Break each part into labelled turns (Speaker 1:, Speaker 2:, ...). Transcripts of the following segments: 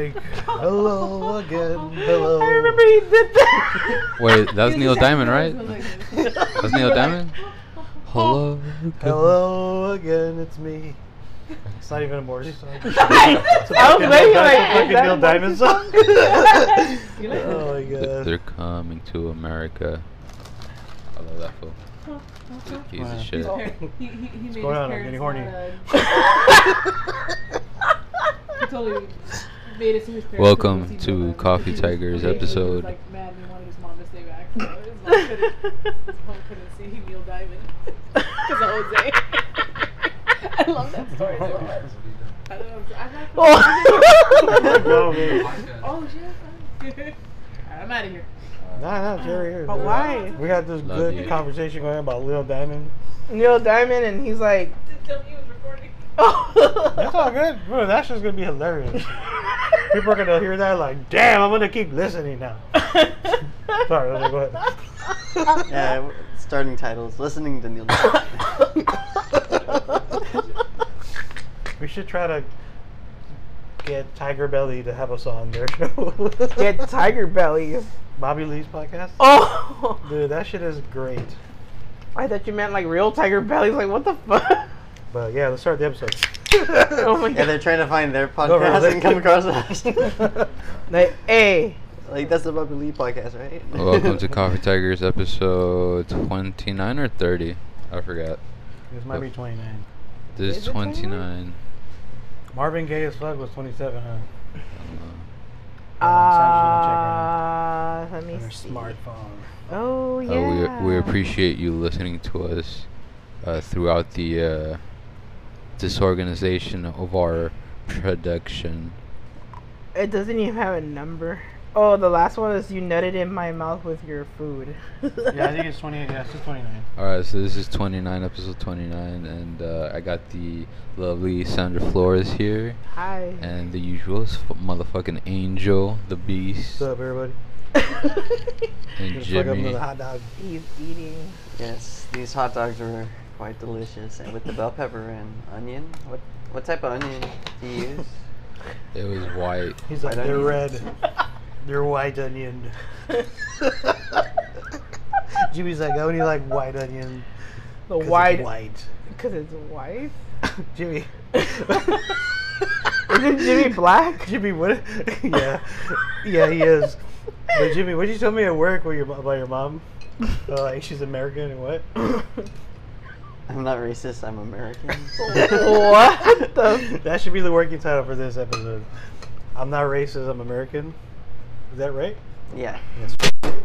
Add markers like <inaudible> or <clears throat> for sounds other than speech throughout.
Speaker 1: like, hello again, hello.
Speaker 2: I remember he did that.
Speaker 3: Wait, that was
Speaker 2: He
Speaker 3: Neil
Speaker 2: just had
Speaker 3: Diamond,
Speaker 2: his
Speaker 4: <laughs>
Speaker 3: right?
Speaker 2: nose like this.
Speaker 3: That was Neil Diamond? Hello.
Speaker 1: Hello again, it's me. It's not even a Morrissey song. It's a
Speaker 2: <laughs> I was
Speaker 1: fucking
Speaker 2: waiting
Speaker 1: Neil
Speaker 2: like,
Speaker 1: Diamond-
Speaker 2: is
Speaker 1: fucking
Speaker 2: that
Speaker 1: Neil
Speaker 2: a
Speaker 1: Diamond song.
Speaker 4: <laughs>
Speaker 1: <laughs>
Speaker 2: You like that?
Speaker 1: oh my
Speaker 3: Th-
Speaker 1: god.
Speaker 3: They're coming to America. I love that fool. He's
Speaker 1: Wow.
Speaker 3: a shit.
Speaker 2: He- he, he made his
Speaker 1: going on? I'm
Speaker 2: parents
Speaker 1: getting horny.
Speaker 2: not, uh, <laughs>
Speaker 4: <laughs>
Speaker 2: he totally made it seem his parents
Speaker 3: Welcome
Speaker 2: couldn't
Speaker 3: to
Speaker 2: see him, but
Speaker 3: Coffee
Speaker 2: <laughs> he was
Speaker 3: Tigers
Speaker 2: gay, and he was,
Speaker 3: episode.
Speaker 2: like, mad and he wanted his mom to stay back, <laughs> so his mom couldn't- his mom couldn't see Neil Diamond 'cause of Jose. <laughs> I love that story so much. I love- I'm not-
Speaker 4: Oh.
Speaker 2: <laughs>
Speaker 1: Go, baby.
Speaker 2: Oh, <laughs> shit. I'm out of here.
Speaker 1: Nah, nah, Jerry here.
Speaker 4: But
Speaker 1: dude.
Speaker 4: why?
Speaker 1: We got this
Speaker 3: Love
Speaker 1: good
Speaker 3: you.
Speaker 1: conversation going about Lil Diamond.
Speaker 4: <laughs> Neil Diamond, and he's like, <laughs>
Speaker 2: Just tell me he was recording.
Speaker 1: That's all good. Bro, that shit's gonna be
Speaker 2: <laughs>
Speaker 1: hilarious. People are gonna hear that like, damn, I'm gonna keep listening now. <laughs> Sorry, let's go ahead.
Speaker 5: <laughs> Yeah, w- starting titles. Listening to Neil. Diamond.
Speaker 1: We should try to get Tiger Belly to have us on <laughs> their show.
Speaker 4: Get tiger belly.
Speaker 1: Bobby Lee's podcast.
Speaker 4: Oh,
Speaker 1: Dude, that shit is great.
Speaker 4: I thought you meant like real tiger belly. Like, what the fuck?
Speaker 1: But yeah, let's start the <laughs> episode.
Speaker 4: <laughs> oh my
Speaker 5: yeah,
Speaker 4: god.
Speaker 5: they're trying to find their
Speaker 1: No,
Speaker 5: podcast
Speaker 1: really.
Speaker 5: and come across us. <laughs>
Speaker 4: Like, hey,
Speaker 5: like that's the Bobby Lee podcast, right?
Speaker 3: Oh, Welcome
Speaker 5: <laughs>
Speaker 3: to Coffee Tigers episode 29 or 30. I forgot.
Speaker 1: This might be 29.
Speaker 3: This is
Speaker 4: Is it
Speaker 3: 29.
Speaker 1: Marvin Gaye as fuck was 27, huh?
Speaker 3: I don't know.
Speaker 4: uh, let me
Speaker 1: On her
Speaker 4: see.
Speaker 1: smartphone.
Speaker 4: Oh yeah.
Speaker 3: Uh, we, we appreciate you listening to us uh, throughout the uh, disorganization of our production.
Speaker 4: It doesn't even have a number. Oh, the last one is you nutted in my mouth with your food.
Speaker 1: Yeah, I think it's 28. Yeah, it's just 29.
Speaker 3: All right, so this is 29, episode 29, and uh, I got the lovely Sandra Flores here,
Speaker 4: <laughs> Hi.
Speaker 3: and the usual s- motherfucking Angel, the Beast,
Speaker 1: What's up, everybody? Gonna fuck
Speaker 3: and
Speaker 1: up
Speaker 3: Jimmy.
Speaker 1: another hot dog.
Speaker 4: <laughs> He's eating.
Speaker 5: Yes, these hot dogs were quite delicious, and with the bell pepper and onion. What what type of onion do you use? <laughs>
Speaker 3: It was white.
Speaker 1: He's like,
Speaker 5: White
Speaker 1: they're
Speaker 5: onion.
Speaker 1: red. <laughs> They're white onion. Jimmy's like, I only like white onion.
Speaker 4: The
Speaker 1: 'cause it's
Speaker 4: wide,
Speaker 1: white.
Speaker 4: because it's white.
Speaker 1: Jimmy. <laughs>
Speaker 4: Isn't Jimmy black?
Speaker 1: Jimmy, what? <laughs> yeah. Yeah, he is. But Jimmy, what did you tell me at work with your, mo- about your mom? Uh, like she's American and
Speaker 4: <laughs>
Speaker 1: what?
Speaker 5: I'm not racist. I'm
Speaker 4: <laughs>
Speaker 5: American.
Speaker 4: what the?
Speaker 1: That should be the working title for this episode. I'm not racist. I'm American. Is that right?
Speaker 5: <laughs> yeah.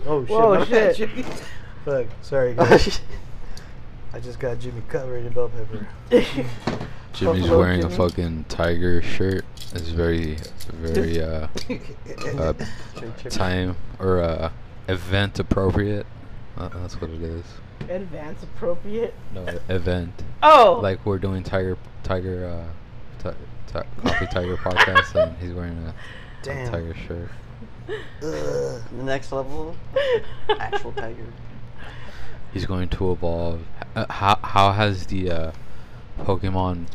Speaker 1: Oh shit!
Speaker 4: Whoa,
Speaker 1: my bad,
Speaker 4: shit.
Speaker 1: Jimmy. Fuck.
Speaker 4: <laughs>
Speaker 1: Sorry,
Speaker 5: Oh,
Speaker 1: guys.
Speaker 5: shit.
Speaker 1: I just got Jimmy covered in bell pepper.
Speaker 3: Jimmy's
Speaker 4: Buffalo
Speaker 3: wearing
Speaker 4: Jimmy.
Speaker 3: a fucking tiger shirt. It's very,
Speaker 1: <laughs>
Speaker 3: very uh, uh,
Speaker 5: Straight trip.
Speaker 3: time or uh, event appropriate. Uh, that's what it is.
Speaker 4: Advance appropriate.
Speaker 3: No, event.
Speaker 4: Oh,
Speaker 3: Like we're doing tiger, tiger, uh, ti ti- coffee
Speaker 1: <laughs>
Speaker 3: tiger podcast, and he's wearing a, a
Speaker 1: Damn.
Speaker 3: tiger shirt.
Speaker 1: Ugh.
Speaker 5: The next level, actual tiger.
Speaker 4: <laughs>
Speaker 3: He's going to evolve. H- Uh, how how has the uh, Pokemon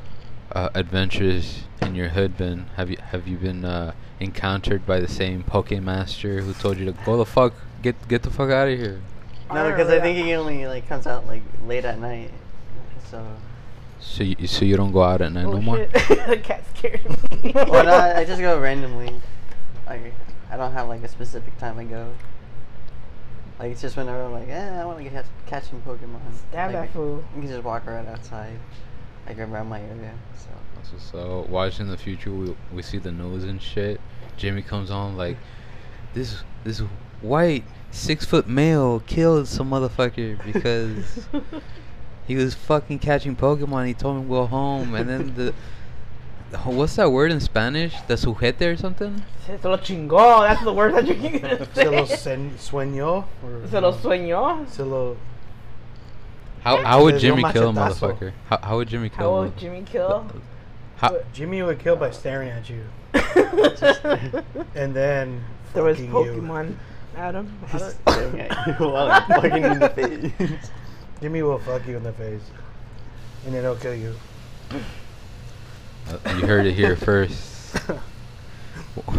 Speaker 3: uh, adventures in your hood been? Have you have you been uh, encountered by the same Pokemaster who told you to go the fuck get get the fuck out of here?
Speaker 5: No, because I think he only like comes out like late at night. So.
Speaker 3: So you, so you don't go out at night
Speaker 4: Oh,
Speaker 3: <laughs> no more.
Speaker 4: shit. <laughs> the cat scared
Speaker 1: <laughs>
Speaker 4: me.
Speaker 5: <laughs> Well, no, I I just go randomly. Like, I don't have like a specific time I go. Like, it's just whenever I'm like, eh, I want to catch, catch some Pokemon.
Speaker 4: Stab
Speaker 5: like,
Speaker 4: that fool.
Speaker 5: You can just walk around outside, like around my area. So
Speaker 3: <laughs> So, so watch in the future we we see the nose and shit. Jimmy comes on like this this white six foot male killed some motherfucker
Speaker 4: <laughs>
Speaker 3: because he was fucking catching Pokemon. He told him go home and then the the- what's that word in Spanish? The sujete or something?
Speaker 4: Se lo chingó. That's the word that you can
Speaker 1: Se lo
Speaker 4: say.
Speaker 1: sen- sueño. or-
Speaker 4: Se lo sueño.
Speaker 1: Se lo-
Speaker 3: How how would
Speaker 1: There's no
Speaker 3: Jimmy kill a
Speaker 1: machetazo.
Speaker 3: motherfucker? How how would Jimmy
Speaker 4: How
Speaker 3: kill?
Speaker 4: will Jimmy
Speaker 1: <laughs>
Speaker 4: kill?
Speaker 3: How,
Speaker 1: Jimmy would kill by staring at you,
Speaker 4: there
Speaker 1: and then
Speaker 4: was
Speaker 1: fucking You.
Speaker 4: Pokemon. Adam. I don't-
Speaker 5: <laughs>
Speaker 1: <laughs>
Speaker 5: staring at you while I'm fucking <laughs> in the face.
Speaker 1: Jimmy will fuck you in the face, and then he'll kill you.
Speaker 4: <laughs>
Speaker 3: uh, you heard it here first.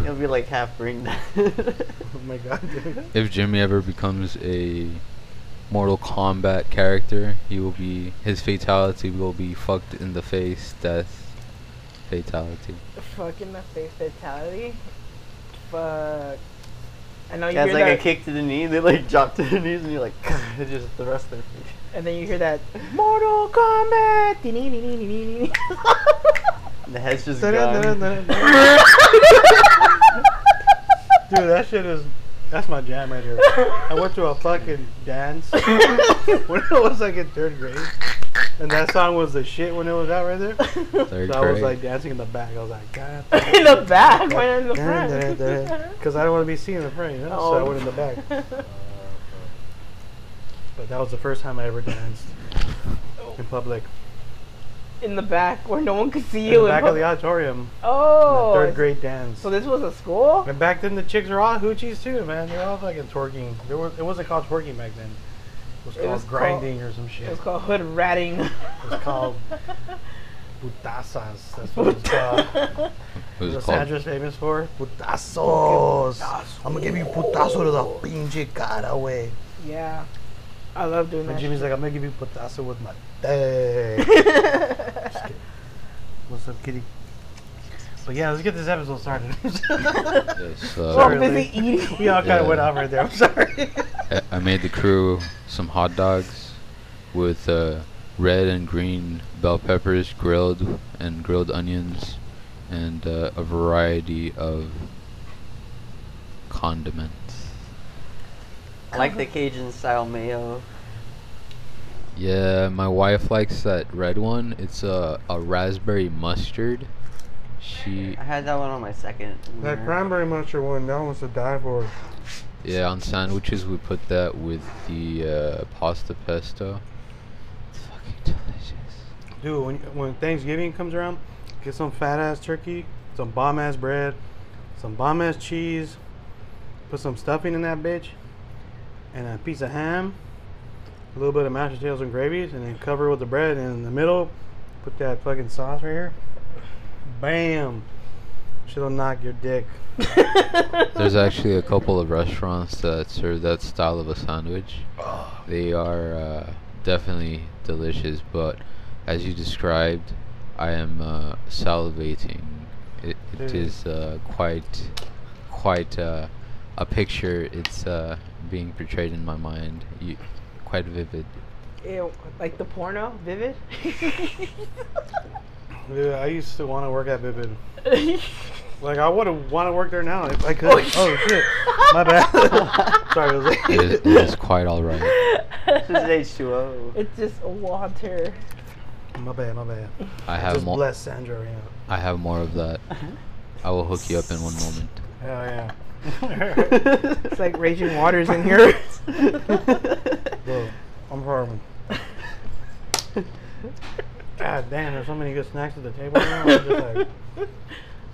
Speaker 5: You'll be like half green. <laughs>
Speaker 1: Oh my god, dude.
Speaker 3: If Jimmy ever becomes a Mortal Kombat character, he will be his fatality will be fucked in the face, death, fatality.
Speaker 4: Fucking the face fatality. Fuck. I know you hear
Speaker 5: Yeah, it's like
Speaker 4: that,
Speaker 5: a kick to the knee. They like drop to the knees, and you're like, <laughs> it's just the rest of their feet.
Speaker 4: and then you hear that Mortal Kombat. Dee-nee-nee-nee-nee-nee-nee.
Speaker 5: And the head's just gone.
Speaker 1: Dude, that shit is. That's my jam right here. I went to a fucking dance <laughs> when I was like in third grade. And that song was the shit when it was out right there.
Speaker 3: Third
Speaker 1: so I was
Speaker 3: grade.
Speaker 1: like dancing in the back. I was like, God.
Speaker 4: <laughs> in the back, right in
Speaker 1: <laughs>
Speaker 4: the <laughs> front. Oh.
Speaker 1: Because I don't want to be seen in the front, you know? So I went in the back. But that was the first time I ever danced in public.
Speaker 4: <laughs> in the back where no one could see
Speaker 1: In the
Speaker 4: you. and
Speaker 1: back of the
Speaker 4: put-
Speaker 1: auditorium.
Speaker 4: oh,
Speaker 1: third grade dance.
Speaker 4: So this was a school.
Speaker 1: And back then, the chicks were all hoochies too, man. They were all fucking twerking. There was, it wasn't called twerking back then. It was
Speaker 4: It
Speaker 1: called
Speaker 4: was called-
Speaker 1: grinding or some shit.
Speaker 4: It was called hood ratting.
Speaker 1: It was called
Speaker 4: <laughs>
Speaker 1: putasas. That's what it's <laughs> called.
Speaker 3: It was
Speaker 1: What's
Speaker 3: called-
Speaker 1: Sandra's famous for? Putazos. I'm gonna give you putazo to the pinche cara, way.
Speaker 4: <laughs> yeah, I love doing
Speaker 1: And
Speaker 4: that.
Speaker 1: Jimmy's like, I'm gonna give you putazo with <laughs> my dick.
Speaker 4: shit.
Speaker 1: What's up, kitty? But yeah, let's get this episode started. <laughs>
Speaker 3: Yes,
Speaker 4: Well,
Speaker 3: uh,
Speaker 1: Sorry.
Speaker 4: I'm busy eating.
Speaker 1: we all kind of
Speaker 3: Yeah.
Speaker 1: went off right there. I'm sorry.
Speaker 3: I, I made the crew some hot dogs with uh, red and green bell peppers grilled and grilled onions and uh, a variety of condiments.
Speaker 5: I like the Cajun style mayo.
Speaker 3: Yeah, my wife likes that red one. It's a a raspberry mustard. She
Speaker 5: I had that one on my second.
Speaker 1: that
Speaker 5: year.
Speaker 1: cranberry monster one, that one's to die for.
Speaker 3: yeah on sandwiches we put that with the uh, pasta pesto. It's fucking delicious.
Speaker 1: Dude, when, when Thanksgiving comes around, get some fat ass turkey, some bomb ass bread, some bomb ass cheese, put some stuffing in that bitch, and a piece of ham, a little bit of mashed potatoes and gravies, and then cover with the bread. And in the middle, put that fucking sauce right here. Bam! Shit'll knock your dick.
Speaker 3: There's actually a couple of restaurants that serve that style of a sandwich. They are uh, definitely delicious, but as you described, I am uh, salivating. It, it
Speaker 1: Dude.
Speaker 3: is uh, quite, quite uh, a picture. It's uh, being portrayed in my mind, you, quite vivid.
Speaker 4: Ew, like the porno, vivid.
Speaker 1: Dude, I used to want to work at Vivid. Like, I would have want to work there now if I could. Oh, shit. My bad. <laughs> Sorry, I was
Speaker 3: It is, it is quite all right.
Speaker 5: This is
Speaker 4: <laughs>
Speaker 5: H2O.
Speaker 4: it's just water.
Speaker 1: My bad, my bad.
Speaker 3: I have
Speaker 1: Just
Speaker 3: more.
Speaker 1: bless Sandra right now.
Speaker 3: I have more of that. I will hook you up in one moment.
Speaker 1: Hell yeah.
Speaker 4: It's like raging waters in here.
Speaker 1: Whoa, I'm <laughs> horrible. God damn, there's so many good snacks at the table now. I'm just <laughs> like,
Speaker 4: <laughs>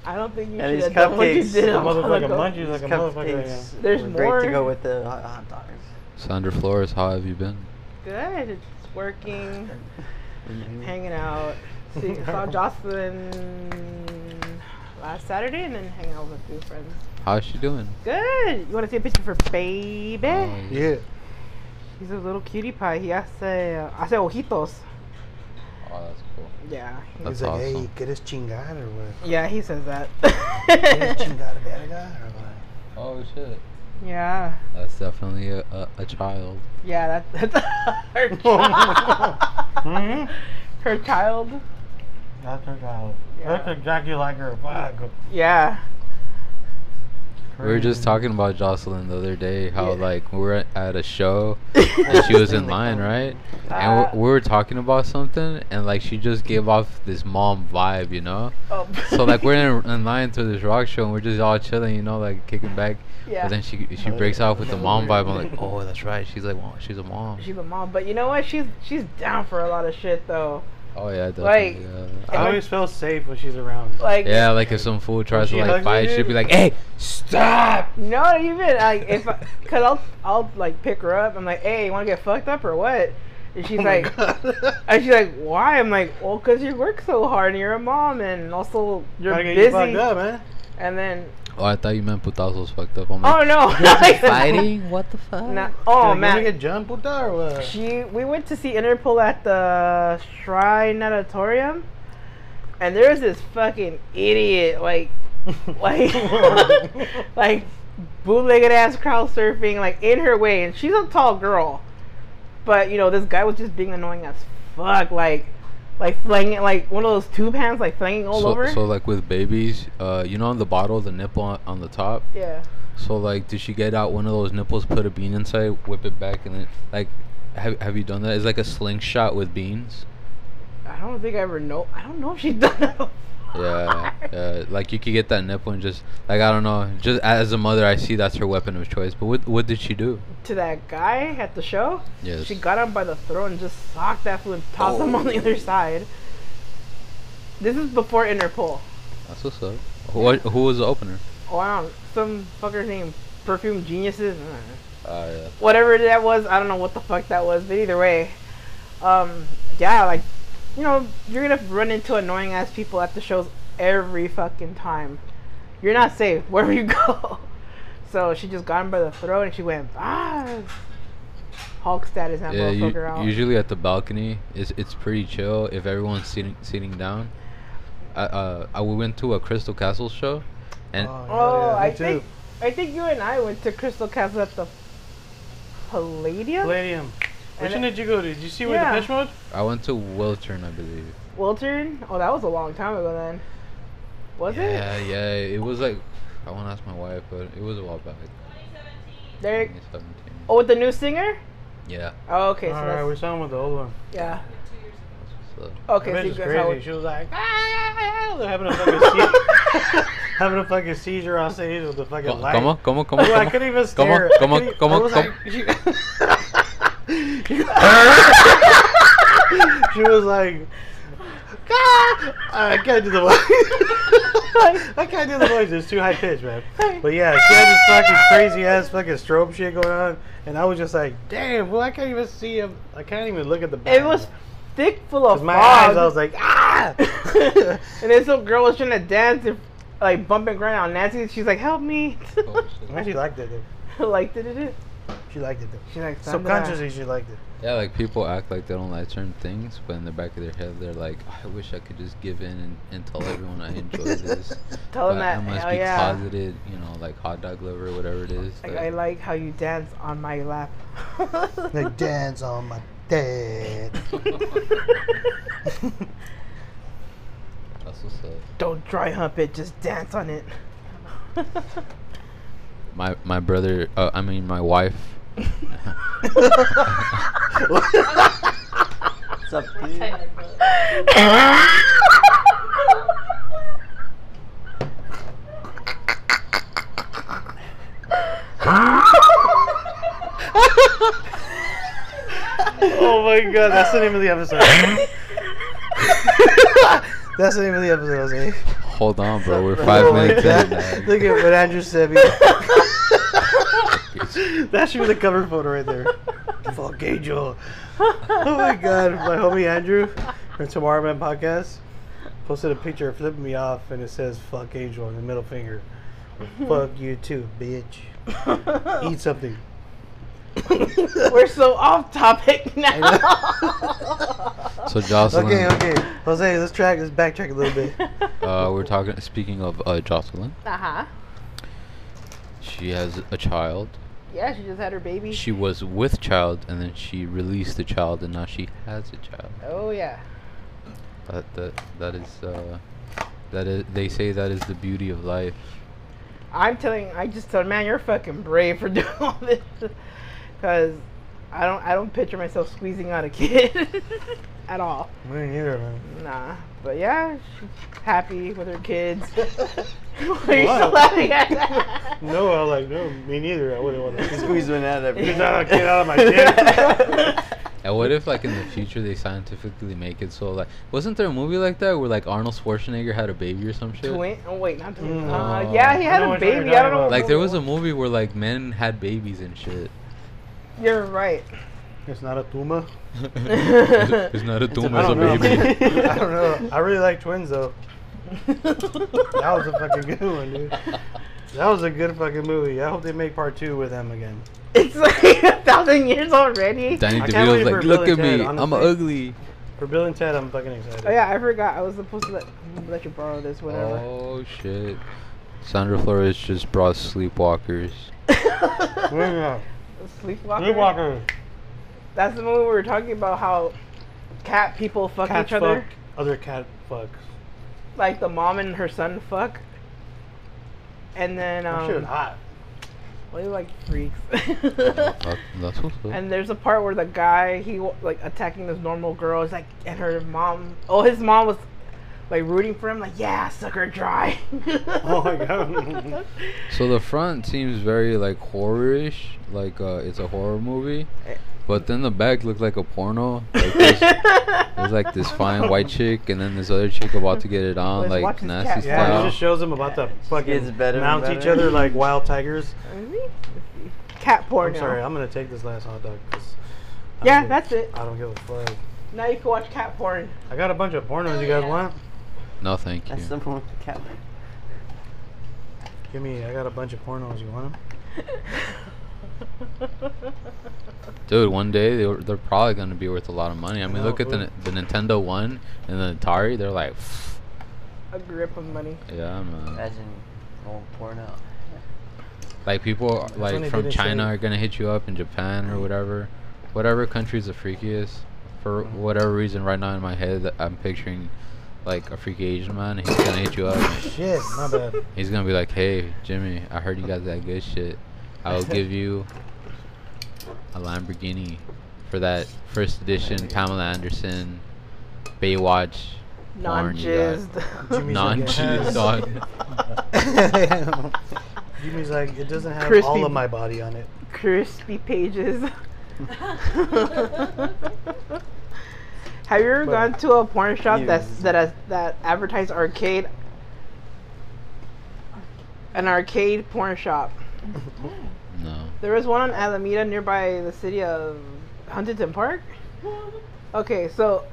Speaker 4: I don't think you
Speaker 5: And
Speaker 4: should
Speaker 5: these
Speaker 4: have done what you
Speaker 5: cupcakes,
Speaker 4: did.
Speaker 5: the
Speaker 4: a while
Speaker 1: motherfucking
Speaker 4: ago.
Speaker 1: munchies like a motherfucker. right now.
Speaker 5: Cupcakes
Speaker 4: There's
Speaker 5: were great
Speaker 4: more.
Speaker 5: to go with the hot, hot dogs.
Speaker 3: Sandra Flores, how have you been?
Speaker 4: Good. It's working. Hanging out. See,
Speaker 1: <laughs>
Speaker 4: saw Jocelyn last Saturday and then hang out with a few friends.
Speaker 3: How's she doing?
Speaker 4: Good. You want to see a picture for baby?
Speaker 3: Oh,
Speaker 1: Yeah.
Speaker 4: He's a little cutie pie. He hace, hace ojitos.
Speaker 3: Oh, that's cool.
Speaker 4: Yeah.
Speaker 3: That's
Speaker 1: He's like,
Speaker 3: awesome.
Speaker 1: hey, ¿quieres chingar or what?
Speaker 4: Yeah, he says that.
Speaker 1: ¿Quieres chingar verga or what?
Speaker 3: Oh shit.
Speaker 4: <laughs> yeah.
Speaker 3: That's definitely a, a, a child.
Speaker 4: Yeah, that, that's <laughs> her
Speaker 3: Oh,
Speaker 4: child. her child.
Speaker 1: Mm-hmm. That's her child.
Speaker 4: Yeah.
Speaker 1: That's exactly like her. Fuck.
Speaker 4: <laughs> Yeah.
Speaker 3: We were just talking about Jocelyn the other day, how
Speaker 4: Yeah.
Speaker 3: like we were at a show and she was in line, right? And
Speaker 4: Uh,
Speaker 3: we, we were talking about something, and like she just gave off this mom vibe, you know?
Speaker 4: Oh.
Speaker 3: So like we're in, in line to this rock show, and we're just all chilling, you know, like kicking back.
Speaker 4: Yeah.
Speaker 3: But then she she breaks off with the mom vibe. I'm like, oh, that's right. She's like, well, she's a mom.
Speaker 4: She's a mom, but you know what? She's she's down for a lot of shit though.
Speaker 3: Oh yeah,
Speaker 4: Like-
Speaker 3: definitely. yeah.
Speaker 1: I always feel safe when she's around.
Speaker 4: Like
Speaker 3: Yeah, like if some fool tries to
Speaker 1: she
Speaker 3: like
Speaker 1: hugs
Speaker 3: fight,
Speaker 1: you,
Speaker 3: she'd be
Speaker 1: dude?
Speaker 3: like, hey, stop.
Speaker 4: no, even like if I, cause I'll I'll like pick her up. I'm like, hey, you want to get fucked up or what? And
Speaker 3: Oh
Speaker 4: she's like, and she's like, why? I'm like, well, cause you work so hard and you're a mom and also you're
Speaker 1: Gotta get you
Speaker 4: busy.
Speaker 1: fucked up, man.
Speaker 4: And then
Speaker 3: Oh, I thought you meant putazos fucked up. I'm
Speaker 4: Oh
Speaker 3: like,
Speaker 4: no! <laughs>
Speaker 3: fighting? What the fuck?
Speaker 4: Nah, oh
Speaker 1: Like, You
Speaker 4: man,
Speaker 1: wanna get John Puta or what?
Speaker 4: she we went to see Interpol at the Shrine Auditorium, and there was this fucking idiot like like <laughs> like bootlegged ass crowd surfing like in her way, and she's a tall girl, but you know this guy was just being annoying as fuck, like like flinging like one of those tube hands like flinging all
Speaker 3: so,
Speaker 4: over.
Speaker 3: so like with babies, uh, you know, on the bottle, the nipple on, on the top.
Speaker 4: yeah.
Speaker 3: So like, did she get out one of those nipples, put a bean inside, whip it back, and then like, have have you done that? It's like a slingshot with beans.
Speaker 4: I don't think I ever know. I don't know if she's <laughs> done that. before. <laughs>
Speaker 3: Yeah, yeah. Like you could get that nipple and just like I don't know. Just as a mother, I see that's her weapon of choice. But what what did she do?
Speaker 4: To that guy at the show,
Speaker 3: Yes. Oh.
Speaker 4: she got him by the throat and just socked that fool and tossed him on the other side. This is before Interpol.
Speaker 3: That's what's up. Who, who was the opener?
Speaker 4: Wow, some fucker's name, Perfume Geniuses, uh,
Speaker 3: Uh, yeah.
Speaker 4: whatever that was. I don't know what the fuck that was, but either way, um, yeah, like, you know, you're gonna run into annoying ass people at the shows every fucking time. You're not safe <laughs> wherever you go. So she just got him by the throat and she went, ah, Hulk status that
Speaker 3: Yeah,
Speaker 4: motherfucker
Speaker 3: u-
Speaker 4: out.
Speaker 3: usually at the balcony, it's it's pretty chill if everyone's sitting sitting down. I uh I we went to a Crystal Castle show, and
Speaker 1: hell
Speaker 4: Oh,
Speaker 1: yeah, me
Speaker 4: I
Speaker 1: too.
Speaker 4: think I think you and I went to Crystal Castle at the Palladium.
Speaker 1: Palladium. Which
Speaker 4: And
Speaker 1: one
Speaker 4: it-
Speaker 1: did you go to? Did you see where
Speaker 4: Yeah.
Speaker 1: the fish was?
Speaker 3: I went to Wiltern, I believe.
Speaker 4: Wilton? Oh, that was a long time ago then. Was
Speaker 3: yeah,
Speaker 4: it?
Speaker 3: yeah. It was like I want to ask my wife, but it was a while back.
Speaker 4: There.
Speaker 3: 2017.
Speaker 4: Oh, with the new singer?
Speaker 3: Yeah.
Speaker 4: Oh, okay. So
Speaker 1: All
Speaker 4: that's,
Speaker 1: right, we're starting with the old one.
Speaker 4: yeah.
Speaker 3: That's what's up.
Speaker 4: Okay,
Speaker 1: the bitch was
Speaker 4: so you guys how
Speaker 1: crazy.
Speaker 4: we-
Speaker 1: She was like, "Ah, ah, ah," they're having a fucking
Speaker 4: <laughs>
Speaker 1: seizure, having a fucking seizure on stage with the fucking
Speaker 3: Co-
Speaker 1: light.
Speaker 3: Como, como, como,
Speaker 1: Dude, I
Speaker 3: como.
Speaker 1: couldn't even
Speaker 3: Come on,
Speaker 1: stare.
Speaker 3: come on,
Speaker 1: I couldn't-
Speaker 3: come
Speaker 1: I
Speaker 3: on,
Speaker 1: was
Speaker 3: come-
Speaker 1: like- she, she <laughs> was like, "Ah!" I can't do the voice. <laughs> I can't do the voice. It's too high pitched, man. But yeah, she had this fucking crazy ass fucking strobe shit going on, and I was just like, damn, well I can't even see him. I can't even look at the.
Speaker 4: It was thick full of
Speaker 1: With my
Speaker 4: fog.
Speaker 1: eyes, I was like, ah.
Speaker 4: <laughs>
Speaker 1: <laughs>
Speaker 4: and this little girl was trying to dance and like bumping ground on Nancy. She's like, "Help me!" <laughs>
Speaker 3: Oh.
Speaker 1: Man, she liked it. Though.
Speaker 4: like, did it?
Speaker 1: She liked it. Though.
Speaker 4: She's like,
Speaker 1: Subconsciously, she liked it.
Speaker 3: <laughs> Yeah, like people act like they don't like certain things, but in the back of their head, they're like, I wish I could just give in and, and tell everyone I enjoy this.
Speaker 4: Tell them
Speaker 3: But
Speaker 4: that.
Speaker 3: I must
Speaker 4: Oh, hell
Speaker 3: be
Speaker 4: yeah.
Speaker 3: closeted, you know, like hot dog lover, whatever it is.
Speaker 4: Like, I like how you dance on my lap.
Speaker 1: They dance on my dad.
Speaker 3: That's what's up.
Speaker 4: <laughs> Don't dry hump it, just dance on it.
Speaker 3: My my brother, uh, I mean my wife.
Speaker 5: What's up, dude?
Speaker 2: Tight-necked brother.
Speaker 1: oh my god, that's the name of the episode. <laughs> that's the name of the episode, Jose.
Speaker 3: Hold on, bro. We're five
Speaker 1: Oh my
Speaker 3: minutes
Speaker 1: God.
Speaker 3: in. man.
Speaker 1: Look at what Andrew said. <laughs> that should be the cover photo right <laughs> there. Fuck Angel. Oh my god, my homie Andrew from Tomorrow Man Podcast posted a picture flipping me off and it says fuck Angel in the middle <laughs> finger. fuck you too, <laughs> bitch. Eat something.
Speaker 4: We're so off topic now.
Speaker 3: So Jocelyn,
Speaker 1: Okay, okay. Jose, let's track let's backtrack a little <laughs> bit.
Speaker 4: <laughs>
Speaker 3: Uh, we're talking. Speaking of uh, Jocelyn,
Speaker 4: Uh huh.
Speaker 3: she has a child.
Speaker 4: Yeah, she just had her baby.
Speaker 3: She was with child, and then she released the child, and now she has a child.
Speaker 4: oh yeah.
Speaker 3: That that that is uh, that is. They say that is the beauty of life.
Speaker 4: I'm telling. I just told man, you're fucking brave for <laughs> doing all this, cause I don't. I don't picture myself squeezing out a kid <laughs> at all.
Speaker 1: Me neither, man.
Speaker 4: Nah. But yeah, she's happy with her kids. <laughs> Why are you
Speaker 1: Wow.
Speaker 4: still laughing at that?
Speaker 1: No, I was like, no, me neither. I wouldn't want to <laughs>
Speaker 5: Squeeze one out of
Speaker 1: Get out, get out of my dick.
Speaker 3: And what if, like in the future, they scientifically make it so, like, wasn't there a movie like that where like Arnold Schwarzenegger had a baby or some
Speaker 4: <laughs>
Speaker 3: shit?
Speaker 4: Twin? Oh wait, not twin.
Speaker 1: Mm.
Speaker 4: Uh, yeah, he
Speaker 1: I
Speaker 4: had
Speaker 1: know
Speaker 4: a
Speaker 1: what you're
Speaker 4: baby. I don't
Speaker 1: talking
Speaker 4: know.
Speaker 1: about.
Speaker 3: Like there was a movie where like men had babies and <laughs> shit.
Speaker 4: You're right.
Speaker 1: It's not a tumor.
Speaker 3: it's, it's not a tomb,
Speaker 1: I
Speaker 3: it's a
Speaker 1: don't know.
Speaker 3: baby.
Speaker 1: <laughs>
Speaker 3: <laughs>
Speaker 1: I don't know. I really like twins though. That was a fucking good one, dude. That was a good fucking movie. I hope they make part two with him again.
Speaker 4: <laughs> It's like a thousand years already.
Speaker 3: Danny
Speaker 1: I can't wait
Speaker 3: DeVito's
Speaker 1: for
Speaker 3: like, look
Speaker 1: Bill
Speaker 3: at
Speaker 1: and Ted,
Speaker 3: me, I'm
Speaker 1: honestly.
Speaker 3: ugly.
Speaker 1: For Bill and Ted, I'm fucking excited.
Speaker 4: Oh yeah, I forgot. I was supposed to let let you borrow this, whatever.
Speaker 3: Oh shit! Sandra Flores just brought Sleepwalkers.
Speaker 4: Oh.
Speaker 1: yeah.
Speaker 4: <laughs> Sleepwalker.
Speaker 1: Sleepwalker.
Speaker 4: That's the movie we were talking about how cat people fuck
Speaker 1: Cat
Speaker 4: each other.
Speaker 1: fuck. Other cat fucks.
Speaker 4: Like the mom and her son fuck. And then
Speaker 1: That shit was
Speaker 4: um,
Speaker 1: hot.
Speaker 4: well, they're like freaks.
Speaker 1: <laughs>
Speaker 3: Fuck, That's what's up.
Speaker 4: and there's a part where the guy he wa- like attacking this normal girl is like, and her mom. Oh, his mom was like rooting for him, like yeah, suck her dry.
Speaker 1: Oh my
Speaker 4: <laughs>
Speaker 1: god.
Speaker 3: So the front seems very like horror-ish, like uh, it's a horror movie.
Speaker 1: Eh.
Speaker 3: But then the back looked like
Speaker 1: <laughs>
Speaker 3: a porno. Like this, there's like this fine white chick, and then this other chick about to get it
Speaker 4: Let's
Speaker 3: on,
Speaker 4: watch
Speaker 3: like
Speaker 4: this
Speaker 3: nasty
Speaker 4: cat.
Speaker 1: Yeah,
Speaker 3: style.
Speaker 1: it just shows them about to
Speaker 5: gets
Speaker 1: fucking
Speaker 5: better and
Speaker 1: mount
Speaker 5: better.
Speaker 1: each other like wild
Speaker 4: <laughs>
Speaker 1: tigers.
Speaker 4: cat porn.
Speaker 1: I'm sorry, I'm gonna take this last hot dog. 'cause I
Speaker 4: Yeah,
Speaker 1: don't give-
Speaker 4: that's it.
Speaker 1: I don't give a fuck.
Speaker 4: Now you can watch cat porn. <laughs>
Speaker 1: I got a bunch of pornos you guys want.
Speaker 3: no, thank you.
Speaker 5: <laughs> That's the one with the cat.
Speaker 1: Give me, I got a bunch of pornos. You want them?
Speaker 3: Dude, one day they were, they're probably gonna be worth a lot of money. I mean,
Speaker 1: know,
Speaker 3: look at the,
Speaker 1: right?
Speaker 3: Ni- the Nintendo One and the Atari. They're like, "Pff,
Speaker 4: A grip of money.
Speaker 3: yeah, man.
Speaker 5: Imagine old porno.
Speaker 3: Like people
Speaker 1: That's when
Speaker 3: like
Speaker 1: they
Speaker 3: from
Speaker 1: did it, so-
Speaker 3: China are gonna hit you up in Japan or whatever, whatever country's the freakiest. For whatever reason, right now in my head, I'm picturing like a freaky Asian man. He's gonna hit you up.
Speaker 1: Shit, my bad.
Speaker 4: <laughs>
Speaker 3: He's gonna be like, "Hey, Jimmy, I heard you got that good shit. I
Speaker 1: <laughs>
Speaker 3: will give you a Lamborghini for that first edition Pamela Anderson Baywatch
Speaker 4: Non
Speaker 3: porn you got."
Speaker 4: jizzed.
Speaker 1: Jimmy's
Speaker 3: non
Speaker 1: ass.
Speaker 3: cheese dog.
Speaker 1: Jimmy's like, it doesn't have
Speaker 4: Crispy.
Speaker 1: all of my body on it.
Speaker 4: <laughs> Crispy pages. <laughs>
Speaker 2: <laughs>
Speaker 4: Have you ever
Speaker 1: But-
Speaker 4: gone to a porn shop
Speaker 5: You-
Speaker 4: that's that has, that advertised arcade? An arcade porn shop.
Speaker 3: No.
Speaker 4: There was one on Alameda nearby the city of Huntington Park. Okay, so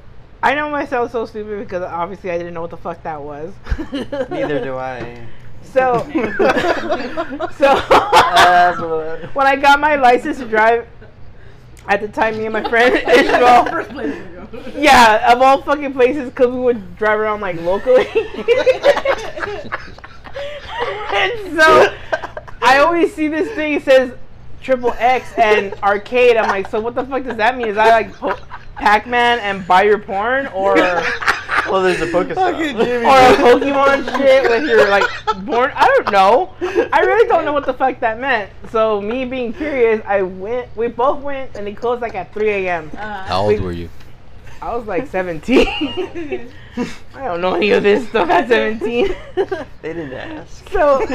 Speaker 4: I know myself so stupid because obviously I didn't know what the fuck that was.
Speaker 5: <laughs>
Speaker 4: <laughs>
Speaker 5: Neither do I.
Speaker 4: So, <laughs>
Speaker 5: <laughs>
Speaker 4: so <laughs>
Speaker 5: Asshole.
Speaker 4: when I got my license to drive, at the time, me and my <laughs>
Speaker 2: <laughs>
Speaker 4: friend Ishmael,
Speaker 2: First place to go. <laughs>
Speaker 4: yeah, of all fucking places, because we would drive around like locally. <laughs> and so I always see this thing it says triple X and arcade. I'm like, so what the fuck does that mean? Is that like po- Pac-Man and buy your porn or?
Speaker 2: Uh,
Speaker 5: well, there's a Pokestop.
Speaker 4: or a Pokemon shit with your like born. I don't know. I really don't know what the fuck that meant. So me being curious, I went. We both went, and they closed like at 3 a.m.
Speaker 2: Uh, <laughs>
Speaker 3: How
Speaker 4: Wait.
Speaker 3: old were you?
Speaker 4: I was like 17. <laughs> I don't know any of this stuff at 17.
Speaker 5: They didn't ask.
Speaker 4: so, <laughs>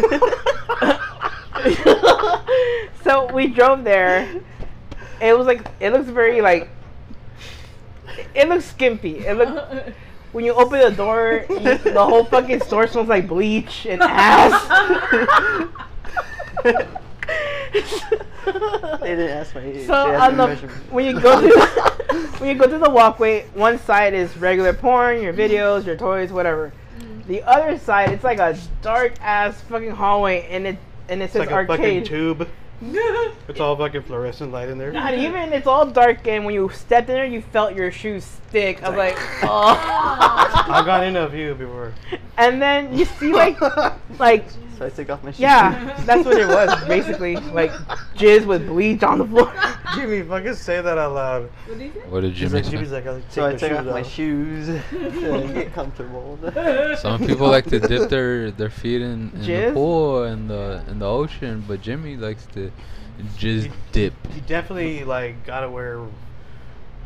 Speaker 4: so we drove there. It was like it looks very like. It looks skimpy. It looked when you open the door, you- the whole fucking store smells like bleach and ass.
Speaker 5: <laughs>
Speaker 4: <laughs>
Speaker 5: They didn't ask my age.
Speaker 4: so
Speaker 5: they asked
Speaker 4: on
Speaker 5: my
Speaker 4: the
Speaker 5: measurement.
Speaker 4: when you go
Speaker 1: <laughs>
Speaker 5: <laughs>
Speaker 4: to when you go to the <laughs> walkway, one side is regular porn, your videos, your toys, whatever. The other side, it's like a dark ass fucking hallway, and it and it
Speaker 1: It's
Speaker 4: says
Speaker 1: like a fucking
Speaker 4: arcade.
Speaker 1: tube. It's all fucking fluorescent light in there.
Speaker 4: Not even. It's all dark, and when you stepped in there, you felt your shoes stick. I was like, oh.
Speaker 1: <laughs> I've gone into a few before.
Speaker 4: and then you see like like
Speaker 5: so I took off my shoes.
Speaker 4: Yeah, that's what it was basically. Like jizz with bleach on the floor. <laughs>
Speaker 1: Jimmy, fucking say that out loud.
Speaker 2: what did you
Speaker 3: What did
Speaker 1: He's
Speaker 3: Jimmy
Speaker 1: like,
Speaker 3: say?
Speaker 1: Jimmy's like, I'll take
Speaker 5: So I
Speaker 1: my
Speaker 5: took
Speaker 1: shoes
Speaker 5: off my shoes
Speaker 1: <laughs>
Speaker 5: <laughs> to get comfortable. <laughs>
Speaker 3: Some people like to dip their, their feet in, in the
Speaker 4: Jizz?
Speaker 3: pool and the in the ocean, but Jimmy likes to just dip.
Speaker 1: You definitely like gotta wear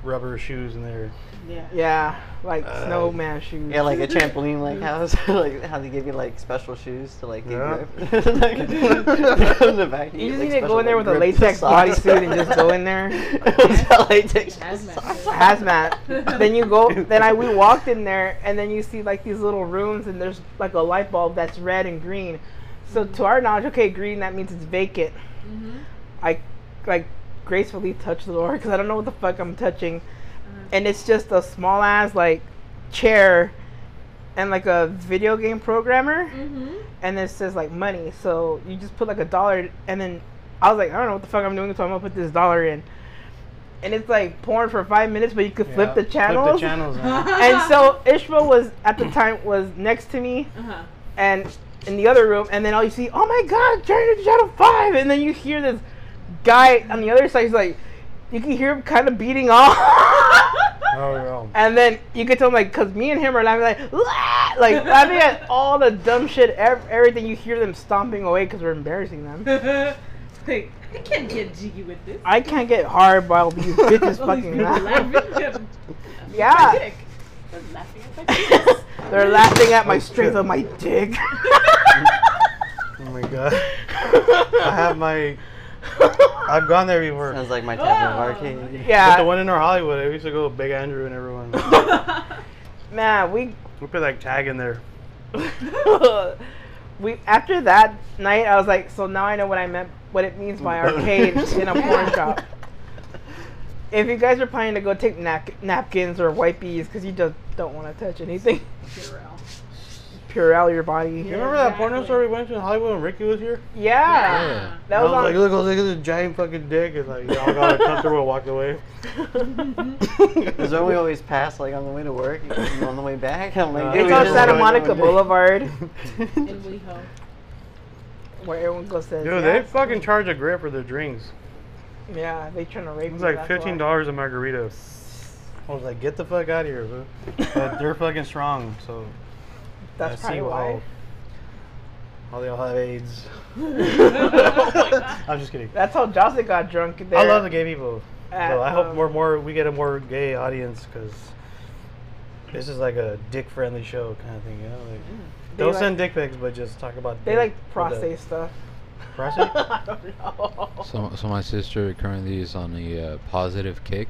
Speaker 1: rubber shoes in there.
Speaker 2: Yeah.
Speaker 4: Yeah, like
Speaker 1: Uh,
Speaker 4: snowman shoes.
Speaker 5: Yeah, like a trampoline, like how <laughs> like how they give you like special shoes to like get
Speaker 1: Yeah. <laughs>
Speaker 5: grip. <laughs> like, <laughs> in the back,
Speaker 4: You just
Speaker 5: get, like,
Speaker 4: need to
Speaker 5: special,
Speaker 4: go in there
Speaker 5: like,
Speaker 4: with a
Speaker 5: grips
Speaker 4: latex
Speaker 5: socks.
Speaker 4: bodysuit and just
Speaker 5: <laughs>
Speaker 4: go in there.
Speaker 5: It's a latex <laughs>
Speaker 2: Hazmat.
Speaker 5: socks.
Speaker 4: hazmat. then you
Speaker 5: <laughs>
Speaker 4: go. Then I we walked in there, and then you see like these little rooms, and there's like a light bulb that's red and green. So to our knowledge, okay, green that means it's vacant.
Speaker 2: Mm-hmm,
Speaker 4: I like gracefully touch the door because I don't know what the fuck I'm touching, and it's just a small ass like chair and like a video game programmer,
Speaker 2: Mm-hmm.
Speaker 4: and it says like money. So you just put like a dollar, and then I was like, I don't know what the fuck I'm doing, so I'm gonna put this dollar in. And it's like porn for five minutes, but you could flip the channels.
Speaker 1: Flip the channels.
Speaker 4: <laughs>
Speaker 1: man.
Speaker 4: And so Ishmael was at the time was next to me
Speaker 2: Uh-huh. <laughs>
Speaker 4: and in the other room, and then all you see, oh my god, turn to Shadow Five, and then you hear this guy on the other side. He's like, you can hear him kind of beating <laughs> off,
Speaker 1: oh, yeah.
Speaker 4: and then you can tell him like, cause me and him are laughing like, "Wah!" like laughing at all the dumb shit, ev- everything. You hear them stomping away because we're embarrassing them.
Speaker 2: like, I can't get jiggy with this.
Speaker 4: I can't get hard while these bitches
Speaker 2: <laughs> All these
Speaker 4: fucking
Speaker 2: people
Speaker 4: laugh.
Speaker 2: laughing.
Speaker 4: Yeah.
Speaker 2: <laughs> My dick. They're laughing at my
Speaker 4: <laughs>
Speaker 2: penis.
Speaker 4: They're laughing at my strength of my dick.
Speaker 1: Oh my god. <laughs> I have my. I've gone there before.
Speaker 5: Sounds like my type of
Speaker 2: Oh.
Speaker 5: arcade.
Speaker 1: But the
Speaker 4: <laughs> yeah,
Speaker 1: one in our Hollywood, I used to go with Big Andrew and everyone.
Speaker 4: man, we
Speaker 1: We put like tag in there.
Speaker 4: we after that night, I was like, so now I know what I meant, what it means by arcade in a porn shop. If you guys are planning to go take nap- napkins or wipies, because you just don't want to touch anything, <laughs>
Speaker 2: Purell.
Speaker 4: Purell your body.
Speaker 1: You
Speaker 4: Yeah,
Speaker 1: remember that porno
Speaker 2: Exactly.
Speaker 1: store we went to in Hollywood when Ricky was here?
Speaker 3: Yeah.
Speaker 1: And
Speaker 4: that was
Speaker 1: I was
Speaker 4: on.
Speaker 1: like, look, look, look at this giant fucking dick. And like, y'all got comfortable and walked
Speaker 4: <laughs>
Speaker 1: away.
Speaker 5: Because when we always pass, like on the way to work, and on the way back, I'm like,
Speaker 1: Uh,
Speaker 5: dude,
Speaker 4: it's
Speaker 5: we
Speaker 4: on
Speaker 5: just
Speaker 4: Santa
Speaker 5: went
Speaker 4: Monica
Speaker 5: one
Speaker 1: <laughs>
Speaker 5: day.
Speaker 4: Boulevard,
Speaker 5: <laughs>
Speaker 2: In WeHo.
Speaker 4: where everyone goes to.
Speaker 1: Dude, they fucking charge a grip for their drinks.
Speaker 4: Yeah, they trying to rape.
Speaker 1: It was
Speaker 4: you,
Speaker 1: like
Speaker 4: that's why. <laughs>
Speaker 1: fifteen dollars a margarita. I was like, get the fuck out of here, boo. But they're fucking strong, so
Speaker 4: That's
Speaker 1: I see
Speaker 4: probably why.
Speaker 1: how how they all have AIDS.
Speaker 4: <laughs>
Speaker 1: <laughs> I'm just kidding.
Speaker 4: That's how Jocelyn got drunk. There.
Speaker 1: I love the gay people.
Speaker 4: at,
Speaker 1: so I hope
Speaker 4: um,
Speaker 1: more more we get a more gay audience because this is like a dick friendly show kind of thing. You know, like,
Speaker 4: They
Speaker 1: don't
Speaker 4: like-
Speaker 1: send dick pics, but just talk about
Speaker 4: They
Speaker 1: dick
Speaker 4: like
Speaker 1: with the-
Speaker 4: prostate stuff.
Speaker 1: Prostate.
Speaker 4: <laughs> I don't know.
Speaker 3: So, so my sister currently is on a uh, positive kick.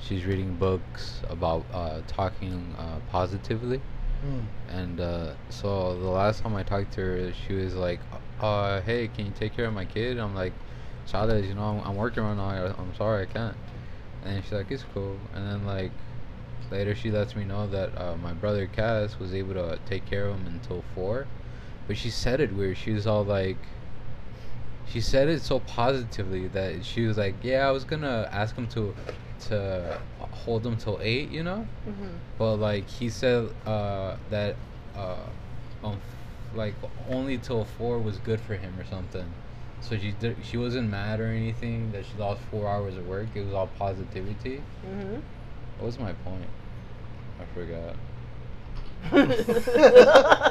Speaker 3: She's reading books about uh, talking uh, positively,
Speaker 1: Mm.
Speaker 3: and uh, so the last time I talked to her, she was like, uh, "Hey, can you take care of my kid?" I'm like, "Chavez, you know, I'm, I'm working right now. I- I'm sorry, I can't." And she's like, "It's cool." And then like later, she lets me know that uh, my brother Cass was able to take care of him until four, but she said it weird. She was all like. She said it so positively that she was like, "Yeah, I was gonna ask him to, to hold him till eight, you know." But like he said uh, that uh, um, like only till four was good for him or something. So she did, she wasn't mad or anything that she lost four hours of work. It was all positivity. What was my point? I forgot.
Speaker 4: <laughs>
Speaker 1: Look at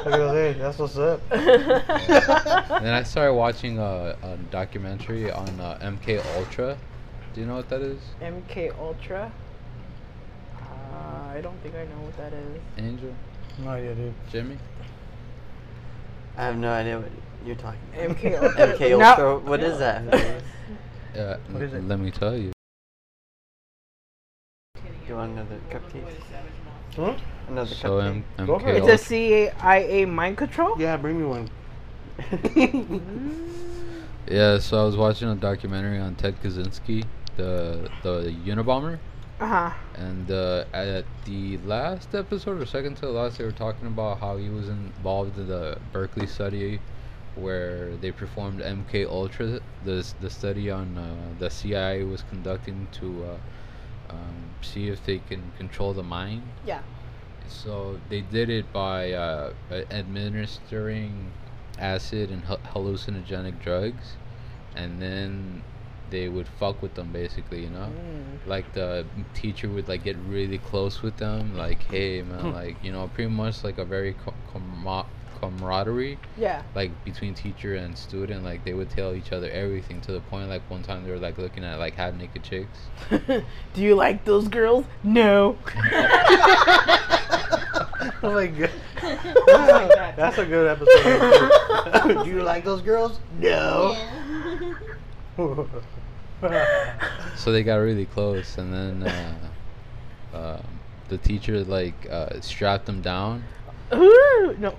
Speaker 1: those, hey, that's what's up.
Speaker 3: And then I started watching a, a documentary on uh, MK Ultra. Do you know what that is,
Speaker 4: MK Ultra. Uh, I don't think I know what that is.
Speaker 3: Angel,
Speaker 1: No idea, dude.
Speaker 3: Jimmy?
Speaker 5: I have no idea what you're talking about. <laughs>
Speaker 4: MK Ultra.
Speaker 5: MK
Speaker 4: Now-
Speaker 5: Ultra. What is that?
Speaker 3: Uh,
Speaker 1: What is it?
Speaker 3: Let me tell you.
Speaker 5: you want another cupcake?
Speaker 1: Huh?
Speaker 5: Another
Speaker 3: So M-
Speaker 1: Go for
Speaker 3: MK
Speaker 1: it.
Speaker 4: It's a
Speaker 3: Ultra.
Speaker 4: CIA mind control.
Speaker 1: Yeah, bring me one.
Speaker 5: cupcake.
Speaker 3: Yeah, so I was watching a documentary on Ted Kaczynski, the the Unabomber.
Speaker 4: Uh huh.
Speaker 3: And uh, at the last episode or second to the last, they were talking about how he was involved in the Berkeley study, where they performed MK Ultra, the the study on uh, the CIA was conducting to uh, um, see if they can control the mind.
Speaker 4: Yeah.
Speaker 3: So they did it by uh, a- administering acid and ha- hallucinogenic drugs, and then they would fuck with them basically, you know like the teacher would like get really close with them like hey man like you know pretty much like a very com- comra- camaraderie
Speaker 1: <laughs>
Speaker 4: Yeah.
Speaker 3: like between teacher and student like they would tell each other everything to the point like one time they were like looking at like half naked chicks
Speaker 4: Do you like those girls? No.
Speaker 1: Oh my god,
Speaker 5: <laughs>
Speaker 2: like that.
Speaker 1: that's a good episode.
Speaker 5: Do you like those girls? No.
Speaker 4: <laughs>
Speaker 3: so they got really close and <laughs> then uh, um the teacher like uh, strapped them down
Speaker 4: Ooh, no.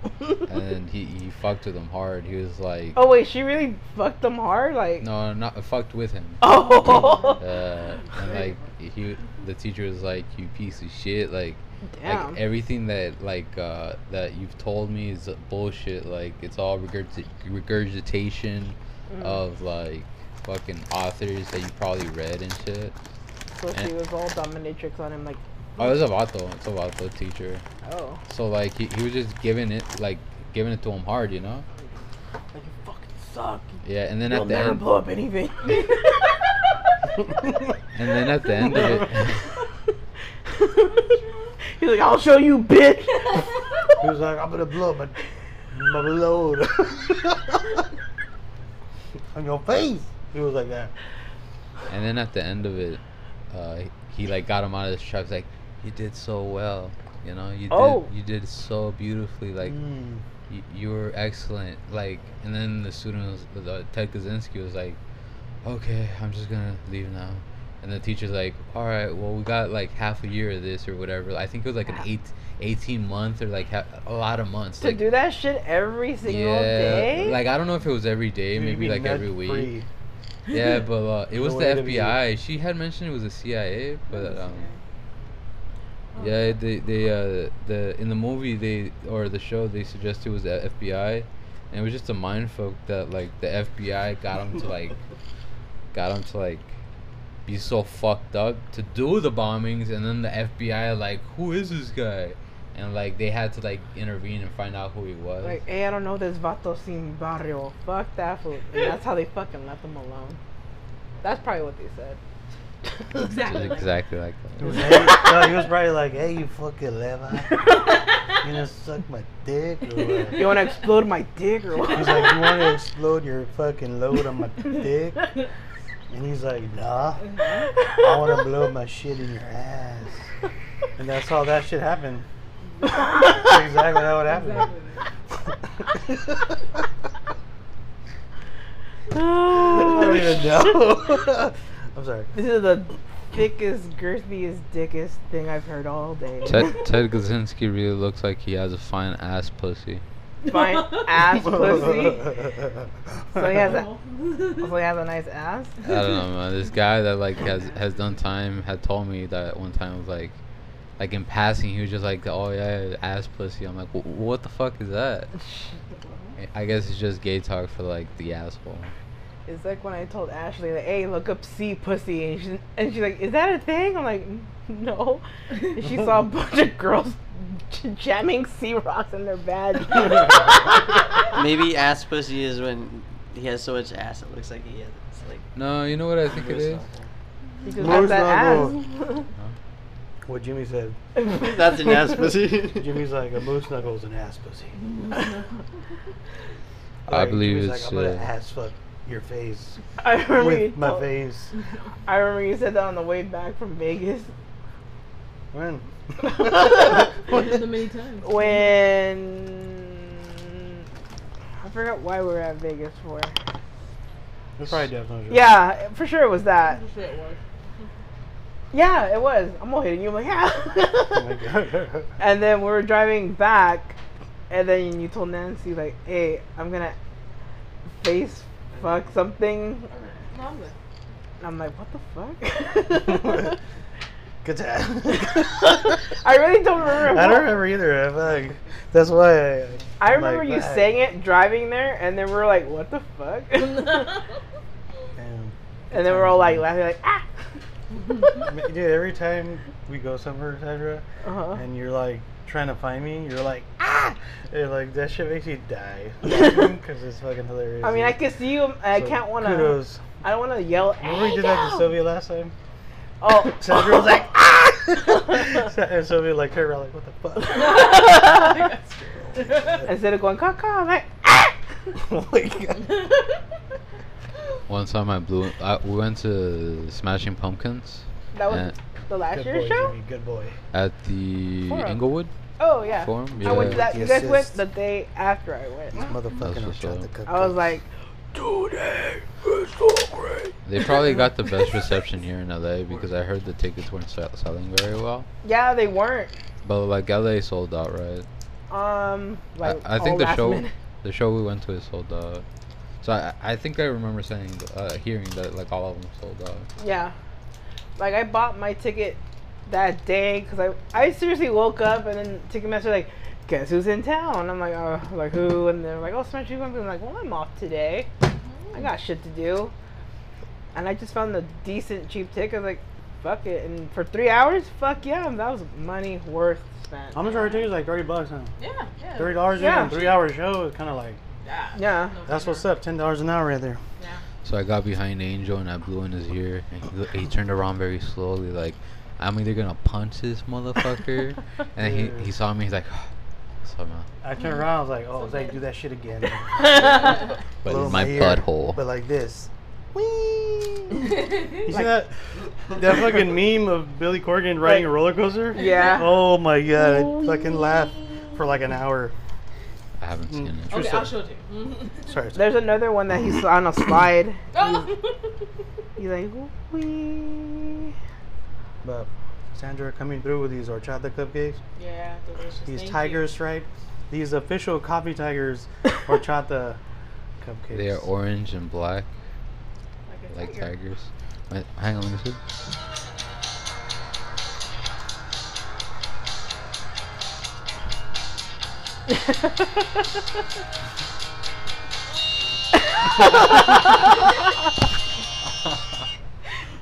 Speaker 3: and he, he fucked with him hard. He was like,
Speaker 4: oh wait, she really fucked them hard, like.
Speaker 3: no, not fucked with him.
Speaker 4: <laughs>
Speaker 3: <laughs>
Speaker 4: Oh.
Speaker 3: Uh, and like he, the teacher was like, you piece of shit. Like,
Speaker 4: Damn.
Speaker 3: like everything that like uh, that you've told me is bullshit. Like it's all regurgit- regurgitation
Speaker 4: Mm.
Speaker 3: of like fucking authors that you probably read and shit.
Speaker 4: so she was all dominatrix on him, like.
Speaker 3: Oh, it was a vato. It's a vato teacher.
Speaker 4: Oh.
Speaker 3: So like he, he was just giving it like giving it to him hard, you know?
Speaker 4: Like you fucking suck.
Speaker 3: Yeah, and then
Speaker 4: You'll
Speaker 3: at the
Speaker 4: never
Speaker 3: end,
Speaker 4: blow up <laughs> anything.
Speaker 3: and then at the end of it,
Speaker 4: <laughs> He's like, I'll show you, bitch.
Speaker 1: He was like, I'm gonna blow my, my load <laughs> on your face. He was like that.
Speaker 3: and then at the end of it, uh, he like got him out of his trap. He's like, you did so well, you know, you
Speaker 4: Oh. Hmm.
Speaker 3: did you did so beautifully, like
Speaker 1: Mm.
Speaker 3: you, you were excellent, like. And then the student, was, the Ted Kaczynski was like, okay, I'm just gonna leave now. And the teacher's like, all right, well, we got like half a year of this or whatever. I think it was like an
Speaker 4: Half.
Speaker 3: eight, 18 month or like ha- a lot of months.
Speaker 4: <laughs> to
Speaker 3: like,
Speaker 4: do that shit every single day.
Speaker 3: Like I don't know if it was every day,
Speaker 1: Dude, you'd
Speaker 3: maybe
Speaker 1: be
Speaker 3: like
Speaker 1: nut
Speaker 3: every week.
Speaker 1: free.
Speaker 3: Yeah, but uh,
Speaker 1: <laughs>
Speaker 3: it
Speaker 1: No
Speaker 3: was the
Speaker 1: way to be-
Speaker 3: FBI. She had mentioned it was the CIA, but um,
Speaker 1: Oh.
Speaker 3: yeah, they they uh, the in the movie they or the show they suggested it was the FBI, and it was just a mind fuck that like the FBI got him
Speaker 1: <laughs>
Speaker 3: to like, got him to like. Be so fucked up to do the bombings, and then the FBI like, who is this guy? And like they had to like intervene and find out who he was.
Speaker 4: Like, hey, I don't know this vato sin barrio. Fuck that fool. And that's how they fucking left them alone. That's probably what they said.
Speaker 3: It was
Speaker 2: Exactly. <laughs>
Speaker 3: exactly like
Speaker 1: He
Speaker 3: that.
Speaker 1: was, hey, no, he was probably like, hey, you fucking leva. You gonna suck my dick or what?
Speaker 4: You wanna explode my dick or <laughs> what?
Speaker 1: He's like, you want to explode your <laughs> fucking load on my dick? And he's like, nah, I want to
Speaker 4: <laughs>
Speaker 1: blow my shit in your ass. And that's how that shit happened. That's exactly how it happened.
Speaker 2: Exactly.
Speaker 1: I don't even know. <laughs> I'm sorry.
Speaker 4: <laughs> This is the thickest, girthiest, dickest thing I've heard all day.
Speaker 3: Ted, Ted Kaczynski really looks like he has a fine ass pussy.
Speaker 4: Fine
Speaker 1: <laughs>
Speaker 4: ass pussy.
Speaker 1: so
Speaker 4: So he has a,
Speaker 2: Oh.
Speaker 4: so he has a nice ass.
Speaker 3: I don't know, man. This guy that like has has done time had told me that one time was like, like in passing, he was just like, oh yeah, ass pussy. I'm like, "Wh- what the fuck
Speaker 4: <laughs>
Speaker 3: is that? I guess it's just gay talk for like the asshole.
Speaker 4: <laughs> It's like when I told Ashley, like, "Hey, look up C pussy," and she's and she's like, "Is that a thing?" I'm like, "No." And she
Speaker 1: <laughs>
Speaker 4: saw a bunch of girls <laughs> jamming C rocks in
Speaker 1: <laughs>
Speaker 4: their bed.
Speaker 5: Maybe ass pussy is when he has so much ass it looks like he has. It's like
Speaker 3: No, you know what I think it is.
Speaker 4: He just
Speaker 1: No,
Speaker 4: has
Speaker 1: it's
Speaker 4: that ass.
Speaker 1: What Jimmy
Speaker 3: <laughs>
Speaker 1: said.
Speaker 5: that's an ass pussy.
Speaker 1: Jimmy's like, a moose knuckle is an ass pussy.
Speaker 3: I
Speaker 1: Like,
Speaker 3: believe
Speaker 1: Jimmy's
Speaker 3: it's,
Speaker 1: like, I'm
Speaker 3: uh,
Speaker 1: gonna ass fuck your face
Speaker 4: <laughs> I remember you
Speaker 1: with my
Speaker 4: told-
Speaker 1: face.
Speaker 4: I remember you said that on the way back from Vegas <laughs>
Speaker 1: When?
Speaker 5: <laughs>
Speaker 2: I've done them many times. <laughs>
Speaker 4: when I forgot why we were at Vegas for.
Speaker 1: It's probably definitely true. <laughs>
Speaker 4: Yeah, for sure it was that.
Speaker 2: Shit, it was.
Speaker 4: Yeah, it was. I'm all hitting you. I'm like,
Speaker 1: Oh my
Speaker 4: yeah.
Speaker 1: <laughs> God.
Speaker 4: And then we were driving back, and then you told Nancy like, "Hey, I'm gonna face fuck something."
Speaker 2: No, I'm good.
Speaker 4: And I'm like, "What the fuck?"
Speaker 1: Good time.
Speaker 4: I really don't remember.
Speaker 1: I
Speaker 4: what-
Speaker 1: don't remember either. I'm like, that's why. I,
Speaker 4: I
Speaker 1: I'm
Speaker 4: remember
Speaker 1: like,
Speaker 4: you
Speaker 1: "Fuck."
Speaker 4: saying it driving there, and then we were like, "What the fuck?" and <laughs>
Speaker 1: And,
Speaker 4: then we're all like laughing, like,
Speaker 1: <laughs>
Speaker 4: "Ah."
Speaker 1: I mean, dude, every time we go somewhere, Sandra,
Speaker 4: Uh-huh.
Speaker 1: and you're like trying to find me, you're like, ah! And like, that shit makes you die.
Speaker 4: <laughs>
Speaker 1: Because it's fucking hilarious.
Speaker 4: I mean, I can see you. and I
Speaker 1: So,
Speaker 4: can't want to.
Speaker 1: Kudos.
Speaker 4: I don't want to yell.
Speaker 1: Remember we
Speaker 4: "Hey,
Speaker 1: did that to
Speaker 4: yo!"
Speaker 1: Sylvia last
Speaker 4: <laughs>
Speaker 1: time? <laughs>
Speaker 4: Oh,
Speaker 1: Sandra was like, ah! and Sylvia, like, turned around, like, what the fuck?
Speaker 2: I
Speaker 1: "Ah!"
Speaker 2: think that's true.
Speaker 4: <laughs> Instead of going caca, I'm like, ah!
Speaker 1: <laughs> oh my god.
Speaker 3: One time I blew. I, we went to Smashing Pumpkins
Speaker 4: That was
Speaker 3: Yeah.
Speaker 4: the
Speaker 1: <laughs>
Speaker 4: last
Speaker 1: Good
Speaker 4: year's
Speaker 1: boy,
Speaker 4: show.
Speaker 1: Jimmy. Good boy.
Speaker 3: at the
Speaker 4: Forum.
Speaker 3: Inglewood
Speaker 4: Oh yeah.
Speaker 3: Forum.
Speaker 4: I went to that. You guys went
Speaker 1: Assist.
Speaker 4: the day after I went.
Speaker 3: That's
Speaker 1: Motherfucking
Speaker 3: what's
Speaker 1: horchata
Speaker 3: up.
Speaker 1: cupcakes.
Speaker 4: I was like, dude, hey, it's so great.
Speaker 3: They probably got
Speaker 4: <laughs>
Speaker 3: the best reception here in LA because I heard the tickets weren't sell- selling very well.
Speaker 4: Yeah, they weren't.
Speaker 3: But like LA sold out, right?
Speaker 4: Um, like
Speaker 3: I, I
Speaker 4: all
Speaker 3: think the
Speaker 4: last
Speaker 3: show,
Speaker 4: minute. <laughs>
Speaker 3: the show we went to is sold out. So I, I think I remember saying, uh, hearing that like all of them sold out.
Speaker 4: Yeah, like I bought my ticket that day because I I seriously woke up and then Ticketmaster like, guess who's in town? I'm like, uh, like who? And they're like, oh, Smash, you gonna be? I'm like, well, I'm off today. I got shit to do. And I just found a decent cheap ticket. I was like, fuck it. And for three hours, fuck yeah, that was money worth spent.
Speaker 1: How much are our tickets? Like thirty bucks now.
Speaker 2: <laughs> Yeah, yeah.
Speaker 1: Thirty dollars
Speaker 4: Oh, Yeah.
Speaker 1: yeah. in a three-hour show is kind of like
Speaker 2: Yeah.
Speaker 4: Yeah.
Speaker 2: No
Speaker 1: that's
Speaker 2: kidding.
Speaker 1: what's up. Ten dollars an hour right there.
Speaker 2: Yeah.
Speaker 3: So I got behind Angel and I blew in his ear, and he, he turned around very slowly, like I'm either gonna punch this motherfucker, and he, he saw me, he's like, <sighs> somehow,
Speaker 1: I turned around. I was like, oh, Zach, do that shit
Speaker 3: <laughs>
Speaker 1: again.
Speaker 2: <laughs>
Speaker 4: <laughs>
Speaker 3: but
Speaker 1: Blow
Speaker 3: it's my
Speaker 1: ear,
Speaker 3: butthole.
Speaker 1: But like this. You see
Speaker 2: like,
Speaker 1: that that fucking meme of Billy Corgan riding a
Speaker 4: Like-
Speaker 1: roller coaster?
Speaker 4: Yeah.
Speaker 1: Oh my god, I fucking laughed for like an hour.
Speaker 3: I haven't seen it.
Speaker 2: okay,
Speaker 1: True
Speaker 2: I'll show
Speaker 1: story.
Speaker 2: it to you.
Speaker 1: Sorry. sorry.
Speaker 4: There's another one that he's on a slide.
Speaker 2: Oh.
Speaker 4: He's like, wee.
Speaker 1: But Sandra coming through with these horchata cupcakes.
Speaker 2: yeah, delicious.
Speaker 1: These
Speaker 2: Thank you.
Speaker 1: tiger stripe. These official coffee tigers
Speaker 2: <laughs>
Speaker 1: horchata cupcakes.
Speaker 3: They are orange and black,
Speaker 2: Like a
Speaker 3: like
Speaker 2: tiger.
Speaker 3: tigers. Wait, hang on, let me see.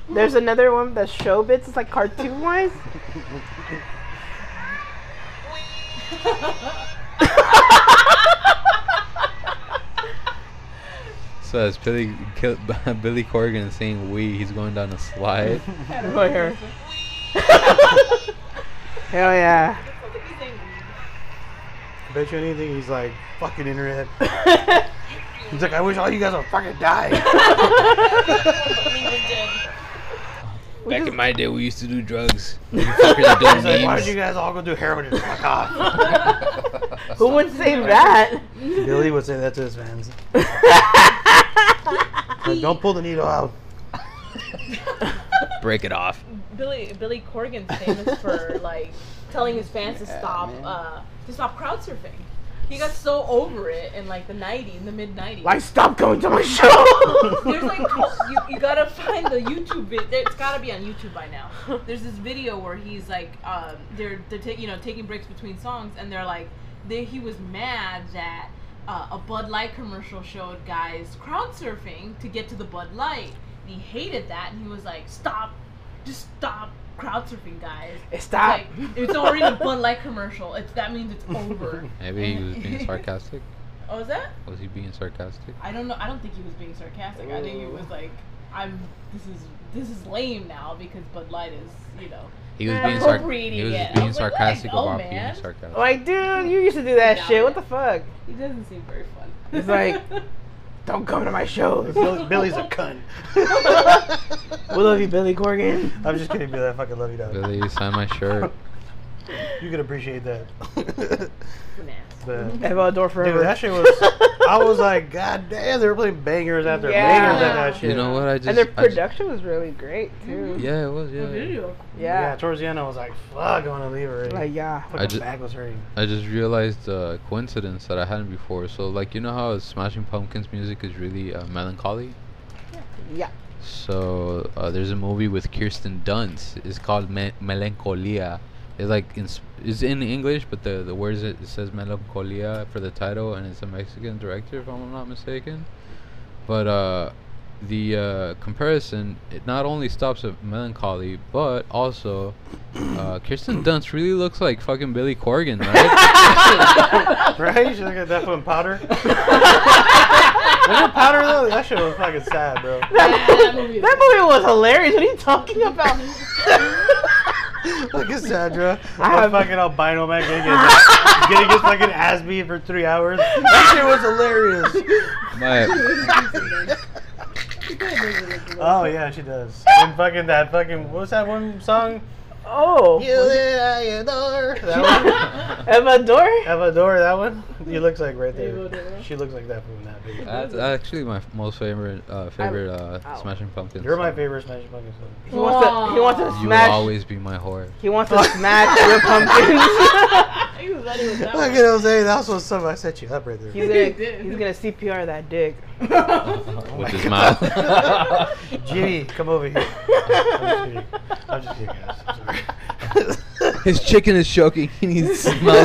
Speaker 4: There's another one that's show bits. It's like cartoon
Speaker 2: <laughs>
Speaker 4: wise.
Speaker 3: So as Billy kill, <laughs> Billy Corgan saying "we," he's going down a slide.
Speaker 4: Right here. <laughs> Hell
Speaker 2: <laughs>
Speaker 4: yeah.
Speaker 1: I bet you anything he's like fucking internet. he's like, I wish all you guys would fucking die.
Speaker 3: Back in my day, <laughs> we used to do drugs. <laughs> You fuckers
Speaker 1: He's
Speaker 3: doing
Speaker 1: like, why
Speaker 3: memes.
Speaker 1: did you guys all go do heroin and fuck off?
Speaker 4: Who would say that?
Speaker 1: Billy would say that to his
Speaker 4: <laughs>
Speaker 1: fans. Like, don't pull the needle out.
Speaker 3: Break it off.
Speaker 2: <laughs> Billy Billy Corgan's famous for like telling his fans to stop uh, to stop crowd surfing. He got so over it in like the 90s, in the mid 90s.
Speaker 4: Like, stop going <laughs> to my show.
Speaker 2: There's like you, you gotta find the YouTube vid. It's gotta be on YouTube by now. There's this video where he's like, um, they're they're taking you know taking breaks between songs, and they're like, they, he was mad that uh, a Bud Light commercial showed guys crowd surfing to get to the Bud Light. And he hated that, and he was like, stop, just stop crowd surfing, guys.
Speaker 4: <laughs> Stop.
Speaker 2: Like, it's
Speaker 4: <laughs>
Speaker 2: already a Bud Light commercial. It's that means it's over.
Speaker 3: Maybe he was <laughs> being sarcastic.
Speaker 2: oh, is that?
Speaker 3: Was he being sarcastic?
Speaker 2: I don't know. I don't think he was being sarcastic. I think he was like, "I'm. This is this is lame now because Bud Light is, you know."
Speaker 3: He was
Speaker 4: Uh,
Speaker 3: being sar-
Speaker 2: appropriating
Speaker 3: He was
Speaker 2: it.
Speaker 3: just
Speaker 2: I
Speaker 3: being
Speaker 2: was like,
Speaker 3: sarcastic
Speaker 2: let it go,
Speaker 3: about
Speaker 2: man.
Speaker 3: being sarcastic.
Speaker 4: like, dude, you used to do that shit. What the fuck?
Speaker 2: He doesn't seem very fun.
Speaker 4: It's
Speaker 2: <laughs>
Speaker 4: like- Don't come to my <laughs> shows.
Speaker 1: Billy, Billy's a cunt.
Speaker 4: We love you, Billy Corgan.
Speaker 1: I'm just kidding, Billy. I fucking love you, dog.
Speaker 3: Billy, you signed my <laughs> shirt.
Speaker 1: You could appreciate that.
Speaker 2: Nah.
Speaker 1: But-
Speaker 4: Eva Door forever.
Speaker 1: Dude, that shit was. I was like, God damn, they were playing bangers after
Speaker 4: Yeah.
Speaker 1: bangers at that shit.
Speaker 3: You know what? I just
Speaker 4: and their
Speaker 3: I ju-
Speaker 4: production was really great too.
Speaker 3: yeah, it was. Yeah, yeah.
Speaker 2: Video.
Speaker 1: Yeah,
Speaker 4: Yeah.
Speaker 1: towards the end, I was like, fuck, I want to leave already.
Speaker 4: Like <laughs> yeah.
Speaker 1: Fucking
Speaker 3: I ju-
Speaker 1: back was hurting.
Speaker 3: I just realized the coincidence that I hadn't before. So like, you know how Smashing Pumpkins music is really uh, melancholy.
Speaker 4: Yeah.
Speaker 3: So uh, there's a movie with Kirsten Dunst. It's called Me- Melancholia. It's like in s- it's in English, but the the words it, it says Melancholia for the title, and it's a Mexican director, if I'm not mistaken. But uh, the uh, comparison it not only stops at melancholy, but also uh, Kirsten Dunst really looks like fucking Billy
Speaker 4: <laughs>
Speaker 3: Corgan, right?
Speaker 1: right? You should have got that fucking powder. Remember powder, though? That shit was fucking sad, bro.
Speaker 2: that movie is-
Speaker 4: That movie was hilarious. What are you <laughs> talking about?
Speaker 1: Look at Sandra.
Speaker 4: I
Speaker 1: I
Speaker 4: have-
Speaker 1: fucking albino man getting, getting his fucking ass beat for three hours. That shit was hilarious.
Speaker 3: My-
Speaker 1: Oh, yeah, she <laughs> does. And fucking that fucking, what was that one song?
Speaker 4: oh,
Speaker 1: You
Speaker 4: <laughs>
Speaker 1: that That one.
Speaker 4: Eva Door.
Speaker 1: Avador, that one? He looks like right there.
Speaker 2: Avador.
Speaker 1: She looks like that from that video.
Speaker 3: that's actually my f- most favorite uh, favorite uh,
Speaker 4: ow.
Speaker 3: Smashing Pumpkins.
Speaker 1: You're my
Speaker 3: song.
Speaker 1: favorite Smash Pumpkins song.
Speaker 4: He wants to. He wants to
Speaker 3: You will
Speaker 4: smash.
Speaker 3: always be my whore.
Speaker 1: <laughs>
Speaker 4: He wants to smash your pumpkins.
Speaker 2: <laughs> He was ready with that.
Speaker 1: Look at Jose. That was some I set you up right there.
Speaker 4: He's
Speaker 2: He
Speaker 4: gonna,
Speaker 2: did.
Speaker 4: he's gonna CPR
Speaker 1: <laughs>
Speaker 4: that dick.
Speaker 2: one.
Speaker 3: with
Speaker 1: Oh my
Speaker 3: his
Speaker 1: God. <laughs>
Speaker 3: mouth.
Speaker 1: Jimmy, come over here. I'm just kidding. I'm just kidding, guys. I'm sorry.
Speaker 4: <laughs>
Speaker 3: his chicken is choking. He needs to smell
Speaker 2: <laughs>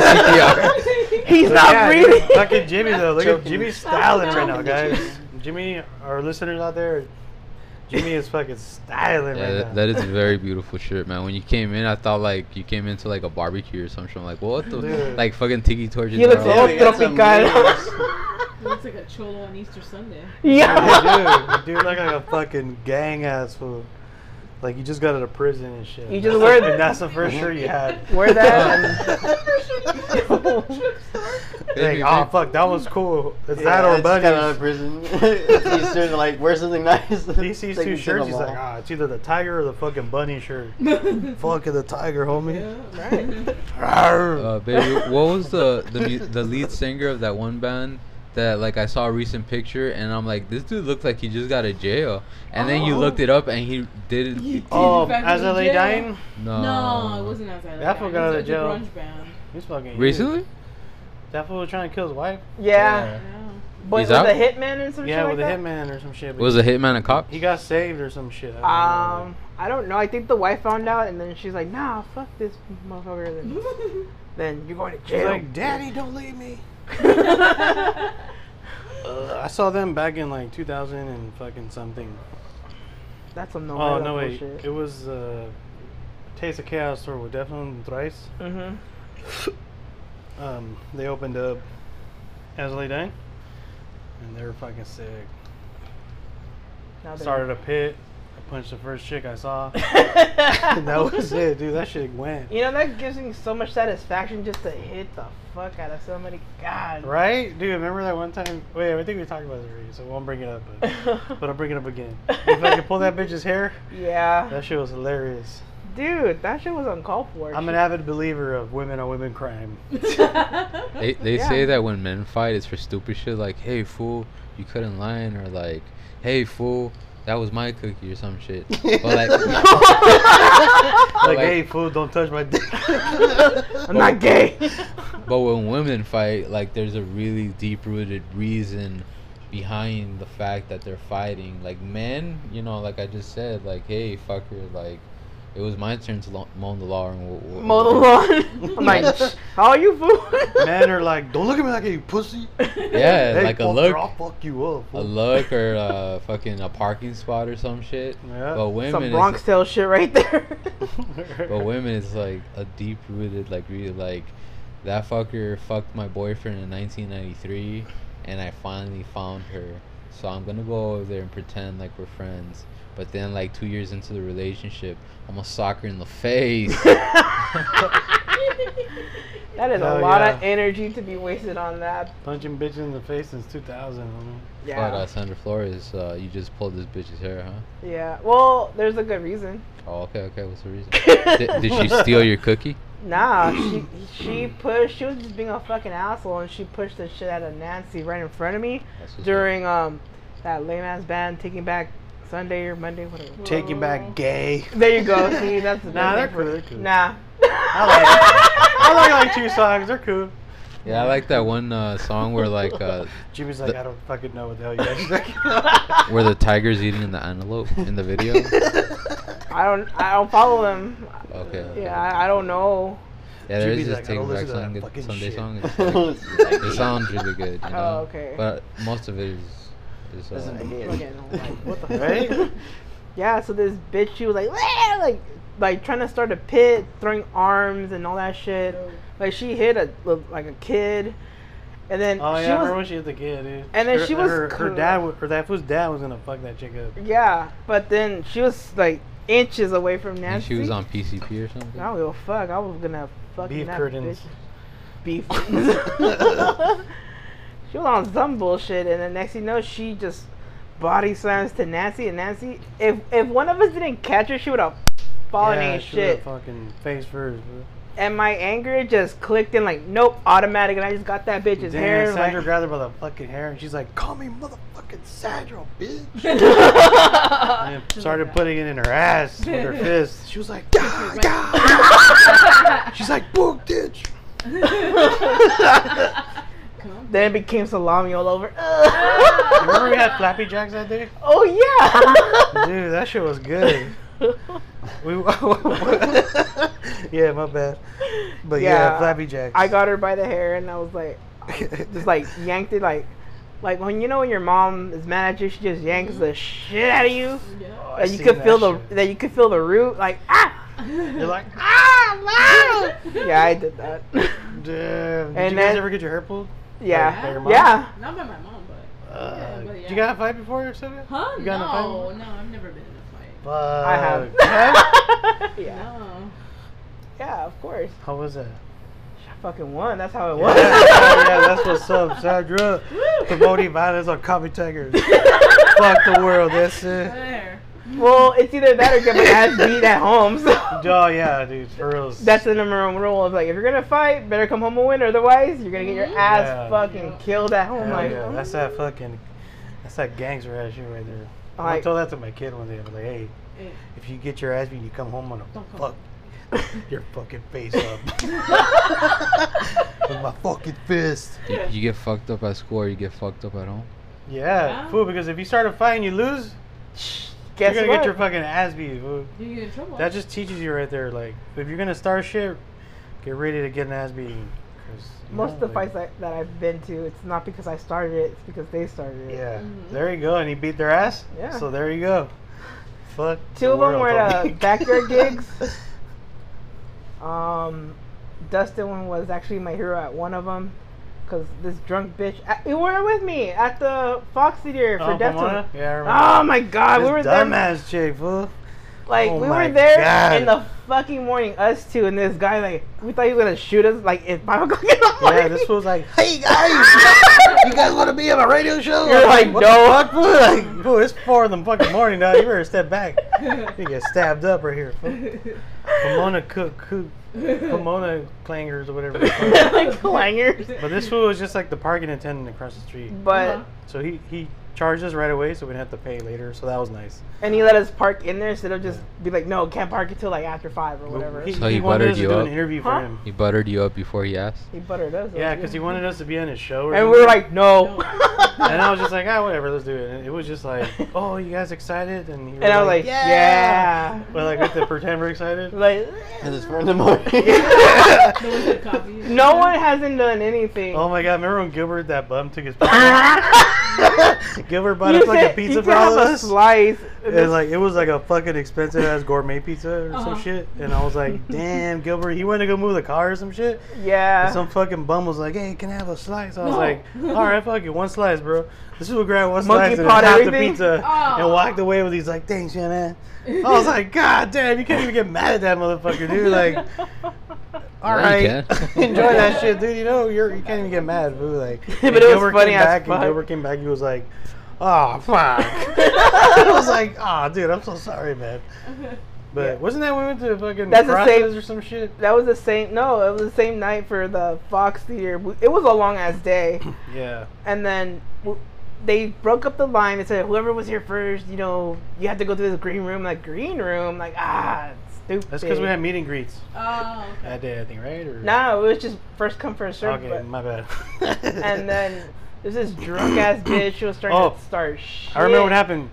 Speaker 4: <laughs>
Speaker 3: CPR.
Speaker 4: He's
Speaker 1: Look
Speaker 4: not
Speaker 1: at-
Speaker 4: breathing.
Speaker 1: Look at Jimmy though. Look at
Speaker 5: Choking.
Speaker 1: Jimmy's styling right now,
Speaker 2: Choking.
Speaker 1: guys. Jimmy, our listeners out there, Jimmy is fucking styling
Speaker 3: Yeah,
Speaker 1: right
Speaker 3: that,
Speaker 1: now.
Speaker 3: that is a very beautiful shirt, man. When you came in, I thought like you came into like a barbecue or something. I'm like, what the
Speaker 1: Dude.
Speaker 3: like fucking tiki torches?
Speaker 4: He
Speaker 3: are
Speaker 4: looks
Speaker 3: all-
Speaker 4: all
Speaker 5: we got some
Speaker 4: tropical.
Speaker 2: Looks like a cholo on
Speaker 1: <laughs>
Speaker 2: Easter Sunday.
Speaker 4: <laughs> yeah.
Speaker 1: Yeah,
Speaker 4: <laughs>
Speaker 1: dude, you do look like a fucking gang ass fool. Like you just got out of prison and shit.
Speaker 4: You just wear-
Speaker 1: and that's the first shirt you <laughs> had.
Speaker 4: Wear
Speaker 1: <laughs>
Speaker 4: that.
Speaker 2: That's the first shirt he gets at the thrift store.
Speaker 1: Like,
Speaker 3: Baby,
Speaker 1: oh
Speaker 3: baby.
Speaker 1: fuck, that was cool. It's
Speaker 5: Yeah,
Speaker 1: that or
Speaker 5: I just got out of
Speaker 1: buddies. <laughs>
Speaker 5: prison. These shirts are like, where's something nice?
Speaker 1: He sees two shirts. He's like, ah, it's either the tiger or the fucking bunny shirt. <laughs> Fucking the tiger, <laughs> homie.
Speaker 4: right.
Speaker 1: <laughs>
Speaker 3: Uh, baby, what was the the mu- the lead singer of that one band that like I saw a recent picture and I'm like, this dude looks like he just got a jail. And then you
Speaker 2: Oh.
Speaker 3: looked it up and he did
Speaker 2: You
Speaker 3: it.
Speaker 1: oh,
Speaker 2: Back in
Speaker 1: as
Speaker 2: the
Speaker 1: I lay
Speaker 2: jail.
Speaker 1: dying,
Speaker 3: No.
Speaker 1: Oh.
Speaker 2: No, it wasn't outside.
Speaker 1: That fool got out of jail.
Speaker 2: Grunge band.
Speaker 1: he's fucking huge.
Speaker 3: Recently?
Speaker 1: That fool was trying to kill his wife.
Speaker 4: <laughs> Yeah.
Speaker 2: Yeah.
Speaker 4: But
Speaker 3: He's
Speaker 4: with
Speaker 3: out?
Speaker 4: a hitman and some
Speaker 1: Yeah,
Speaker 4: shit
Speaker 1: with
Speaker 4: like
Speaker 1: a hitman or some shit. but
Speaker 3: Was a hitman a cop?
Speaker 1: He got saved or some shit. I don't
Speaker 4: that? Um, I don't know. I think the wife found out, and then she's like, "Nah, fuck this motherfucker." Then, then you're going to
Speaker 1: know. He's
Speaker 4: jail.
Speaker 1: like, Daddy, don't leave me.
Speaker 4: <laughs>
Speaker 1: <laughs> Uh, I saw them back in like 2000 and fucking <laughs>
Speaker 4: <laughs>
Speaker 1: something.
Speaker 4: That's some no.
Speaker 1: oh no wait, it
Speaker 4: Bullshit.
Speaker 1: was uh, Taste of Chaos tour with Deftones and Thrice.
Speaker 4: Mhm.
Speaker 1: Um, they opened up as I lay dying, and they were fucking sick.
Speaker 4: Now they're-
Speaker 1: Started a pit. I punched the first chick I saw,
Speaker 4: <laughs>
Speaker 1: and <laughs> that was it, dude. That shit went.
Speaker 4: You know that gives me so much satisfaction just to hit the fuck out of somebody. God.
Speaker 1: Right, dude. Remember that one time? Wait, I think we talked about this already, so I won't bring it up. But,
Speaker 4: <laughs>
Speaker 1: but I'll bring it up again. If I could pull that bitch's hair,
Speaker 4: yeah.
Speaker 1: that shit was hilarious.
Speaker 4: Dude, that shit was uncalled for.
Speaker 1: I'm an avid believer of women on women
Speaker 4: <laughs>
Speaker 1: crime. <laughs>
Speaker 2: <laughs>
Speaker 3: They, they
Speaker 4: Yeah.
Speaker 3: say that when men fight, it's for stupid shit like, hey, fool, you cut in line, or like, hey, fool, that was my cookie, or some shit. But like, <laughs>
Speaker 1: Like,
Speaker 3: like-
Speaker 1: hey, fool, don't touch my dick. <laughs>
Speaker 4: I'm not gay.
Speaker 3: but when women fight, like, there's a really deep rooted reason behind the fact that they're fighting. Like, men, you know, like I just said, like, hey, fucker, like, it was my turn to lo- mow the lawn. and wha- wha-
Speaker 4: Mow
Speaker 1: <laughs>
Speaker 4: the lawn. I'm like, <laughs> "Shh, how are you, fool?
Speaker 1: Men are like, don't look at me like you pussy.
Speaker 3: <laughs> Yeah,
Speaker 1: hey,
Speaker 3: like a
Speaker 1: fucker,
Speaker 3: look.
Speaker 1: I'll fuck you up.
Speaker 3: A
Speaker 1: fool."
Speaker 3: look or uh, fucking a parking spot or some shit.
Speaker 1: Yeah. <laughs>
Speaker 3: But women,
Speaker 4: Uh, <laughs> Some
Speaker 3: it's
Speaker 4: Bronx tail shit right there.
Speaker 3: But women is like a deep rooted like really like that fucker fucked my boyfriend in 1993 and I finally found her. So I'm gonna go over there and pretend like we're friends. But then like two years into the relationship, I'm gonna sock her in the face.
Speaker 4: that is
Speaker 1: Hell
Speaker 4: a lot
Speaker 1: yeah.
Speaker 4: of energy to be wasted on that.
Speaker 1: Punching bitches in the face since 2000. homie.
Speaker 4: <laughs> Yeah.
Speaker 3: But uh, Sandra Flores, uh, you just pulled this bitch's hair, huh?
Speaker 4: yeah. Well, there's a good reason.
Speaker 3: Oh, okay, okay. What's the reason?
Speaker 4: <laughs>
Speaker 3: Did, did she steal your cookie?
Speaker 4: Nah, she she pushed. She was just being a fucking asshole, and she pushed the shit out of Nancy right in front of me
Speaker 3: That's what's up.
Speaker 4: during um that lame ass band taking back Sunday or Monday, whatever.
Speaker 1: Taking
Speaker 4: Oh.
Speaker 1: back gay.
Speaker 4: There you go. See, that's the
Speaker 1: Nah, they're
Speaker 4: best
Speaker 1: cool.
Speaker 4: thing
Speaker 1: They're
Speaker 4: for-
Speaker 1: cool.
Speaker 4: Nah.
Speaker 1: I like, I like like two songs. They're cool.
Speaker 3: Yeah, I like that one uh, song where like uh,
Speaker 1: Jimmy's like, I don't fucking know what the hell you guys are
Speaker 4: <laughs>
Speaker 1: talking
Speaker 3: where the tiger's eating the antelope <laughs> in
Speaker 1: <laughs>
Speaker 3: the video.
Speaker 4: I don't. I don't follow them.
Speaker 3: Okay. okay.
Speaker 4: Yeah, I, I don't know.
Speaker 3: Yeah, there
Speaker 1: She'd
Speaker 3: is
Speaker 1: be
Speaker 3: this
Speaker 1: like, I
Speaker 3: Take
Speaker 1: don't
Speaker 3: Back
Speaker 1: listen to that
Speaker 3: Sunday,
Speaker 1: fucking
Speaker 3: Sunday
Speaker 1: shit.
Speaker 3: song. It's like,
Speaker 1: <laughs>
Speaker 3: it sounds really good. You know?
Speaker 4: okay.
Speaker 3: But most of it is. is
Speaker 5: Doesn't
Speaker 3: uh,
Speaker 5: make it.
Speaker 4: Fucking, like, what the
Speaker 1: Right?
Speaker 4: Yeah. So this bitch, she was like, "Wah!" like, like trying to start a pit, throwing arms and all that shit. Like she hit a like a kid, and then
Speaker 1: Oh yeah,
Speaker 4: she
Speaker 1: I
Speaker 4: was
Speaker 1: remember when she was the kid, dude.
Speaker 4: And then
Speaker 1: her,
Speaker 4: she was
Speaker 1: her, her
Speaker 4: cool.
Speaker 1: dad, wa- her that fool's dad was gonna fuck that chick up.
Speaker 4: Yeah, but then she was like inches away from
Speaker 3: and
Speaker 4: Nancy.
Speaker 3: she was on PCP or something.
Speaker 4: I don't give a fuck. I was gonna fucking
Speaker 1: Beef
Speaker 4: that
Speaker 1: curtains.
Speaker 4: bitch. Beef. <laughs> she was on some bullshit, and the next thing you know, she just body slams to Nancy, and Nancy. If if one of us didn't catch her, she would have fallen
Speaker 1: yeah,
Speaker 4: and
Speaker 1: she would've
Speaker 4: shit.
Speaker 1: Fucking face first. bro.
Speaker 4: And my anger just clicked in like, nope, automatic, and I just got that bitch's
Speaker 1: Damn,
Speaker 4: hair.
Speaker 1: Sandra
Speaker 4: like,
Speaker 1: grabbed her by the fucking hair, and she's like, "Call me motherfucking Sandra, bitch."
Speaker 4: Uh,
Speaker 1: and then started putting it in her
Speaker 4: <laughs> <laughs>
Speaker 1: ass with her fist. She was like, "Gah, gah." She's like, "Boog, bitch."
Speaker 2: Come.
Speaker 4: Then it became salami
Speaker 1: <laughs>
Speaker 4: all over.
Speaker 1: Remember we
Speaker 4: oh <laughs>
Speaker 1: had Flappy Jacks that day? <laughs>
Speaker 4: yeah.
Speaker 1: Dude, that shit was good.
Speaker 4: <laughs>
Speaker 1: We, <laughs> yeah, my bad. But yeah,
Speaker 4: Yeah,
Speaker 1: Flappy Jacks.
Speaker 4: I
Speaker 1: <laughs>
Speaker 4: got her by the hair and I was like, just like yanked it like, like when you know when your mom is mad at you, she just yanks the shit out of you.
Speaker 2: Yeah.
Speaker 1: Oh, I
Speaker 4: That you
Speaker 1: seen
Speaker 4: could
Speaker 1: that
Speaker 4: feel the
Speaker 1: shit.
Speaker 4: that you could feel the root like ah
Speaker 1: You're <laughs> like,
Speaker 4: ah wow. yeah, I did that. <laughs>
Speaker 1: damn. Did
Speaker 4: And
Speaker 1: you guys
Speaker 4: then-
Speaker 1: ever get your hair pulled?
Speaker 4: yeah,
Speaker 1: By your mom?
Speaker 4: yeah.
Speaker 2: Not by my mom, but.
Speaker 1: Uh,
Speaker 2: but
Speaker 1: You
Speaker 2: yeah.
Speaker 1: got in a fight before or something?
Speaker 2: Huh?
Speaker 1: You got in a fight
Speaker 2: No,
Speaker 1: before?
Speaker 2: no, I've never been in a fight.
Speaker 1: Fuck.
Speaker 4: I
Speaker 1: <laughs>
Speaker 4: have. <laughs> yeah,
Speaker 2: No.
Speaker 4: yeah, of course.
Speaker 1: How was
Speaker 4: <laughs>
Speaker 1: that?
Speaker 4: I fucking won. That's how it
Speaker 1: Yeah,
Speaker 4: was.
Speaker 1: yeah, that's what's
Speaker 4: <laughs>
Speaker 2: <laughs>
Speaker 1: up. Sandra promoting violence on coffee taggers. Fuck the world. That's
Speaker 4: Uh,
Speaker 1: it.
Speaker 2: <laughs> There.
Speaker 4: Well, it's either that or get my ass beat at home. So
Speaker 1: Oh yeah, dude, for real.
Speaker 4: that's the number one rule of like, if you're gonna fight, better come home and win. Otherwise, you're gonna get your
Speaker 2: Mhm.
Speaker 4: ass
Speaker 1: Mm-hmm. Yeah.
Speaker 4: fucking
Speaker 2: Yeah.
Speaker 4: killed at home.
Speaker 1: Hell
Speaker 4: like,
Speaker 1: yeah, that's that fucking, that's that gangster ass shit right there. I
Speaker 4: Like-
Speaker 1: told that to my kid one day. I was like, hey,
Speaker 2: Hey.
Speaker 1: if you get your ass beat, you come home and I'll
Speaker 2: Don't come.
Speaker 1: fuck <laughs> your fucking face
Speaker 2: <laughs>
Speaker 1: up with my fucking fist.
Speaker 3: You, you get fucked up at school or you get fucked up at home.
Speaker 1: Yeah,
Speaker 2: Yeah.
Speaker 1: fool. Because if you start a fight and you lose,
Speaker 4: guess
Speaker 1: you're gonna
Speaker 4: what?
Speaker 1: get your fucking ass beat. Fool.
Speaker 2: You get in trouble.
Speaker 1: That just teaches you right there. Like, if you're gonna start shit, get ready to get an ass beating. 'cause, you
Speaker 4: <laughs> Most of
Speaker 1: know,
Speaker 4: the
Speaker 1: like-
Speaker 4: fights that, that I've been to, it's not because I started it; it's because they started it.
Speaker 1: Yeah,
Speaker 2: Mhm.
Speaker 1: there you go. And he beat their ass.
Speaker 4: Yeah.
Speaker 1: So there you go. Fuck.
Speaker 4: Two of them were at uh,
Speaker 1: <laughs> the
Speaker 4: backyard gigs. Um, Dustin one was actually my hero at one of them, cause this drunk bitch. I, you were with me at the Fox Theater for
Speaker 1: Oh,
Speaker 4: Death
Speaker 1: Pomona?
Speaker 4: Tour.
Speaker 1: Yeah, I remember.
Speaker 4: Oh my God,
Speaker 1: this
Speaker 4: we were there.
Speaker 1: dumbass chick,
Speaker 4: <laughs>
Speaker 1: fool.
Speaker 4: Like
Speaker 1: Oh
Speaker 4: we
Speaker 1: my
Speaker 4: were there
Speaker 1: God.
Speaker 4: in the fucking morning, us two, and this guy like we thought he was gonna shoot us like at five o'clock in the morning.
Speaker 1: Yeah, this
Speaker 4: <laughs>
Speaker 1: fool's like, hey guys, you guys want to be on a radio show?
Speaker 4: You're
Speaker 1: I'm
Speaker 4: like,
Speaker 1: "What
Speaker 4: "No."
Speaker 1: the fuck, fool?" <laughs> Like, fool, it's four in the fucking morning now. You better step back.
Speaker 2: <laughs>
Speaker 1: You get stabbed up right here. Fool.
Speaker 4: <laughs>
Speaker 1: Pomona Cook, Cook, <laughs> Pomona Clangers or whatever. it's called.
Speaker 4: <laughs> like clangers.
Speaker 1: But this fool was just like the parking attendant across the street.
Speaker 4: But
Speaker 2: Uh-huh.
Speaker 1: So he he charged us right away, so we didn't have to pay later. So that was nice.
Speaker 4: and he let us park in there instead of just be like, no, can't park until like after five or whatever.
Speaker 1: He,
Speaker 4: He,
Speaker 3: So
Speaker 1: he
Speaker 3: he
Speaker 1: wanted
Speaker 3: buttered
Speaker 1: us to
Speaker 3: you
Speaker 1: do
Speaker 3: up?
Speaker 1: an interview
Speaker 4: Huh?
Speaker 1: for him.
Speaker 3: He buttered you up before he asked.
Speaker 4: buttered us. up,
Speaker 1: Yeah, because he wanted us to be on his show. Or
Speaker 4: And we
Speaker 1: something.
Speaker 4: were like, <laughs> no.
Speaker 1: <laughs> and I was just like, ah, whatever, let's do it. And it was just like, oh, you guys excited? And, he
Speaker 4: <laughs> and I was like, yeah.
Speaker 1: We're like, we
Speaker 4: <laughs>
Speaker 1: have to pretend we're excited.
Speaker 4: Like, <laughs>
Speaker 5: And it's four in the morning.
Speaker 2: no one had copies.
Speaker 4: <laughs> no one hasn't done anything. <laughs>
Speaker 1: Oh my god, remember when Gilbert, that bum, took his pizza? Gilbert bought
Speaker 4: You
Speaker 1: a fucking
Speaker 4: said
Speaker 1: pizza
Speaker 4: you
Speaker 1: for
Speaker 4: could
Speaker 1: all
Speaker 4: have
Speaker 1: of
Speaker 4: a
Speaker 1: us?
Speaker 4: slice.
Speaker 1: And like it was like a fucking expensive ass gourmet pizza or some
Speaker 2: Uh-huh.
Speaker 1: shit, and I was like, "Damn, Gilbert, he went to go move the car or some shit."
Speaker 4: yeah.
Speaker 1: And some fucking bum was like, "Hey, can I have a slice?" I was
Speaker 2: No.
Speaker 1: like, "All right, fuck it, one slice, bro." This would grab one
Speaker 4: Monkey
Speaker 1: slice and
Speaker 4: pot
Speaker 1: pop the
Speaker 4: everything? Oh.
Speaker 1: pizza
Speaker 2: Aw.
Speaker 1: and walked away with. He's like, "Thanks, yeah, man." I was like, "God damn, you can't even get mad at that motherfucker, dude."
Speaker 4: <laughs>
Speaker 1: Like, all right,
Speaker 3: Yeah, you
Speaker 1: <laughs>
Speaker 3: can.
Speaker 1: enjoy that shit, dude. You know, you're you can't even get mad, boo. Like,
Speaker 4: <laughs> But
Speaker 1: and
Speaker 4: it was
Speaker 1: Gilbert
Speaker 4: funny
Speaker 1: came
Speaker 4: as
Speaker 1: back, and
Speaker 4: fuck.
Speaker 1: Gilbert came back. He was like, "Oh
Speaker 4: <laughs>
Speaker 1: fuck," I was like, "Oh, dude, I'm so sorry, man." But wasn't that when we went to fucking
Speaker 4: That's the same-
Speaker 1: Crosses or some shit?
Speaker 4: that was the same. No, it was the same night for the Fox Theater. We- It was a long
Speaker 1: <coughs>
Speaker 4: ass day.
Speaker 1: Yeah.
Speaker 4: and then w- they broke up the line and said whoever was here first you know you have to go through this green room like green room like ah stupid
Speaker 1: That's because we had meet and greets
Speaker 2: Oh, okay.
Speaker 1: that day, I think, right? Or
Speaker 4: no it was just first come first serve
Speaker 1: okay,
Speaker 4: but-
Speaker 1: my bad.
Speaker 4: <laughs> and then there's this drunk
Speaker 1: <coughs>
Speaker 4: ass bitch who was starting
Speaker 1: Oh.
Speaker 4: to start shit.
Speaker 1: I remember what happened.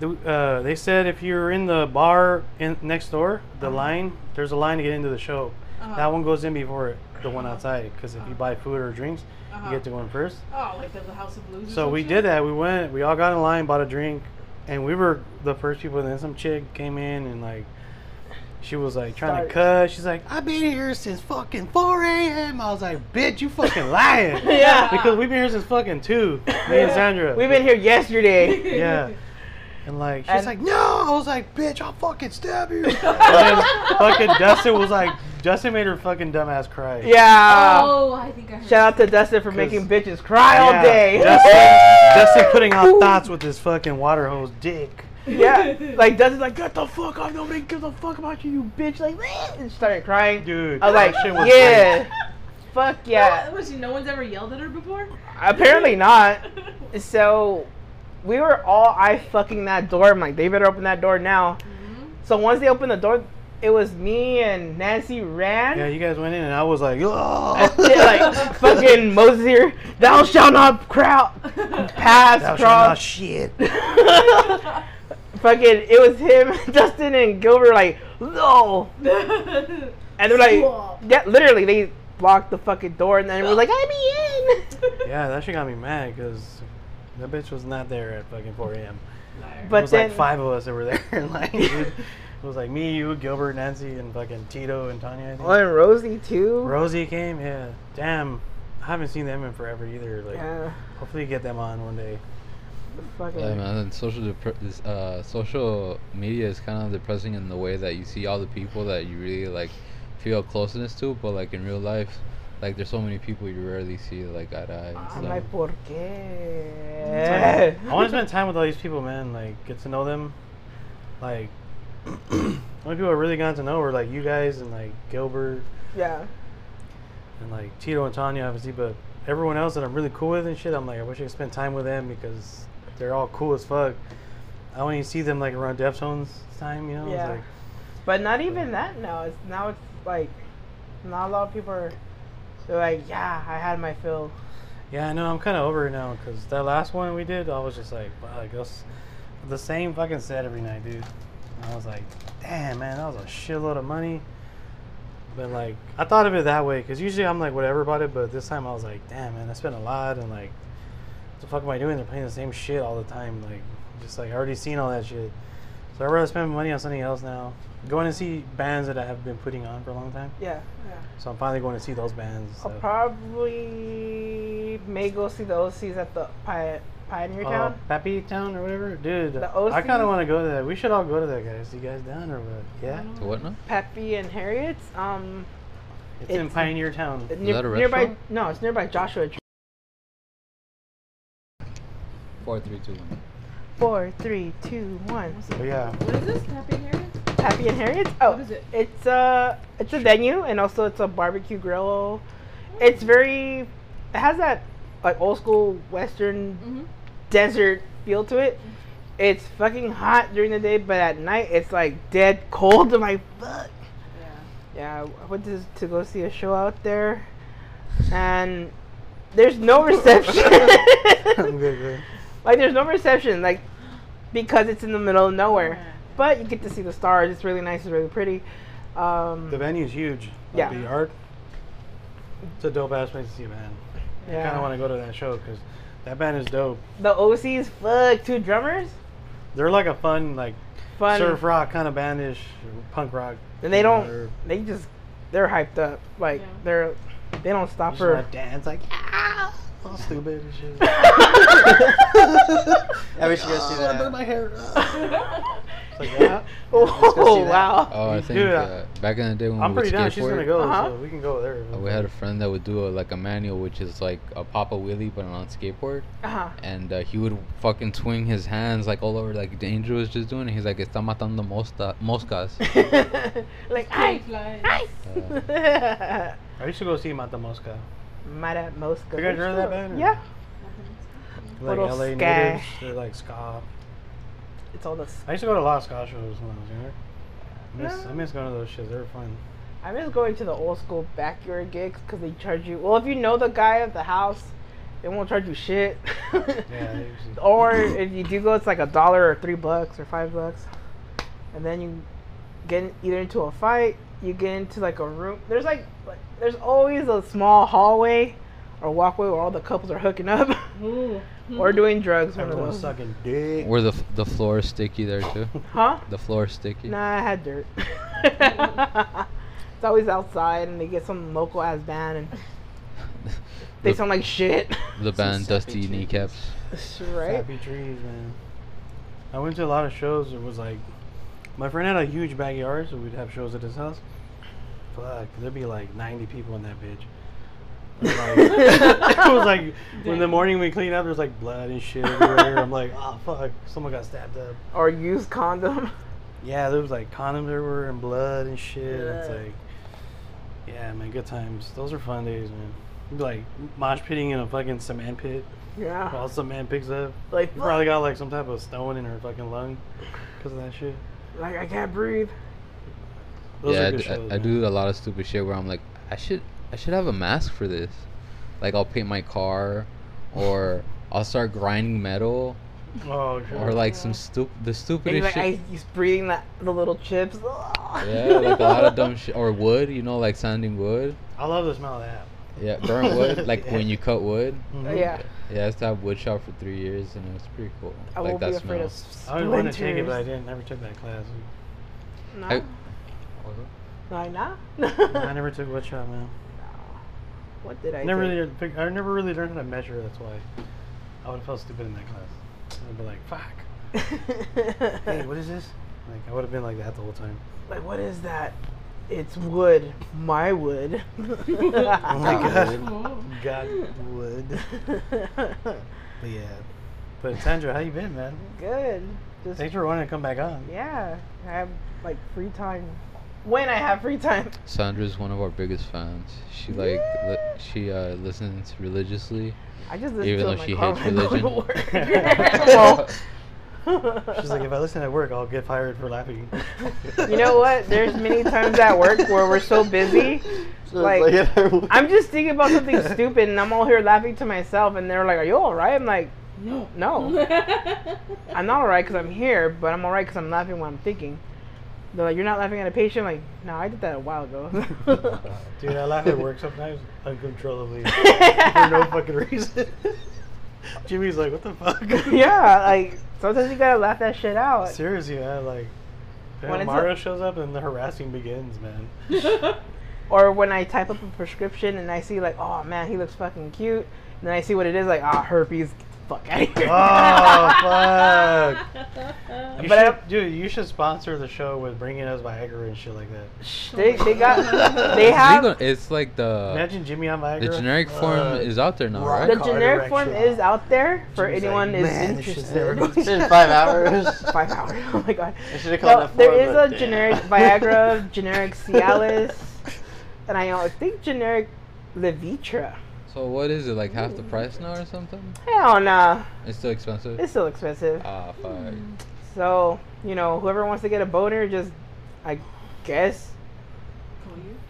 Speaker 1: The, uh, they said if you're in the bar in next door, the line there's a line to get into the show.
Speaker 2: Uh-huh.
Speaker 1: That one goes in before it, the one outside because if you buy food or drinks, you get to go in first.
Speaker 2: Uh-huh. Oh, like the House of Blues. or
Speaker 1: So
Speaker 2: some
Speaker 1: we
Speaker 2: shit?
Speaker 1: did
Speaker 2: <laughs>
Speaker 1: that. We went. We all got in line, bought a drink, and we were the first people. Then some chick came in and like, she was like trying to cuss. She's like, "I've been here since fucking 4 a.m." I was like, "Bitch, you fucking lying."
Speaker 4: <laughs>
Speaker 2: <laughs>
Speaker 4: yeah
Speaker 1: Because we've been here since fucking two. Me and Sandra.
Speaker 4: we've been
Speaker 1: <laughs>
Speaker 4: here yesterday <laughs>
Speaker 1: Yeah. And like she's
Speaker 4: And- <laughs>
Speaker 1: like, no. I was like, bitch, I'll fucking stab you. and then fucking Dustin was like, Dustin made her fucking dumbass cry.
Speaker 4: yeah
Speaker 2: Oh, I think I heard.
Speaker 4: shout out to dustin for making bitches cry
Speaker 1: Yeah,
Speaker 4: all day
Speaker 1: Dustin, Dustin putting out thoughts with his fucking water hose dick.
Speaker 4: <laughs> yeah
Speaker 2: <laughs>
Speaker 4: like dustin's like get the fuck off nobody gives a fuck about you you bitch like and she started crying
Speaker 1: Dude,
Speaker 4: I was
Speaker 1: that
Speaker 4: like, yeah, fuck
Speaker 2: <laughs>
Speaker 4: yeah.
Speaker 2: Was she, no one's ever yelled at her before?
Speaker 4: Apparently not. So we Mm-hmm. were all eye fucking that door. I'm like, they better open that door now. So once they opened the door, it was me and Nancy ran.
Speaker 1: Yeah, you guys went in, and I was like,
Speaker 4: <laughs> Yeah,
Speaker 1: oh.
Speaker 4: like fucking Moses here. Thou shalt not crowd pass
Speaker 1: Thou shalt not
Speaker 4: cross.
Speaker 1: shit.
Speaker 4: <laughs> fucking, it was him, <laughs> Justin, and Gilbert. Like no, and they're like,
Speaker 2: Swap.
Speaker 4: yeah, literally they blocked the fucking door, and then we're like, I'm in.
Speaker 1: Yeah, that shit got me mad because that bitch was not there at fucking 4 a.m. it
Speaker 4: But
Speaker 1: was
Speaker 4: then
Speaker 1: like five of us that were there. <laughs>
Speaker 4: <laughs>
Speaker 1: like, dude, it was like me, you, Gilbert, Nancy, and fucking Tito and Tanya. I think.
Speaker 4: Oh, and Rosie too.
Speaker 1: Rosie came. Yeah, damn. I haven't seen them in forever either. Like,
Speaker 4: yeah,
Speaker 1: hopefully you get them on one
Speaker 4: <laughs>
Speaker 1: day.
Speaker 4: fucking.
Speaker 3: Yeah, man, and social depre- this, uh, social media is kind of depressing in the way that you see all the people that you really like feel closeness to, but like in real life, like there's so many people you rarely see like eye to eye.
Speaker 4: I'm
Speaker 3: and
Speaker 4: like,
Speaker 3: stuff.
Speaker 4: por
Speaker 1: I
Speaker 4: qué? <laughs>
Speaker 1: want to spend time with all these people, man. Like, get to know them. Like, <clears throat> the only people I really got to know were like you guys and like Gilbert
Speaker 4: yeah.
Speaker 1: and like Tito and Tanya, obviously. But everyone else that I'm really cool with and shit, I'm like, I wish I could spend time with them because they're all cool as fuck. I only see them like around Deftones time, you know? It's
Speaker 4: Yeah.
Speaker 1: like-
Speaker 4: But not even that now. It's now it's like not a lot of people are they're like, yeah, I had my fill.
Speaker 1: Yeah, I know. I'm kind of over it now because that last one we did, I was just like, wow, like that's the same fucking set every night, dude. And I was like, damn, man, that was a shitload of money. But like, I thought of it that way because usually I'm like whatever about it, but this time I was like, damn, man, I spent a lot and like, what the fuck am I doing? They're playing the same shit all the time, like, just like I already seen all that shit. So I'd rather spend money on something else now. Going to see bands that I have been putting on for a long time,
Speaker 4: Yeah.
Speaker 1: so I'm finally going to see those bands.
Speaker 4: I'll
Speaker 1: so-
Speaker 4: probably may go see the OCs at the Pi- Pioneer
Speaker 1: Oh,
Speaker 4: Town.
Speaker 1: Pappy Town or whatever, dude.
Speaker 4: The
Speaker 1: I kind
Speaker 4: OC?
Speaker 1: of want to go to that. We should all go to that, guys. You guys down or what? Yeah,
Speaker 3: To what now?
Speaker 4: Peppy and Harriet's. Um
Speaker 1: it's, in
Speaker 4: It's-
Speaker 1: Pioneer Town.
Speaker 4: near,
Speaker 3: that a
Speaker 4: nearby
Speaker 3: restaurant?
Speaker 4: no, it's nearby Joshua Tree.
Speaker 3: Four, three, two, one.
Speaker 4: Four, three, two, one.
Speaker 1: But yeah,
Speaker 4: <coughs>
Speaker 1: <coughs>
Speaker 2: What is this? Happy Harry?
Speaker 4: Peppy and Harriet's? Oh
Speaker 2: What is it?
Speaker 4: it's a it's a venue and also it's a barbecue grill. It's very it has that like old school western
Speaker 2: Mm-hmm.
Speaker 4: desert feel to it. It's fucking hot during the day, but at night it's like dead cold. <laughs> I'm like, fuck.
Speaker 2: Yeah.
Speaker 4: Yeah, I went to, to go see a show out there, and there's
Speaker 2: <laughs>
Speaker 4: no reception.
Speaker 1: <laughs> I'm good, good.
Speaker 4: like, there's no reception, like, because it's in the middle of nowhere.
Speaker 2: Yeah.
Speaker 4: But you get to see the stars. It's really nice. It's really pretty. Um,
Speaker 1: The venue's huge.
Speaker 4: Yeah.
Speaker 1: Like the art. It's a dope ass place to see a band. I kind
Speaker 4: yeah.
Speaker 1: of want to go to that show because that band is dope.
Speaker 4: the OCs, fuck, two drummers.
Speaker 1: They're like a fun, like
Speaker 4: Fun.
Speaker 1: surf rock kind of bandish, punk rock.
Speaker 4: And they don't.
Speaker 1: They're
Speaker 4: They just. They're hyped up. Like
Speaker 2: Yeah.
Speaker 4: they're. They don't stop
Speaker 1: just
Speaker 4: for. <laughs>
Speaker 1: wanna <laughs> dance like ah, all stupid and shit.
Speaker 5: I wish you guys see
Speaker 1: Oh, I
Speaker 5: that.
Speaker 1: burned my hair. Ah. It's like, ah.
Speaker 4: Oh
Speaker 5: see that.
Speaker 4: wow!
Speaker 3: Oh, I think
Speaker 1: Dude, I-
Speaker 3: uh, back in the day when
Speaker 1: I'm
Speaker 3: we would
Speaker 1: pretty down.
Speaker 3: skateboard,
Speaker 1: She's gonna go,
Speaker 4: Uh-huh.
Speaker 1: so we can go there.
Speaker 3: uh, we had a friend that would do a, like a manual, which is like a Papa Willie, but on
Speaker 1: Oh.
Speaker 3: skateboard.
Speaker 1: <laughs>
Speaker 4: Uh-huh. <laughs>
Speaker 3: and uh, he would fucking swing his hands like all over like the angel was just doing. it. He's like, "Está matando mosca- moscas."
Speaker 4: <laughs> like I, I.
Speaker 1: I used to go see him at the Mosca.
Speaker 4: <laughs> Might at most
Speaker 1: You guys heard of that band? or-
Speaker 4: Yeah,
Speaker 1: Like
Speaker 4: Little
Speaker 1: LA
Speaker 4: ska.
Speaker 1: natives, they're like ska.
Speaker 4: it's all this.
Speaker 1: I used to go to a lot of ska shows when I was younger. I miss,
Speaker 4: Yeah.
Speaker 1: I miss going to those shits. They were fun.
Speaker 4: I miss going to the old school backyard gigs because they charge you. Well, if you know the guy at the house, they won't charge you shit.
Speaker 1: Yeah.
Speaker 4: <laughs>
Speaker 1: they used to-
Speaker 4: or if you do go, it's like a dollar or three bucks or five bucks, and then you get in- either into a fight, you get into like a room. There's like, like- there's always a small hallway or walkway where all the couples are hooking up
Speaker 2: <laughs> Ooh.
Speaker 4: <laughs> or doing drugs. one of
Speaker 1: Everyone was
Speaker 4: those.
Speaker 1: sucking dick.
Speaker 3: Where the f- the floor is sticky there too.
Speaker 4: Huh?
Speaker 3: The floor is sticky.
Speaker 4: Nah, I had dirt.
Speaker 3: <laughs>
Speaker 4: it's always outside, and they get some local ass band, and they
Speaker 3: The-
Speaker 4: sound like shit.
Speaker 3: <laughs> The band
Speaker 5: sappy
Speaker 3: Dusty
Speaker 5: chickens.
Speaker 3: Kneecaps.
Speaker 4: right?
Speaker 1: Happy trees, man. I went to a lot of shows. It was like, my friend had a huge backyard, so we'd have shows at his house. Fuck, there'd be like 90 people in that bitch. Like, <laughs> it was like when the morning we cleaned up, there's like blood and shit everywhere. I'm like, oh fuck, someone got stabbed up.
Speaker 4: or used condom. <laughs>
Speaker 1: Yeah, there was like condoms everywhere and blood and shit. It's
Speaker 4: Ugh.
Speaker 1: like, yeah, man, good times. Those are fun days, man. You'd be, Like mosh pitting in a fucking cement pit.
Speaker 4: Yeah.
Speaker 1: All some man picks up.
Speaker 4: Uh. Like,
Speaker 1: You probably got like some type of stone in her fucking lung because of that shit.
Speaker 4: like I can't breathe.
Speaker 1: Those
Speaker 3: yeah,
Speaker 1: are
Speaker 3: I
Speaker 1: good
Speaker 3: d- I-
Speaker 1: shows,
Speaker 3: I,
Speaker 1: man.
Speaker 3: do a lot of stupid shit where I'm like, I should, I should have a mask for this. Like I'll paint my car, or I'll start grinding metal,
Speaker 1: Oh, sure.
Speaker 3: or like some
Speaker 4: Yeah.
Speaker 3: stup the
Speaker 4: And he's
Speaker 3: stupidest
Speaker 4: like,
Speaker 3: shit.
Speaker 4: I, he's breathing the, the little chips. <laughs> yeah,
Speaker 3: Yeah, like a lot of dumb shit, or wood, you know, like sanding wood.
Speaker 1: I love the smell of that.
Speaker 3: Yeah, burnt
Speaker 4: <laughs>
Speaker 3: wood, like when you cut wood.
Speaker 1: Mhm.
Speaker 4: Oh, Yeah,
Speaker 3: Yeah, I used to have wood shop for three years, and it was pretty cool.
Speaker 4: I
Speaker 3: like
Speaker 4: won't be
Speaker 3: that
Speaker 4: afraid of
Speaker 3: smell.
Speaker 1: I always wanted to take it,
Speaker 4: splinters.
Speaker 1: but I didn't. Never took that
Speaker 4: <laughs>
Speaker 1: class.
Speaker 4: No,
Speaker 3: I-
Speaker 4: no, <laughs> no.
Speaker 1: I never took wood shop, man.
Speaker 4: What did I?
Speaker 1: Never
Speaker 4: do?
Speaker 1: really, fig- I never really learned how to measure. That's why I would have felt stupid in that class. I'd be like, "Fuck,
Speaker 4: <laughs>
Speaker 1: hey, what is this?" Like I would have been like that the whole time.
Speaker 4: like, what is that? It's wood. My wood. <laughs>
Speaker 1: Oh my
Speaker 5: Not
Speaker 1: god,
Speaker 5: wood.
Speaker 1: God would. But yeah, but Sandra, how you been, man?
Speaker 4: Good. Just
Speaker 1: Thanks for wanting to come back on.
Speaker 4: yeah. I have like free time. When I have free time.
Speaker 3: Sandra's one of our biggest fans. She like li- she uh, listens religiously.
Speaker 4: I just listen
Speaker 3: Even
Speaker 4: to it
Speaker 3: though
Speaker 4: in my
Speaker 3: she
Speaker 4: car
Speaker 3: hates
Speaker 4: when I go to
Speaker 3: <laughs>
Speaker 1: religion.
Speaker 4: work.
Speaker 1: She's like, if I listen at work, I'll get fired for
Speaker 4: <laughs>
Speaker 1: laughing.
Speaker 4: <laughs> you know what? There's many times at work where we're
Speaker 1: <laughs>
Speaker 4: so busy.
Speaker 5: So
Speaker 4: Like,
Speaker 5: it's
Speaker 4: I'm just thinking about
Speaker 3: <laughs>
Speaker 4: something stupid, and I'm all here laughing to myself, and they're like, "Are you all right?" I'm like, "No,
Speaker 2: <laughs>
Speaker 4: no, I'm not all right because I'm here, but I'm all right because I'm laughing when I'm thinking." They're like, "You're not laughing at a patient?" I'm like, no, I did that a while ago.
Speaker 3: <laughs>
Speaker 1: Dude, I laugh at work sometimes
Speaker 4: <laughs>
Speaker 1: uncontrollably for no fucking reason. <laughs> Jimmy's like, what the fuck?
Speaker 4: <laughs> yeah, like sometimes you gotta laugh that shit out.
Speaker 1: Seriously, man. Like, man,
Speaker 4: When it's
Speaker 1: Mario
Speaker 4: a-
Speaker 1: shows up and the harassing begins,
Speaker 4: <laughs>
Speaker 1: man.
Speaker 4: Or when I type up a prescription and I see like, "Oh man, he looks fucking cute," and then I see what it is, like, "Ah, herpes." Get the fuck out of here.
Speaker 5: Oh,
Speaker 4: <laughs>
Speaker 1: Oh fuck! You
Speaker 4: But I-
Speaker 1: should, dude, you should sponsor the show with bringing us Viagra and shit like that.
Speaker 4: They, they got they
Speaker 3: It's
Speaker 4: have
Speaker 3: legal- It's like the
Speaker 1: Imagine Jimmy on Viagra.
Speaker 3: the generic
Speaker 1: Uh,
Speaker 3: form is out there now,
Speaker 1: right.
Speaker 3: right?
Speaker 4: the
Speaker 1: card
Speaker 4: generic form
Speaker 1: erection.
Speaker 4: is out there for
Speaker 1: Jimmy's
Speaker 4: anyone
Speaker 1: like,
Speaker 4: is
Speaker 1: "Man, this shit's never
Speaker 4: interested. <laughs>
Speaker 1: gonna
Speaker 5: been five hours.
Speaker 4: Five hours. Oh my god.
Speaker 5: I should have called
Speaker 4: No,
Speaker 5: that
Speaker 4: there
Speaker 5: four,
Speaker 4: is
Speaker 5: but
Speaker 4: a
Speaker 5: damn. <laughs>
Speaker 4: generic Viagra, generic Cialis, and I uh, think generic Levitra.
Speaker 3: So what is it like half the price now or something?
Speaker 4: Hell nah,
Speaker 3: It's still expensive.
Speaker 4: it's Mm. still expensive.
Speaker 3: ah fuck.
Speaker 4: So you know, whoever wants to get a boner, just I guess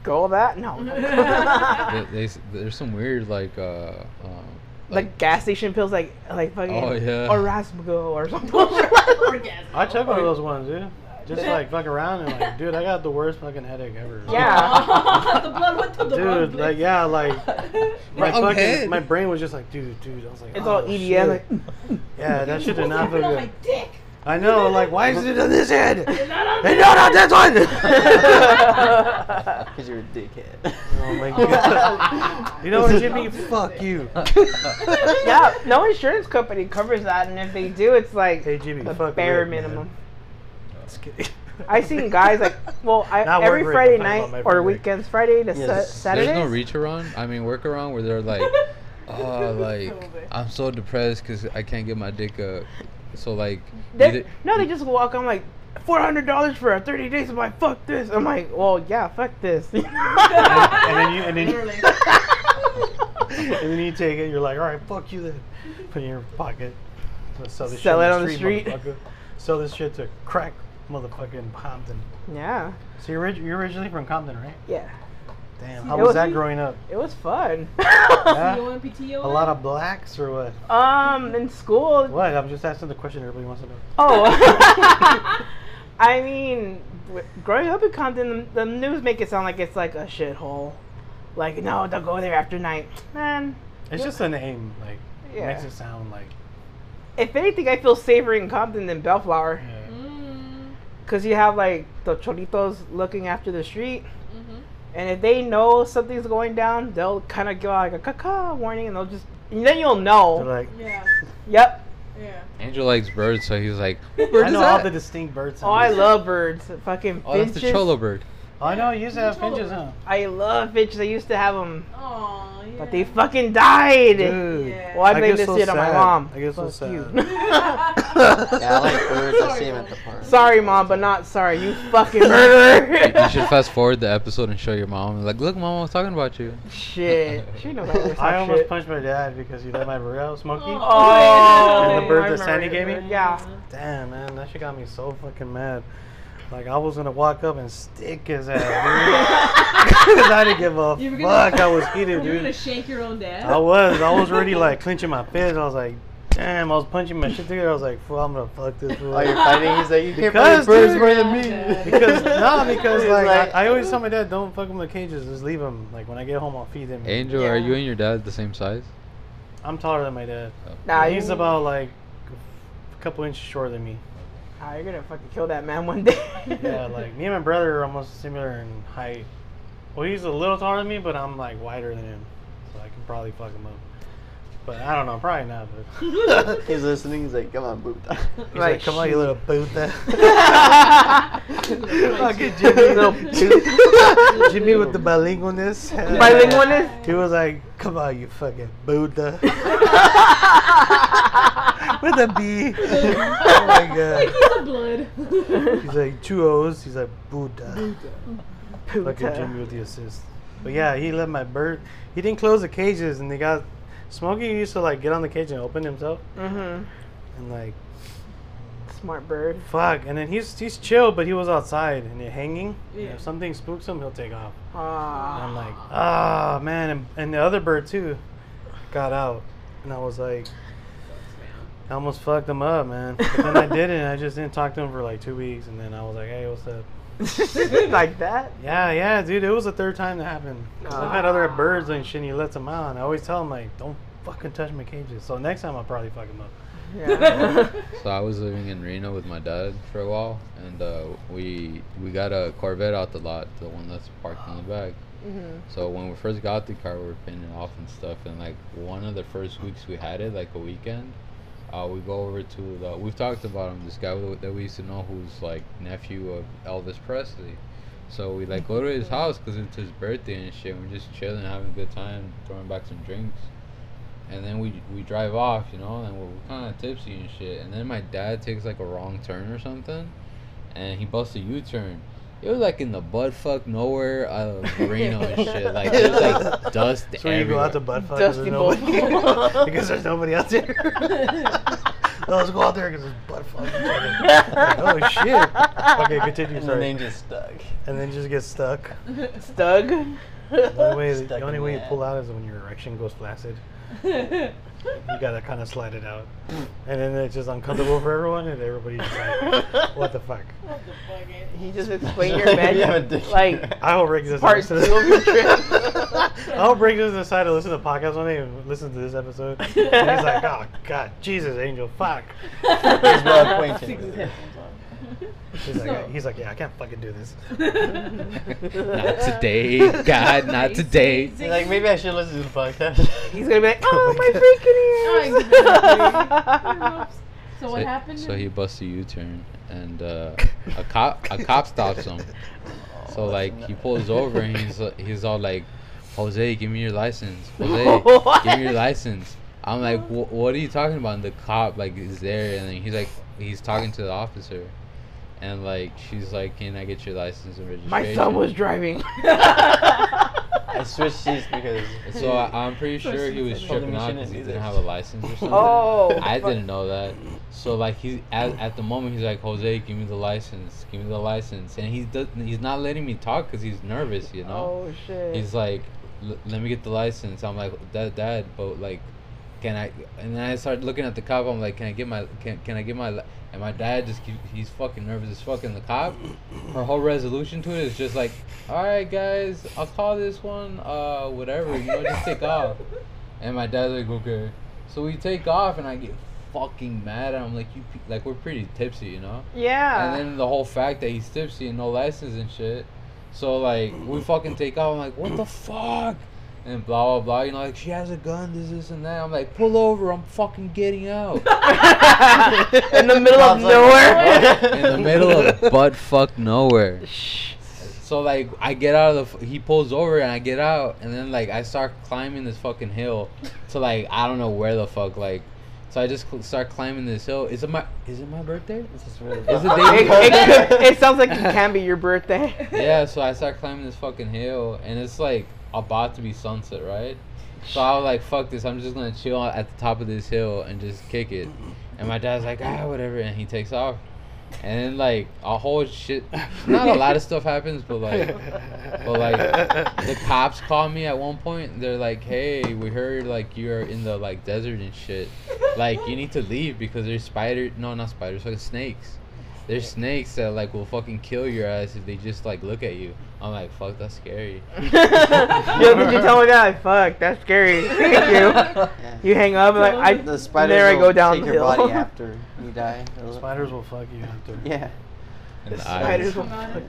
Speaker 4: go that. No,
Speaker 3: They, <laughs>
Speaker 4: no.
Speaker 3: they s- there's some weird like uh um, like
Speaker 4: like gas station pills, like like fucking
Speaker 3: Oh, yeah.
Speaker 4: Orasmigo or something. <laughs>
Speaker 2: Orgasm.
Speaker 1: I took one of those ones, dude. Just
Speaker 4: Yeah.
Speaker 1: like fuck around and like, dude, I got the worst fucking headache ever.
Speaker 4: Yeah.
Speaker 2: <laughs> the blood went to the wrong
Speaker 1: Dude, like
Speaker 2: place.
Speaker 1: yeah, like
Speaker 2: <laughs>
Speaker 1: my
Speaker 3: Wrong
Speaker 1: fucking
Speaker 3: head.
Speaker 1: my brain was just like, dude, dude. I was like,
Speaker 4: It's
Speaker 1: oh,
Speaker 4: all E EDM.
Speaker 1: shit. Yeah,
Speaker 4: <laughs>
Speaker 1: that shit did
Speaker 2: What's
Speaker 1: not
Speaker 2: happening
Speaker 1: feel
Speaker 2: on my
Speaker 1: good.
Speaker 2: dick?
Speaker 1: I know, like, why is it <laughs> on this head? <laughs>
Speaker 2: You're not on
Speaker 1: And
Speaker 2: the-
Speaker 1: not on this
Speaker 5: <laughs>
Speaker 1: one.
Speaker 4: Like,
Speaker 5: Because you're a dickhead.
Speaker 1: oh my god. You know what,
Speaker 4: <laughs>
Speaker 1: Jimmy? Fuck
Speaker 3: <laughs>
Speaker 1: you.
Speaker 4: yeah, no insurance company covers that, and if they do, it's like
Speaker 1: Hey, Jimmy,
Speaker 4: the
Speaker 1: fuck
Speaker 4: bare
Speaker 1: Rick, man.
Speaker 4: minimum.
Speaker 1: <laughs> Just kidding.
Speaker 4: <laughs> I seen guys like, well, I,
Speaker 1: Not
Speaker 4: every
Speaker 1: work Rick,
Speaker 4: Friday
Speaker 1: I'm talking
Speaker 4: night
Speaker 1: about my
Speaker 4: or
Speaker 1: friend Rick.
Speaker 4: weekends, Friday to
Speaker 5: Yeah,
Speaker 4: sa-
Speaker 5: there's-
Speaker 4: Saturdays.
Speaker 3: There's no reach around. I mean, work around where they're like, oh, like I'm so depressed because I can't get my dick up. So like,
Speaker 4: They-
Speaker 3: either-
Speaker 4: no, they just walk. I'm like, four hundred dollars for a thirty days. I'm like, fuck this. I'm like, well, yeah, fuck this. <laughs>
Speaker 1: and then you and then you,
Speaker 2: Literally.
Speaker 1: <laughs> and then you take it. You're like, all right, fuck you then. Put it in your pocket. Let's Sell, this
Speaker 4: Sell
Speaker 1: shit
Speaker 4: it on the street.
Speaker 1: motherfucker. Sell this shit to crack motherfucking Compton. <laughs>
Speaker 4: yeah,
Speaker 1: So you're, orig- you're originally from Compton, right?
Speaker 4: yeah,
Speaker 1: Damn, how
Speaker 4: It
Speaker 1: was
Speaker 4: was-
Speaker 1: that growing up?
Speaker 4: it
Speaker 1: <laughs>
Speaker 4: was fun.
Speaker 1: <laughs> Yeah?
Speaker 2: UMPTO?
Speaker 1: A lot of blacks or what?
Speaker 4: um, in school,
Speaker 1: What? I'm just asking the question everybody wants to know. <laughs>
Speaker 4: Oh, I mean, w- growing up in Compton, the, the news make it sound like it's like a shithole. Like, no, don't go there after night, man.
Speaker 1: It's just a name, like
Speaker 4: Yeah.
Speaker 1: makes it sound like.
Speaker 4: If anything, I feel safer in Compton than Bellflower,
Speaker 1: Yeah.
Speaker 2: Mm,
Speaker 4: cause you have like the choritos looking after the street,
Speaker 2: mhm.
Speaker 4: and if they know something's going down, they'll kind of give out like a caca warning, and they'll just and then you'll
Speaker 1: They're
Speaker 4: know.
Speaker 1: like,
Speaker 2: Yeah,
Speaker 4: Yep.
Speaker 2: yeah.
Speaker 3: Angel likes birds, so he's like,
Speaker 1: I
Speaker 3: bird
Speaker 1: know
Speaker 3: is
Speaker 1: all
Speaker 3: that?
Speaker 1: the distinct birds.
Speaker 4: Oh, I love birds. Fucking
Speaker 3: oh, that's
Speaker 4: finches.
Speaker 3: the cholo bird.
Speaker 1: I know. You used to have finches, huh?
Speaker 4: I love finches. I used to have them,
Speaker 2: Aw, yeah.
Speaker 4: but they fucking died.
Speaker 1: Dude.
Speaker 2: Yeah.
Speaker 4: Well, I
Speaker 1: I
Speaker 4: blame
Speaker 1: get
Speaker 4: this
Speaker 1: so
Speaker 4: shit on my
Speaker 1: sad.
Speaker 4: mom.
Speaker 1: I get so
Speaker 4: Fuck
Speaker 1: sad.
Speaker 4: you.
Speaker 5: yeah, I like birds. I see them at the
Speaker 4: <laughs>
Speaker 5: park.
Speaker 4: sorry, mom, but not sorry. You
Speaker 1: <laughs>
Speaker 4: fucking murderer.
Speaker 3: You should fast forward the episode and show your mom. Like, look, mom, I was talking about you.
Speaker 4: <laughs> shit. She knows how to
Speaker 1: I almost
Speaker 4: shit.
Speaker 1: punched my dad because he let my burrito smoky.
Speaker 2: Aw.
Speaker 4: Oh,
Speaker 1: And the bird
Speaker 4: I
Speaker 1: that
Speaker 4: remember
Speaker 1: Sandy
Speaker 4: the
Speaker 1: gave me?
Speaker 4: bird. Yeah.
Speaker 1: Damn, man, that shit got me so fucking mad. Like I was gonna walk up and stick his ass, dude. <laughs> 'Cause I didn't give a
Speaker 2: You were gonna-
Speaker 1: fuck. I was
Speaker 2: <laughs> You're <laughs>
Speaker 1: heated,
Speaker 2: gonna
Speaker 1: dude.
Speaker 2: shank your own dad.
Speaker 1: I was. I was already like clenching my fist. I was like, damn. I was punching my shit together. I was like, fool, I'm gonna fuck this fool.
Speaker 5: While you're fighting, he's like, you can't play
Speaker 1: Because,
Speaker 5: birds
Speaker 1: dude,
Speaker 5: more than
Speaker 2: yeah,
Speaker 5: me.
Speaker 1: because
Speaker 5: <laughs>
Speaker 1: no, because
Speaker 5: He's
Speaker 1: like, I, I always tell my dad, don't fuck him with cages. Just leave him. Like when I get home, I'll feed him.
Speaker 3: Angel, are you and your dad the same size?
Speaker 1: I'm taller than my dad.
Speaker 4: Nah,
Speaker 1: he's
Speaker 4: you-
Speaker 1: about like a couple inches shorter than me.
Speaker 4: Ah, you're gonna fucking kill that man one day. <laughs>
Speaker 1: Yeah, like <laughs> me and my brother are almost similar in height. Well, he's a little taller than me, but I'm like wider than him, so I can probably fuck him up. But I don't know, probably not. But
Speaker 5: <laughs> he's listening. He's like, come on, boob.
Speaker 1: he's
Speaker 4: Right,
Speaker 1: like, "Come on, you little boot
Speaker 2: Fucking
Speaker 1: Little boot. Jimmy
Speaker 2: <laughs>
Speaker 1: with <laughs> the <laughs> bilingualness.
Speaker 4: Bilingualness?
Speaker 1: He was like, "Come on, you fucking Buddha." <laughs> with a B. oh my
Speaker 2: Like
Speaker 1: god.
Speaker 2: he's a blood.
Speaker 1: He's like two O's. He's like Buddha. Fucking Jimmy
Speaker 4: Puta.
Speaker 1: with the assist. But yeah, he let my bird. He didn't close the cages, and they got Smokey used to like get on the cage and open himself,
Speaker 4: Mm-hmm.
Speaker 1: and like
Speaker 4: Smart bird.
Speaker 1: fuck. And then he's he's chill, but he was outside and they're hanging. And
Speaker 2: Yeah.
Speaker 1: if something spooks him, he'll take off. And
Speaker 4: Ah. <laughs>
Speaker 1: I'm like, ah man, and, and the other bird too got out, and I was like, I almost fucked him up, man. But then I didn't. I just didn't talk to him for like two weeks, and then I was like, hey, what's up?
Speaker 4: like that?
Speaker 1: Yeah, yeah, dude. It was the third time that happened. 'Cause I've had other
Speaker 4: Ah.
Speaker 1: birds and shit. And he lets them out, and I always tell him like, don't fucking touch my cages. So next time I'll probably fuck him up.
Speaker 4: Yeah.
Speaker 3: So I was living in Reno with my dad for a while, and uh, we we got a Corvette out the lot, the one that's parked in the back.
Speaker 4: Mhm.
Speaker 3: So when we first got the car, we were paying it off and stuff. And like one of the first weeks we had it, like a weekend, uh, we go over to the. We've talked about him, this guy w- that we used to know, who's like nephew of Elvis Presley. So we like go to his house because it's his birthday and shit. We're just chilling, having a good time, throwing back some drinks. And then we we drive off, you know, and we're kind of tipsy and shit. And then my dad takes like a wrong turn or something, and he busts a U turn. It was like in the butt fuck nowhere of Reno and shit. Like there's like dust
Speaker 1: So when you go out to
Speaker 3: everywhere.
Speaker 1: butt fuck, 'cause
Speaker 4: Dusty
Speaker 1: there's <laughs>
Speaker 4: boy.
Speaker 1: nobody, because there's nobody out there. <laughs> no, let's go out there because there's butt fuck. Like, oh shit. Okay, continue.
Speaker 5: And the
Speaker 1: Sorry.
Speaker 5: name just stuck.
Speaker 1: and then just get stuck. <laughs>
Speaker 4: Stug.
Speaker 1: The only way,
Speaker 5: Stuck
Speaker 1: the only
Speaker 5: in
Speaker 1: way you
Speaker 5: that.
Speaker 1: pull out is when your erection goes flaccid.
Speaker 2: <laughs>
Speaker 1: You gotta kind of slide it out, and then it's just uncomfortable for everyone, and everybody's just like, "What the fuck?"
Speaker 4: he just
Speaker 5: <laughs>
Speaker 4: explained your bed. like,
Speaker 1: I'll break this.
Speaker 4: part
Speaker 1: next
Speaker 4: two
Speaker 1: to
Speaker 4: of
Speaker 1: the-
Speaker 4: your
Speaker 1: <laughs>
Speaker 4: trip.
Speaker 1: I'll break this aside to listen to the podcast one day and listen to this episode. And he's like, oh, God, Jesus, Angel, fuck.
Speaker 5: He's well
Speaker 2: <laughs>
Speaker 5: acquainted. with it.
Speaker 1: He's like, he's like yeah, I can't fucking do this.
Speaker 3: not today, God, not <laughs> today.
Speaker 5: He's like,
Speaker 2: <laughs>
Speaker 5: maybe I should listen to the podcast.
Speaker 4: He's gonna be like, oh,
Speaker 1: my
Speaker 4: my
Speaker 1: God.
Speaker 4: freaking
Speaker 2: <laughs>
Speaker 4: ears.
Speaker 2: so what
Speaker 3: so,
Speaker 2: happened?
Speaker 3: so he busts a U-turn, and uh, a cop a cop stops him. So like he pulls over, and he's uh, he's all like, "Jose, give me your license. Jose, give me your license." I'm like, "Wh- "What are you talking about?" And the cop like is there, and then he's like, he's talking to the officer, and like she's like, "Can I get your license and registration?"
Speaker 4: my son
Speaker 1: <laughs>
Speaker 4: was driving. <laughs>
Speaker 5: I switched seats because.
Speaker 3: So I, I'm pretty
Speaker 2: So
Speaker 3: sure
Speaker 2: she
Speaker 3: he was
Speaker 5: said- Told
Speaker 3: tripping
Speaker 5: him he
Speaker 3: out
Speaker 5: shouldn't
Speaker 3: because he
Speaker 5: do
Speaker 3: didn't
Speaker 5: this.
Speaker 3: have a license or something.
Speaker 4: Oh.
Speaker 3: I didn't know that. So like he's at, at the moment he's like Jose, give me the license, give me the license, and he's does- he's not letting me talk because he's nervous, you know.
Speaker 4: Oh shit.
Speaker 3: He's like, "L- let me get the license. I'm like, dad, dad, but like, can I? And then I start looking at the cop. I'm like, can I get my can can I get my? li-" And my dad just keep, he's fucking nervous as fucking the cop. Her whole resolution to it is just like, all right guys, I'll call this one uh whatever, you know, just take off. And my dad's like, okay. So we take off, and I get fucking mad. And I'm like, you, pe- like, we're pretty tipsy, you know.
Speaker 4: yeah.
Speaker 3: And then the whole fact that he's tipsy and no license and shit. So like, we fucking take off. I'm like, what the fuck? And blah blah blah. You know, like she has a gun, this this and that. I'm like, pull over. I'm fucking getting
Speaker 4: <laughs>
Speaker 3: out
Speaker 4: <laughs> in the middle of
Speaker 5: Sounds like-
Speaker 4: nowhere.
Speaker 3: <laughs> in the middle
Speaker 5: <laughs>
Speaker 3: of butt fuck nowhere.
Speaker 4: Shh.
Speaker 3: So like I get out of the f- he pulls over and I get out and then like I start climbing this fucking hill to like I don't know where the fuck like so I just cl- start climbing this hill. Is it my is it my birthday?
Speaker 5: This is really
Speaker 3: Is it
Speaker 5: bad.
Speaker 3: day-
Speaker 4: <laughs> it, it, could, it sounds like it can be your birthday.
Speaker 3: yeah, so I start climbing this fucking hill and it's like about to be sunset, right? So I was like, fuck this, I'm just gonna chill at the top of this hill and just kick it. And my dad's like, ah, whatever, and he takes off. and then like a whole shit. Not a lot of stuff happens, but like
Speaker 5: <laughs>
Speaker 3: But like the cops called me at one point. and They're like, "Hey, we heard like you're in the like desert and shit. Like you need to leave because there's spider. No, not spiders. Fucking snakes. There's snakes that like will fucking kill your ass if they just like look at you. I'm like, fuck, that's scary.
Speaker 4: Yo, did you tell me that? Fuck, that's scary. Thank you.
Speaker 5: Yeah.
Speaker 4: You hang up, like I.
Speaker 5: the spiders
Speaker 4: there I
Speaker 5: will
Speaker 4: go down
Speaker 5: take
Speaker 4: the
Speaker 5: your body
Speaker 4: hill.
Speaker 5: after you die. They'll-
Speaker 1: Spiders will fuck you after.
Speaker 5: Yeah.
Speaker 3: And the
Speaker 4: Spiders
Speaker 3: eyes.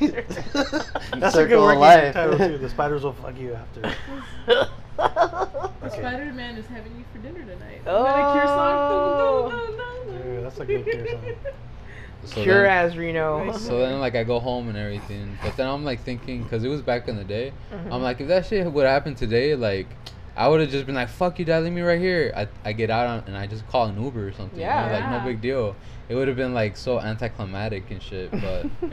Speaker 4: will
Speaker 5: <laughs>
Speaker 1: That's a good
Speaker 5: Circle of
Speaker 1: working
Speaker 5: life.
Speaker 1: title too. The
Speaker 5: <laughs>
Speaker 1: spiders will fuck you after. Okay.
Speaker 2: Spider Man is having you for dinner tonight.
Speaker 4: Oh.
Speaker 2: Medicare <laughs> song.
Speaker 1: Dude, that's a good Cure song.
Speaker 4: <laughs>
Speaker 3: So
Speaker 4: Sure
Speaker 3: then,
Speaker 4: as Reno.
Speaker 2: Nice.
Speaker 3: so then like I go home and everything. But then I'm like thinking, cause it was back in the day. I'm
Speaker 4: Mhm.
Speaker 3: like, if that shit would happen today, like, I would have just been like, fuck you, dad, leave me right here. I, I get out on, and I just call an Uber or something. you know,
Speaker 4: Yeah.
Speaker 3: Like,
Speaker 2: Yeah.
Speaker 3: no big deal. It would have been, like, so anticlimactic and
Speaker 4: <laughs>
Speaker 3: shit, but it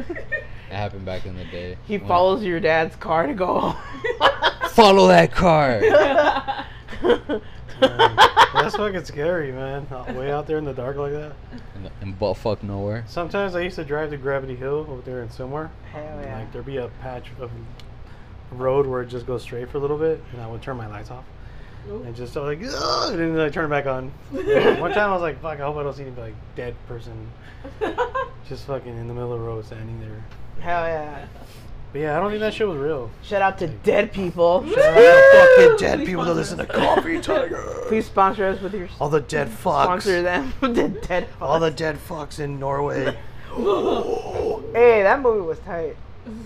Speaker 3: happened back in the day.
Speaker 4: <laughs> He
Speaker 3: When-
Speaker 4: follows your dad's car to go home. <laughs>
Speaker 3: Follow that car!
Speaker 2: <laughs>
Speaker 1: <laughs> Man, that's fucking scary, man. Out- Way out there in the dark like that.
Speaker 3: and, and butt fuck nowhere.
Speaker 1: Sometimes I used to drive to Gravity Hill over there in somewhere.
Speaker 4: Hell
Speaker 1: and,
Speaker 4: yeah.
Speaker 1: Like there'd be a patch of road where it just goes straight for a little bit, and I would turn my lights off
Speaker 2: Nope.
Speaker 1: and just like, Ugh! and then I turn it back
Speaker 2: <laughs>
Speaker 1: on. And One time I was like, fuck, I hope I don't see any like dead person just fucking in the middle of the road standing there.
Speaker 4: Hell yeah.
Speaker 1: But yeah, I don't think that shit was real.
Speaker 4: Shout out to dead people.
Speaker 2: fucking dead people that listen to
Speaker 1: Coffee Tiger.
Speaker 4: Please sponsor us with your
Speaker 1: All the dead fucks.
Speaker 4: sponsor them. <laughs> the dead.
Speaker 1: All the dead fucks in
Speaker 4: <laughs>
Speaker 1: Norway.
Speaker 4: Hey, that movie was tight.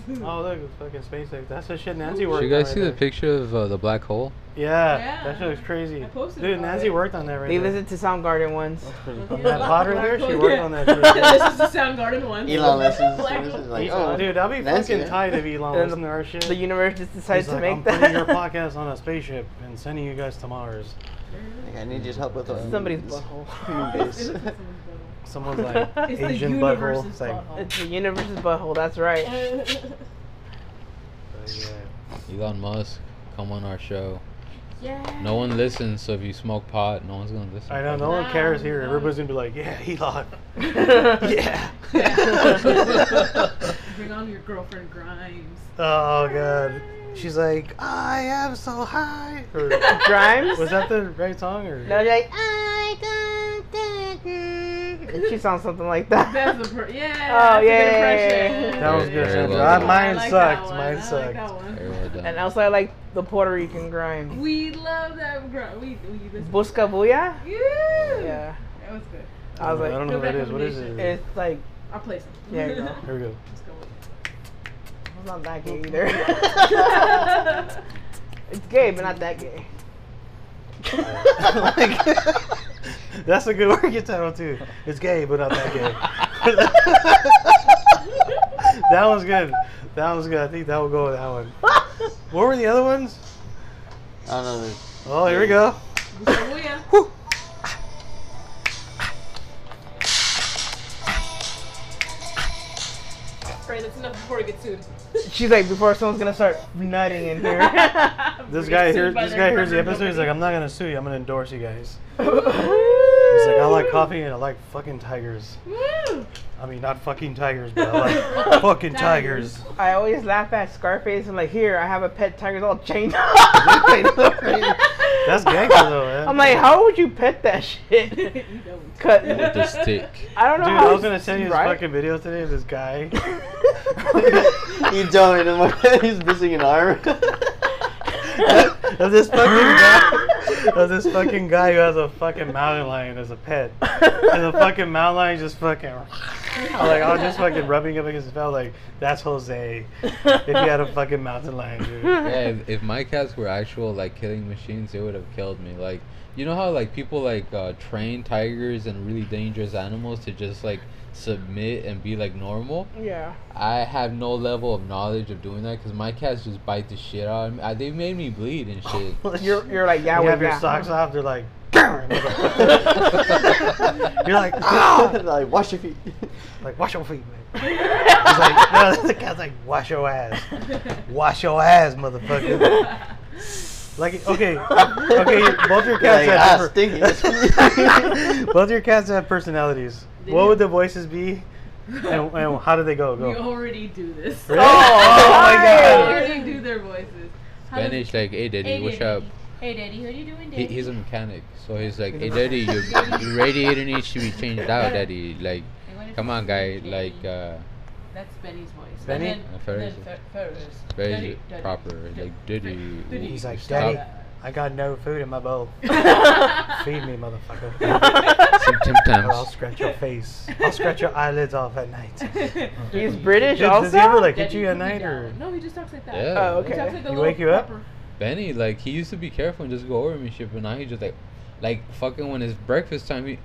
Speaker 2: Hmm.
Speaker 1: Oh look, it's fucking SpaceX. That's the shit Nancy
Speaker 3: Did
Speaker 1: worked
Speaker 3: you guys
Speaker 1: on.
Speaker 3: see
Speaker 1: right
Speaker 3: the
Speaker 1: there.
Speaker 3: picture of uh, the black hole?
Speaker 1: Yeah,
Speaker 2: Yeah.
Speaker 1: that shit looks crazy.
Speaker 2: I posted
Speaker 1: Dude,
Speaker 2: about
Speaker 1: Nancy
Speaker 2: it.
Speaker 1: worked on that right
Speaker 4: They
Speaker 1: there.
Speaker 4: listened to Soundgarden once.
Speaker 5: That's pretty
Speaker 2: Yeah.
Speaker 5: cool.
Speaker 1: That pot right there, she worked
Speaker 2: <laughs>
Speaker 1: on that shit.
Speaker 2: this is the Soundgarden one.
Speaker 5: Elon listens to
Speaker 2: Black
Speaker 5: this.
Speaker 2: hole.
Speaker 5: is like,
Speaker 1: Elon-
Speaker 5: oh,
Speaker 1: dude, that'd be
Speaker 5: Nancy,
Speaker 1: fucking
Speaker 5: eh?
Speaker 1: tight if
Speaker 5: <laughs>
Speaker 1: Elon
Speaker 4: And
Speaker 1: listened to our shit.
Speaker 4: The universe just decided
Speaker 1: He's
Speaker 4: to
Speaker 1: like,
Speaker 4: make
Speaker 1: I'm putting your
Speaker 4: that.
Speaker 1: podcast on a spaceship and sending you guys to Mars.
Speaker 5: Like, I need your help with a
Speaker 4: Somebody's
Speaker 5: this
Speaker 4: butthole.
Speaker 5: human
Speaker 1: <laughs>
Speaker 2: It's
Speaker 5: base.
Speaker 2: innocent
Speaker 1: Someone's like
Speaker 4: <laughs>
Speaker 2: It's the
Speaker 1: Asian butthole.
Speaker 2: universe's
Speaker 1: It's like,
Speaker 4: <laughs> It's the universe's butthole. That's right.
Speaker 1: <laughs>
Speaker 4: <laughs>
Speaker 2: butthole.
Speaker 1: but yeah.
Speaker 3: Elon Musk, come on our show.
Speaker 2: yeah.
Speaker 3: No one listens, so if you smoke pot, no one's gonna listen.
Speaker 1: I know, no
Speaker 2: Nah,
Speaker 1: one cares here.
Speaker 2: no.
Speaker 1: Everybody's gonna be like, yeah, Elon.
Speaker 4: yeah.
Speaker 2: Bring on your girlfriend
Speaker 1: <laughs>
Speaker 2: Grimes.
Speaker 1: Oh god. She's like, I am so high. Or,
Speaker 4: <laughs> Grimes.
Speaker 1: was that the right song or?
Speaker 4: No, they're like, I don't think you." She sounds something like that.
Speaker 2: That's the per-
Speaker 4: Oh,
Speaker 2: yeah. that's a good
Speaker 4: yeah, yeah,
Speaker 2: impression.
Speaker 4: yeah, yeah.
Speaker 1: That was good.
Speaker 3: Very
Speaker 1: Sandra.
Speaker 3: well
Speaker 1: Ah,
Speaker 3: done.
Speaker 1: mine
Speaker 2: I like that
Speaker 1: sucks.
Speaker 2: one, I
Speaker 1: mine
Speaker 2: like
Speaker 1: sucks.
Speaker 2: that one.
Speaker 3: Very well done.
Speaker 4: <laughs> And also, I like the Puerto Rican Grimes.
Speaker 2: We love that. Gr- we we listen.
Speaker 4: Busca Buya?
Speaker 2: Yeah.
Speaker 4: Yeah.
Speaker 2: That was good.
Speaker 4: I was
Speaker 1: I don't
Speaker 4: like,
Speaker 1: know
Speaker 2: Good
Speaker 1: what it is. What is it?
Speaker 4: it's like,
Speaker 2: I'll play some.
Speaker 4: Yeah, you know.
Speaker 2: <laughs>
Speaker 1: Here we go. <laughs>
Speaker 2: Let's go.
Speaker 4: it's not that gay either.
Speaker 1: <laughs>
Speaker 2: <laughs>
Speaker 4: it's gay, but not that gay.
Speaker 1: Like, that's a good working title too. It's gay, <laughs> but not that gay. that was good. That was good. I think that will go with that one. What were the other ones?
Speaker 5: I don't know.
Speaker 1: Oh, here we go.
Speaker 2: So, yeah. Right, that's enough before we get
Speaker 1: <laughs>
Speaker 2: sued.
Speaker 4: She's like, before someone's gonna start nutting in
Speaker 2: <laughs>
Speaker 4: here.
Speaker 1: This guy
Speaker 2: We're getting
Speaker 1: here.
Speaker 2: sued by
Speaker 1: This
Speaker 2: the
Speaker 1: guy hears the
Speaker 2: record
Speaker 1: episode. He's like,
Speaker 2: company.
Speaker 1: I'm not gonna sue you. I'm gonna endorse you guys. He's
Speaker 4: He's
Speaker 1: like, I like coffee and I like fucking tigers.
Speaker 2: Woo!
Speaker 1: I mean, not fucking tigers, but I
Speaker 2: <laughs>
Speaker 1: like fucking tigers.
Speaker 4: I always laugh at Scarface and like, here I have a pet tiger all chained up.
Speaker 1: <laughs> That's
Speaker 4: That's
Speaker 1: gangster though, man.
Speaker 4: I'm like, how would you pet that
Speaker 1: <laughs>
Speaker 4: shit?
Speaker 2: <laughs> you don't.
Speaker 4: Cut.
Speaker 3: With the stick.
Speaker 2: <laughs>
Speaker 4: I don't know
Speaker 1: Dude,
Speaker 4: how.
Speaker 1: I was gonna send you this
Speaker 4: right?
Speaker 1: fucking video today of this guy.
Speaker 4: <laughs>
Speaker 1: <laughs>
Speaker 5: You don't. and <laughs> He's missing an arm.
Speaker 1: <laughs> of this fucking
Speaker 5: <laughs>
Speaker 2: <laughs>
Speaker 1: guy. Of this fucking guy who has a fucking mountain lion as a pet. And the fucking mountain lion just fucking. I'm like, I was just fucking rubbing up against his felt like, that's Jose. If he had a fucking mountain lion, dude.
Speaker 2: <laughs>
Speaker 3: yeah, if, if my cats were actual like killing machines, they would have killed me. Like, you know how like people like uh, train tigers and really dangerous animals to just like submit and be like normal.
Speaker 4: yeah.
Speaker 3: I have no level of knowledge of doing that because my cats just bite the shit out of me. I, they made me bleed and
Speaker 1: <laughs>
Speaker 3: shit.
Speaker 4: You're you're like, yeah,
Speaker 1: you
Speaker 4: we're
Speaker 1: have your
Speaker 4: back. <laughs>
Speaker 1: socks off, they're like. You're like, ah!
Speaker 5: like, wash your feet.
Speaker 1: Like, wash your feet, man. He's <laughs> like, no, the cat's like, wash your ass. Wash your ass, motherfucker. Like
Speaker 5: <laughs>
Speaker 1: okay, okay, both your cats
Speaker 5: Like, ah,
Speaker 1: have per- <laughs>
Speaker 5: stinky.
Speaker 1: both your cats have personalities.
Speaker 2: They
Speaker 1: what
Speaker 2: do.
Speaker 1: would the voices be and, and how did they go?
Speaker 2: <laughs> We
Speaker 1: Go.
Speaker 2: already do this.
Speaker 1: Really? Oh, my
Speaker 2: <laughs> We
Speaker 1: god.
Speaker 2: already do their voices. How does-
Speaker 3: Spanish, like, hey, daddy,
Speaker 2: Hey,
Speaker 3: what's up?
Speaker 2: Daddy. Hey, Daddy, what are you doing,
Speaker 3: He,
Speaker 2: Daddy?
Speaker 3: he's a mechanic, so he's like, hey, daddy, your, <laughs> your radiator needs to be changed out, daddy. Like,
Speaker 2: I wanna
Speaker 3: come on,
Speaker 2: see
Speaker 3: guy.
Speaker 2: you,
Speaker 3: Like,
Speaker 2: Daddy. <laughs>
Speaker 3: uh,
Speaker 2: That's Benny's voice.
Speaker 1: Benny?
Speaker 2: And then,
Speaker 3: Uh,
Speaker 2: Ferris.
Speaker 3: Ferris.
Speaker 2: And then Fer- Ferris.
Speaker 3: very
Speaker 2: Daddy, Daddy.
Speaker 3: proper. Like, daddy.
Speaker 2: Daddy.
Speaker 1: He's like,
Speaker 3: stop.
Speaker 1: daddy, I got no food in my bowl.
Speaker 2: <laughs>
Speaker 1: Feed me, motherfucker.
Speaker 3: Some-
Speaker 1: Or I'll
Speaker 3: Sometimes.
Speaker 1: scratch your face. I'll scratch your eyelids off at night.
Speaker 2: <laughs>
Speaker 4: He's British
Speaker 1: Did-
Speaker 4: also.
Speaker 1: does he ever like hit
Speaker 2: Daddy,
Speaker 1: you
Speaker 2: put
Speaker 1: at
Speaker 2: me
Speaker 1: night
Speaker 2: down.
Speaker 1: or?
Speaker 2: No, he just talks like that.
Speaker 3: Yeah.
Speaker 4: Oh,
Speaker 2: He
Speaker 4: okay.
Speaker 2: talks like
Speaker 1: He
Speaker 2: a little
Speaker 1: wake you up?
Speaker 2: proper-
Speaker 3: Benny, like he used to be careful and just go over me and shit, but now he just like, like fucking when it's breakfast time, he,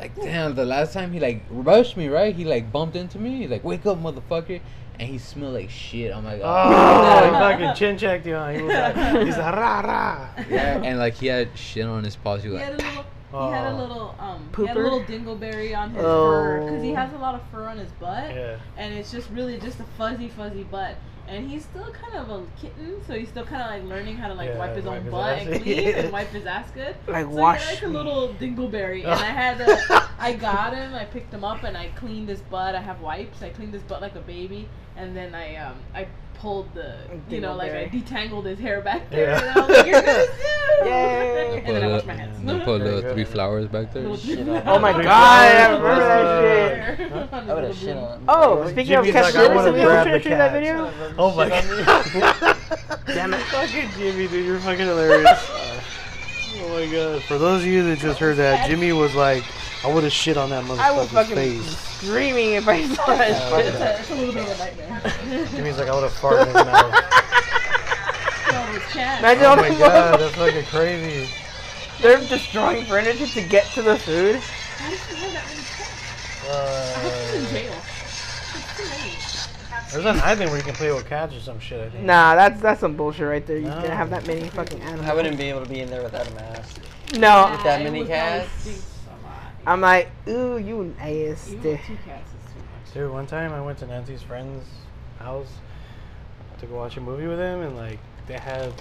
Speaker 3: like damn, the last time he like rushed me, right? He like bumped into me, he's like wake up, motherfucker, and he smelled like shit. I'm like,
Speaker 1: Oh, he
Speaker 3: oh.
Speaker 1: fucking chin checked you. He was like, he's like, rah rah.
Speaker 3: <laughs> yeah,
Speaker 2: <laughs>
Speaker 3: and like he had shit on his paws. He
Speaker 2: He
Speaker 3: was
Speaker 2: had a
Speaker 3: like,
Speaker 2: little. He had a
Speaker 1: Oh.
Speaker 2: little um, he had a
Speaker 4: Pooper?
Speaker 2: little dingleberry on his
Speaker 1: Oh.
Speaker 2: fur because he has a lot of fur on his butt,
Speaker 1: Yeah.
Speaker 2: and it's just really just a fuzzy, fuzzy butt. And he's still kind of a kitten, so he's still kind of like learning how to like
Speaker 1: Yeah,
Speaker 2: wipe his
Speaker 1: wipe
Speaker 2: own
Speaker 1: his
Speaker 2: butt
Speaker 1: ass.
Speaker 2: and clean and wipe his ass good.
Speaker 4: <laughs> Like
Speaker 2: So
Speaker 4: wash.
Speaker 2: he had like a little dingleberry, and I had
Speaker 4: <laughs>
Speaker 2: a, I got him, I picked him up, and I cleaned his butt. I have wipes. I cleaned his butt like a baby, and then I um I pulled the you know like I detangled his hair back there,
Speaker 1: Yeah.
Speaker 2: and I was like, "You're good as
Speaker 4: <laughs>
Speaker 2: new."
Speaker 4: Yay.
Speaker 2: And then I washed my
Speaker 3: And then put
Speaker 2: <laughs> hands.
Speaker 1: There you
Speaker 3: little
Speaker 1: go.
Speaker 3: three flowers back there.
Speaker 2: Little
Speaker 5: Shit
Speaker 2: dude.
Speaker 5: on
Speaker 2: <laughs>
Speaker 4: Oh my
Speaker 1: Like,
Speaker 4: god, I
Speaker 1: uh,
Speaker 4: remember that shit.
Speaker 2: On his
Speaker 5: I would have
Speaker 2: little
Speaker 5: shit
Speaker 2: boob.
Speaker 5: on.
Speaker 4: Oh, speaking
Speaker 1: Jimmy's like,
Speaker 4: of cat
Speaker 1: I
Speaker 4: service,
Speaker 1: wanna
Speaker 4: we
Speaker 1: grab
Speaker 4: were
Speaker 1: the
Speaker 4: shit that
Speaker 1: cat.
Speaker 4: video.
Speaker 1: Oh my
Speaker 4: <laughs>
Speaker 1: god.
Speaker 4: Damn it.
Speaker 1: fucking Jimmy, dude, you're fucking
Speaker 4: <laughs>
Speaker 1: hilarious. oh my god. For those of you that just heard that, Jimmy was like, I would have shit on that
Speaker 4: I would
Speaker 1: motherfucker's
Speaker 4: fucking be
Speaker 1: face.
Speaker 4: <laughs> screaming if I saw
Speaker 1: Oh,
Speaker 4: that
Speaker 1: fuck
Speaker 2: It's
Speaker 4: shit.
Speaker 2: a, it's a little bit of a nightmare.
Speaker 1: Jimmy's like, I would have farted in his mouth.
Speaker 2: Oh, it's cat.
Speaker 1: <laughs>
Speaker 4: Imagine
Speaker 1: Oh
Speaker 4: all
Speaker 1: my
Speaker 4: the
Speaker 1: god, that's fucking crazy.
Speaker 4: They're destroying furniture to get to the food.
Speaker 2: Why does she have that many cats?
Speaker 1: Uh,
Speaker 2: She's in jail. It's too many.
Speaker 1: there's an island where you can play with cats or some shit, I think.
Speaker 4: Nah, that's that's some bullshit right there. You
Speaker 1: No.
Speaker 4: can't have that many fucking
Speaker 5: I
Speaker 4: animals.
Speaker 5: wouldn't be able to be in there without a mask.
Speaker 4: No,
Speaker 5: that
Speaker 2: It
Speaker 5: many
Speaker 2: would probably
Speaker 5: cats?
Speaker 2: stink a lot.
Speaker 4: I'm like, ooh, you
Speaker 2: Even
Speaker 4: nasty.
Speaker 2: with two cats is too much.
Speaker 1: Dude, one time I went to Nancy's friend's house to go watch a movie with him, and like they had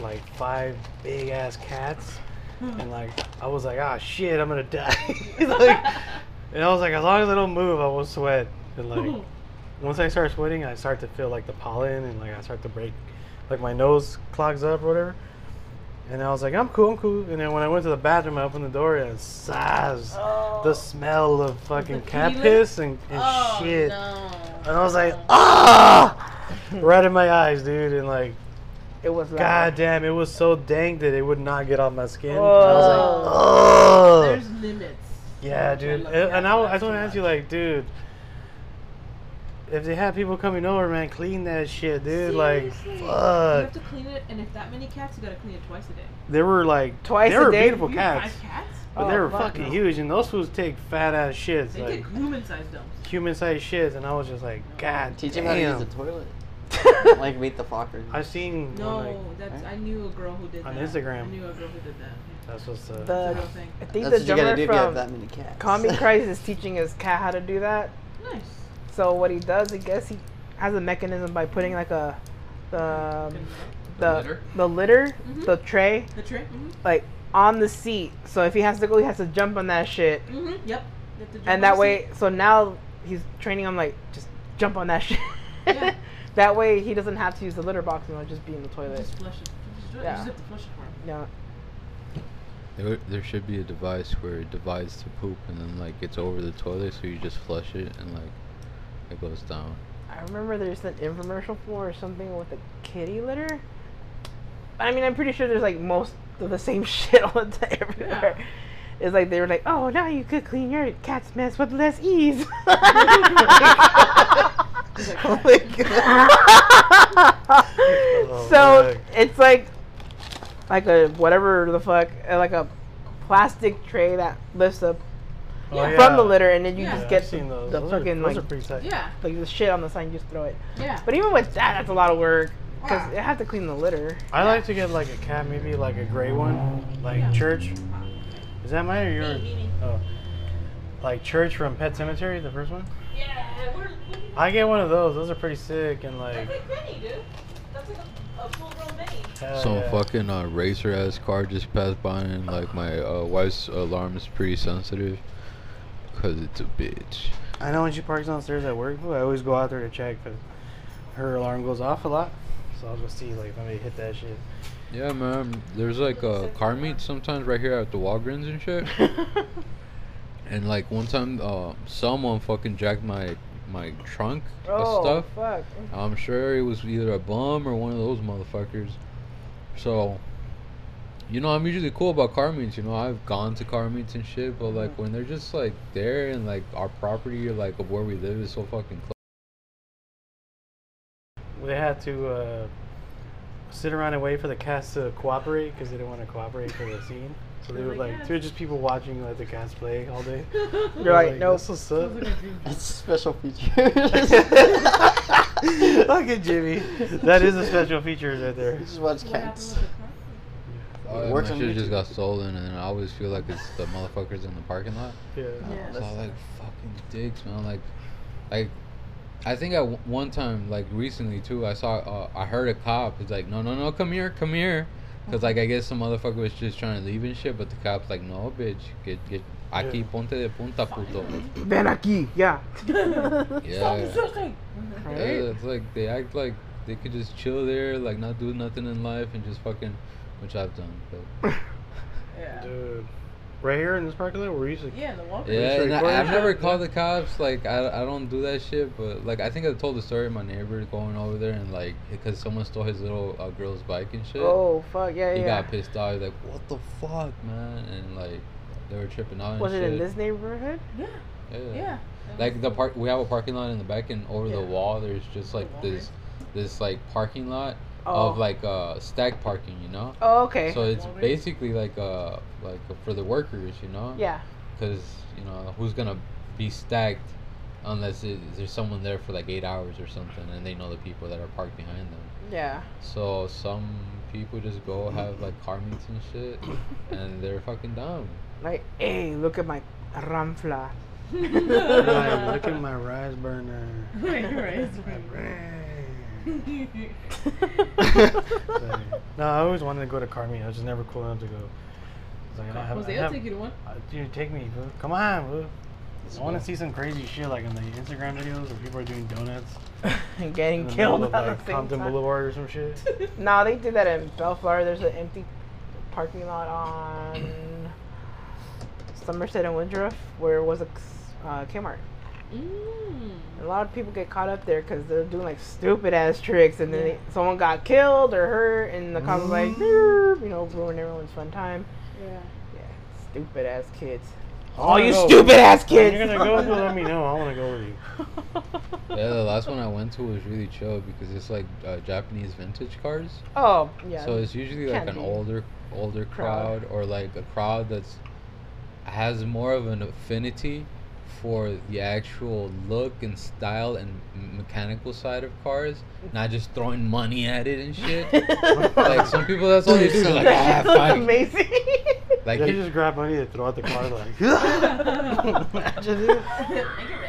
Speaker 1: like five big ass cats,
Speaker 4: Hmm.
Speaker 1: and like I was like, ah shit, I'm gonna die. <laughs> like, and I was like, as long as I don't move, I won't sweat. And
Speaker 2: <laughs>
Speaker 1: like, once I start sweating, I start to feel like the pollen, and like I start to break, like my nose clogs up or whatever. And I was like, I'm cool, I'm cool. And then when I went to the bathroom, I opened the door and sighs the smell of
Speaker 2: <laughs>
Speaker 1: fucking
Speaker 2: The
Speaker 1: cat
Speaker 2: feeling?
Speaker 1: piss and, and
Speaker 2: Oh,
Speaker 1: shit.
Speaker 2: no.
Speaker 1: And I was
Speaker 2: <laughs>
Speaker 1: like, ah, right in my eyes, dude. And like,
Speaker 4: It was loud. <laughs>
Speaker 1: god damn, it was so dank that it would not get off my skin. And
Speaker 2: Whoa.
Speaker 1: I was like,
Speaker 2: There's
Speaker 1: oh,
Speaker 2: limits.
Speaker 1: yeah, dude. And and I, I was gonna ask you, like, dude, if they had people coming over, man, clean that shit, dude. Like,
Speaker 2: Seriously. You
Speaker 1: fuck.
Speaker 2: have to clean it, and if that many cats, you gotta clean it twice a day.
Speaker 1: They were like,
Speaker 4: Twice
Speaker 1: they
Speaker 4: a
Speaker 1: were
Speaker 4: day?
Speaker 1: beautiful
Speaker 2: You have
Speaker 1: cats,
Speaker 2: Five cats?
Speaker 1: but
Speaker 4: Oh,
Speaker 1: they were
Speaker 4: fuck
Speaker 1: fucking
Speaker 4: no.
Speaker 1: huge, and those fools take fat ass shits,
Speaker 2: They
Speaker 1: like
Speaker 2: take human-sized dumps.
Speaker 1: human sized shits, and I was just like, god,
Speaker 5: Teach
Speaker 1: damn.
Speaker 5: him how to use the
Speaker 1: <laughs>
Speaker 5: toilet. like meet the fuckers.
Speaker 1: I've seen
Speaker 2: No,
Speaker 1: one, like,
Speaker 2: that's
Speaker 5: Right?
Speaker 2: I knew a girl who did
Speaker 1: On
Speaker 2: that.
Speaker 1: Instagram.
Speaker 2: I knew a girl who did that.
Speaker 1: that's what's uh,
Speaker 4: The-
Speaker 2: It's a real thing.
Speaker 4: I think
Speaker 5: That's
Speaker 4: the
Speaker 5: what you gotta
Speaker 4: drummer
Speaker 5: do if you have
Speaker 4: from
Speaker 5: that many cats. <laughs>
Speaker 4: Combi Christ is teaching his cat how to do that.
Speaker 2: Nice.
Speaker 4: So what he does, I guess he has a mechanism by putting like a the the
Speaker 3: litter?
Speaker 4: the litter,
Speaker 5: Mm-hmm.
Speaker 2: Mhm.
Speaker 4: the tray
Speaker 2: The trick. Mm-hmm.
Speaker 4: like on the seat. So if he has to go, he has to jump on that shit.
Speaker 2: Mm-hmm. Yep. You have to jump on
Speaker 4: And
Speaker 2: the
Speaker 4: that
Speaker 2: seat.
Speaker 4: way, so now he's training him like just jump on that shit.
Speaker 2: Yeah.
Speaker 4: <laughs> that way he doesn't have to use the litter box and it'll just be in the
Speaker 2: You
Speaker 4: toilet.
Speaker 2: just flush it. You just, do it. You
Speaker 4: Yeah.
Speaker 2: just have to flush it for him.
Speaker 4: Yeah.
Speaker 3: There, there should be a device where it divides the poop and then like it's over the toilet, so you just flush it and like it goes down.
Speaker 4: I remember there's an infomercial for something with a kitty litter. I mean, I'm pretty sure there's like most of the same <laughs> shit all the time everywhere. It's like they were like, oh, now you could clean your cat's mess with less ease. <laughs>
Speaker 5: Oh my god.
Speaker 4: so
Speaker 1: Oh my.
Speaker 4: it's like, like a whatever the fuck, uh, like a plastic tray that lifts up
Speaker 1: oh,
Speaker 2: Yeah.
Speaker 4: from the litter, and then you
Speaker 2: Yeah.
Speaker 4: just
Speaker 1: I've
Speaker 4: get
Speaker 1: seen
Speaker 4: the,
Speaker 1: those.
Speaker 4: the
Speaker 1: those
Speaker 4: fucking
Speaker 1: are,
Speaker 4: like
Speaker 1: those are pretty tight.
Speaker 2: Yeah.
Speaker 4: like the shit on the sign, you just throw it.
Speaker 2: Yeah.
Speaker 4: But even with that, that's a lot of work because
Speaker 2: Yeah.
Speaker 4: I have to clean the litter.
Speaker 1: I like to get like a cat, maybe like a gray one, like
Speaker 2: Yeah.
Speaker 1: church. Is that mine or yours?
Speaker 2: Me, me, me.
Speaker 1: Oh, like church from Pet Cemetery, the first one.
Speaker 2: Yeah. We're, we
Speaker 1: I get one of those. Those are pretty sick and like.
Speaker 2: that's like mini, dude. That's like a, a full-grown mini.
Speaker 1: hell
Speaker 3: Some
Speaker 1: yeah.
Speaker 3: fucking uh, racer ass car just passed by, and like my uh, wife's alarm is pretty sensitive because it's a bitch.
Speaker 1: I know when she parks downstairs at work, I always go out there to check because her alarm goes off a lot. So I'll go see like if somebody hit that shit.
Speaker 3: Yeah, man. There's like uh, car meets sometimes right here at the Walgreens and
Speaker 4: <laughs>
Speaker 3: shit. And like one time, uh, someone fucking jacked my my trunk
Speaker 4: oh,
Speaker 3: of stuff.
Speaker 4: fuck.
Speaker 3: I'm sure it was either a bum or one of those motherfuckers. So, you know, I'm usually cool about car meets. You know, I've gone to car meets and shit, but
Speaker 4: Mm-hmm.
Speaker 3: like when they're just like there and like our property or like of where we live is so fucking close.
Speaker 1: They had to uh, sit around and wait for the cast to cooperate because they didn't want to cooperate for the scene. So they
Speaker 2: They're
Speaker 1: were
Speaker 2: like,
Speaker 1: like,
Speaker 2: "Yeah."
Speaker 1: they were just people watching like the cast play all
Speaker 2: <laughs>
Speaker 1: day.
Speaker 4: You're like, nope.
Speaker 1: This what's up.
Speaker 5: It's
Speaker 1: <laughs>
Speaker 5: special feature. <laughs>
Speaker 1: Look at Jimmy. That is a special feature right there.
Speaker 5: You just watch cats.
Speaker 3: Uh,
Speaker 5: Oh, Works
Speaker 3: my
Speaker 5: on
Speaker 3: shit just
Speaker 5: YouTube.
Speaker 3: got stolen, and then I always feel like it's the motherfuckers in the parking lot.
Speaker 1: Yeah.
Speaker 2: Yeah.
Speaker 3: So like fucking dicks, man. Like, like, I think at w- one time, like recently too, I saw, uh, I heard a cop. He's like, no, no, no, come here, come here, because like I guess some motherfucker was just trying to leave and shit, but the cop's like, no, bitch, get, get, aquí
Speaker 1: Yeah.
Speaker 3: ponte de punta puto.
Speaker 4: Ven aquí, yeah. <laughs>
Speaker 3: Yeah.
Speaker 2: Mm-hmm.
Speaker 3: yeah,
Speaker 4: Right?
Speaker 3: it's like they act like they could just chill there, like not do nothing in life and just fucking, which I've done, but.
Speaker 2: Yeah.
Speaker 1: Dude. Right here in this parking lot, we're usually.
Speaker 2: Yeah, the walk.
Speaker 3: Yeah,
Speaker 1: sure
Speaker 3: and
Speaker 1: you
Speaker 3: I,
Speaker 1: call
Speaker 3: I've
Speaker 1: the
Speaker 3: never
Speaker 1: cops,
Speaker 3: called
Speaker 1: yeah.
Speaker 3: the cops. Like, I, I don't do that shit. But like, I think I told the story of my neighbor going over there and like, because someone stole his little uh, girl's bike and shit.
Speaker 4: Oh, fuck, yeah,
Speaker 3: he
Speaker 4: yeah.
Speaker 3: got pissed off. He's like, "What the fuck, man!" And like, they were tripping out.
Speaker 4: Was it
Speaker 3: and
Speaker 4: in
Speaker 3: shit.
Speaker 4: this neighborhood?
Speaker 2: Yeah.
Speaker 3: Yeah.
Speaker 2: Yeah.
Speaker 3: Like the
Speaker 2: <laughs>
Speaker 3: park, we have a parking lot in the back, and over the
Speaker 2: Yeah.
Speaker 3: wall, there's just like
Speaker 2: wall,
Speaker 3: this, this like parking lot
Speaker 4: Oh.
Speaker 3: of like uh stack parking, you know.
Speaker 4: oh, okay.
Speaker 3: So it's
Speaker 2: Walgreens.
Speaker 3: basically like uh like for the workers, you know
Speaker 4: yeah.
Speaker 3: because you know who's gonna be stacked unless it, there's someone there for like eight hours or something and they know the people that are parked behind them
Speaker 4: Yeah.
Speaker 3: so some people just go have like car meets and shit and they're fucking dumb
Speaker 4: Like, hey, look at my
Speaker 1: <laughs>
Speaker 4: ramfla. <laughs>
Speaker 1: Like, look at my rise burner.
Speaker 2: Right,
Speaker 3: <laughs>
Speaker 2: right.
Speaker 1: So, no, I always wanted to go to Carmi. I was just never cool enough to go. It's Like, I have,
Speaker 2: Jose,
Speaker 1: I
Speaker 2: I'll
Speaker 1: have,
Speaker 2: take you to one.
Speaker 1: uh, dude, take me. Boo. Come on, boo. I want
Speaker 3: go.
Speaker 1: to see some crazy shit like on the Instagram videos where people are doing donuts
Speaker 4: and
Speaker 1: in
Speaker 4: getting
Speaker 1: the
Speaker 4: killed
Speaker 1: middle
Speaker 4: at
Speaker 1: of,
Speaker 4: the
Speaker 1: like
Speaker 4: same
Speaker 1: Compton
Speaker 4: time.
Speaker 1: Boulevard or some shit.
Speaker 4: No, they did that in Bellflower. There's an empty parking lot
Speaker 3: <clears throat>
Speaker 4: on Somerset and Woodruff where it was a uh, Kmart.
Speaker 2: <laughs> Mm.
Speaker 4: A lot of people get caught up there because they're doing like stupid ass tricks, and then they- someone got killed or hurt, and the cops was like,
Speaker 1: Mm-hmm.
Speaker 4: "Nope," you know, ruin everyone's fun time.
Speaker 2: Yeah.
Speaker 4: Yeah, stupid ass kids.
Speaker 1: I
Speaker 4: All
Speaker 1: wanna
Speaker 4: Oh, you
Speaker 1: go.
Speaker 4: stupid ass
Speaker 1: When
Speaker 4: kids.
Speaker 1: You're gonna go? boo, Let me know. I want to go with you.
Speaker 3: yeah the last one i went to was really chill because it's like uh, japanese vintage cars
Speaker 4: Oh yeah. <laughs>
Speaker 3: so it's usually like
Speaker 4: Can
Speaker 3: an
Speaker 4: be.
Speaker 3: older older crowd.
Speaker 4: Crowd.
Speaker 3: or like a crowd that's has more of an affinity for the actual look and style and m- mechanical side of cars not just throwing money at it and
Speaker 4: <laughs>
Speaker 3: shit like some people that's all they do they're like ah,
Speaker 4: That's
Speaker 3: fuck." <laughs>
Speaker 4: amazing.
Speaker 3: like
Speaker 1: yeah,
Speaker 3: it-
Speaker 1: you just grab money and throw out the car like.
Speaker 3: <laughs>
Speaker 1: <laughs>
Speaker 5: <laughs>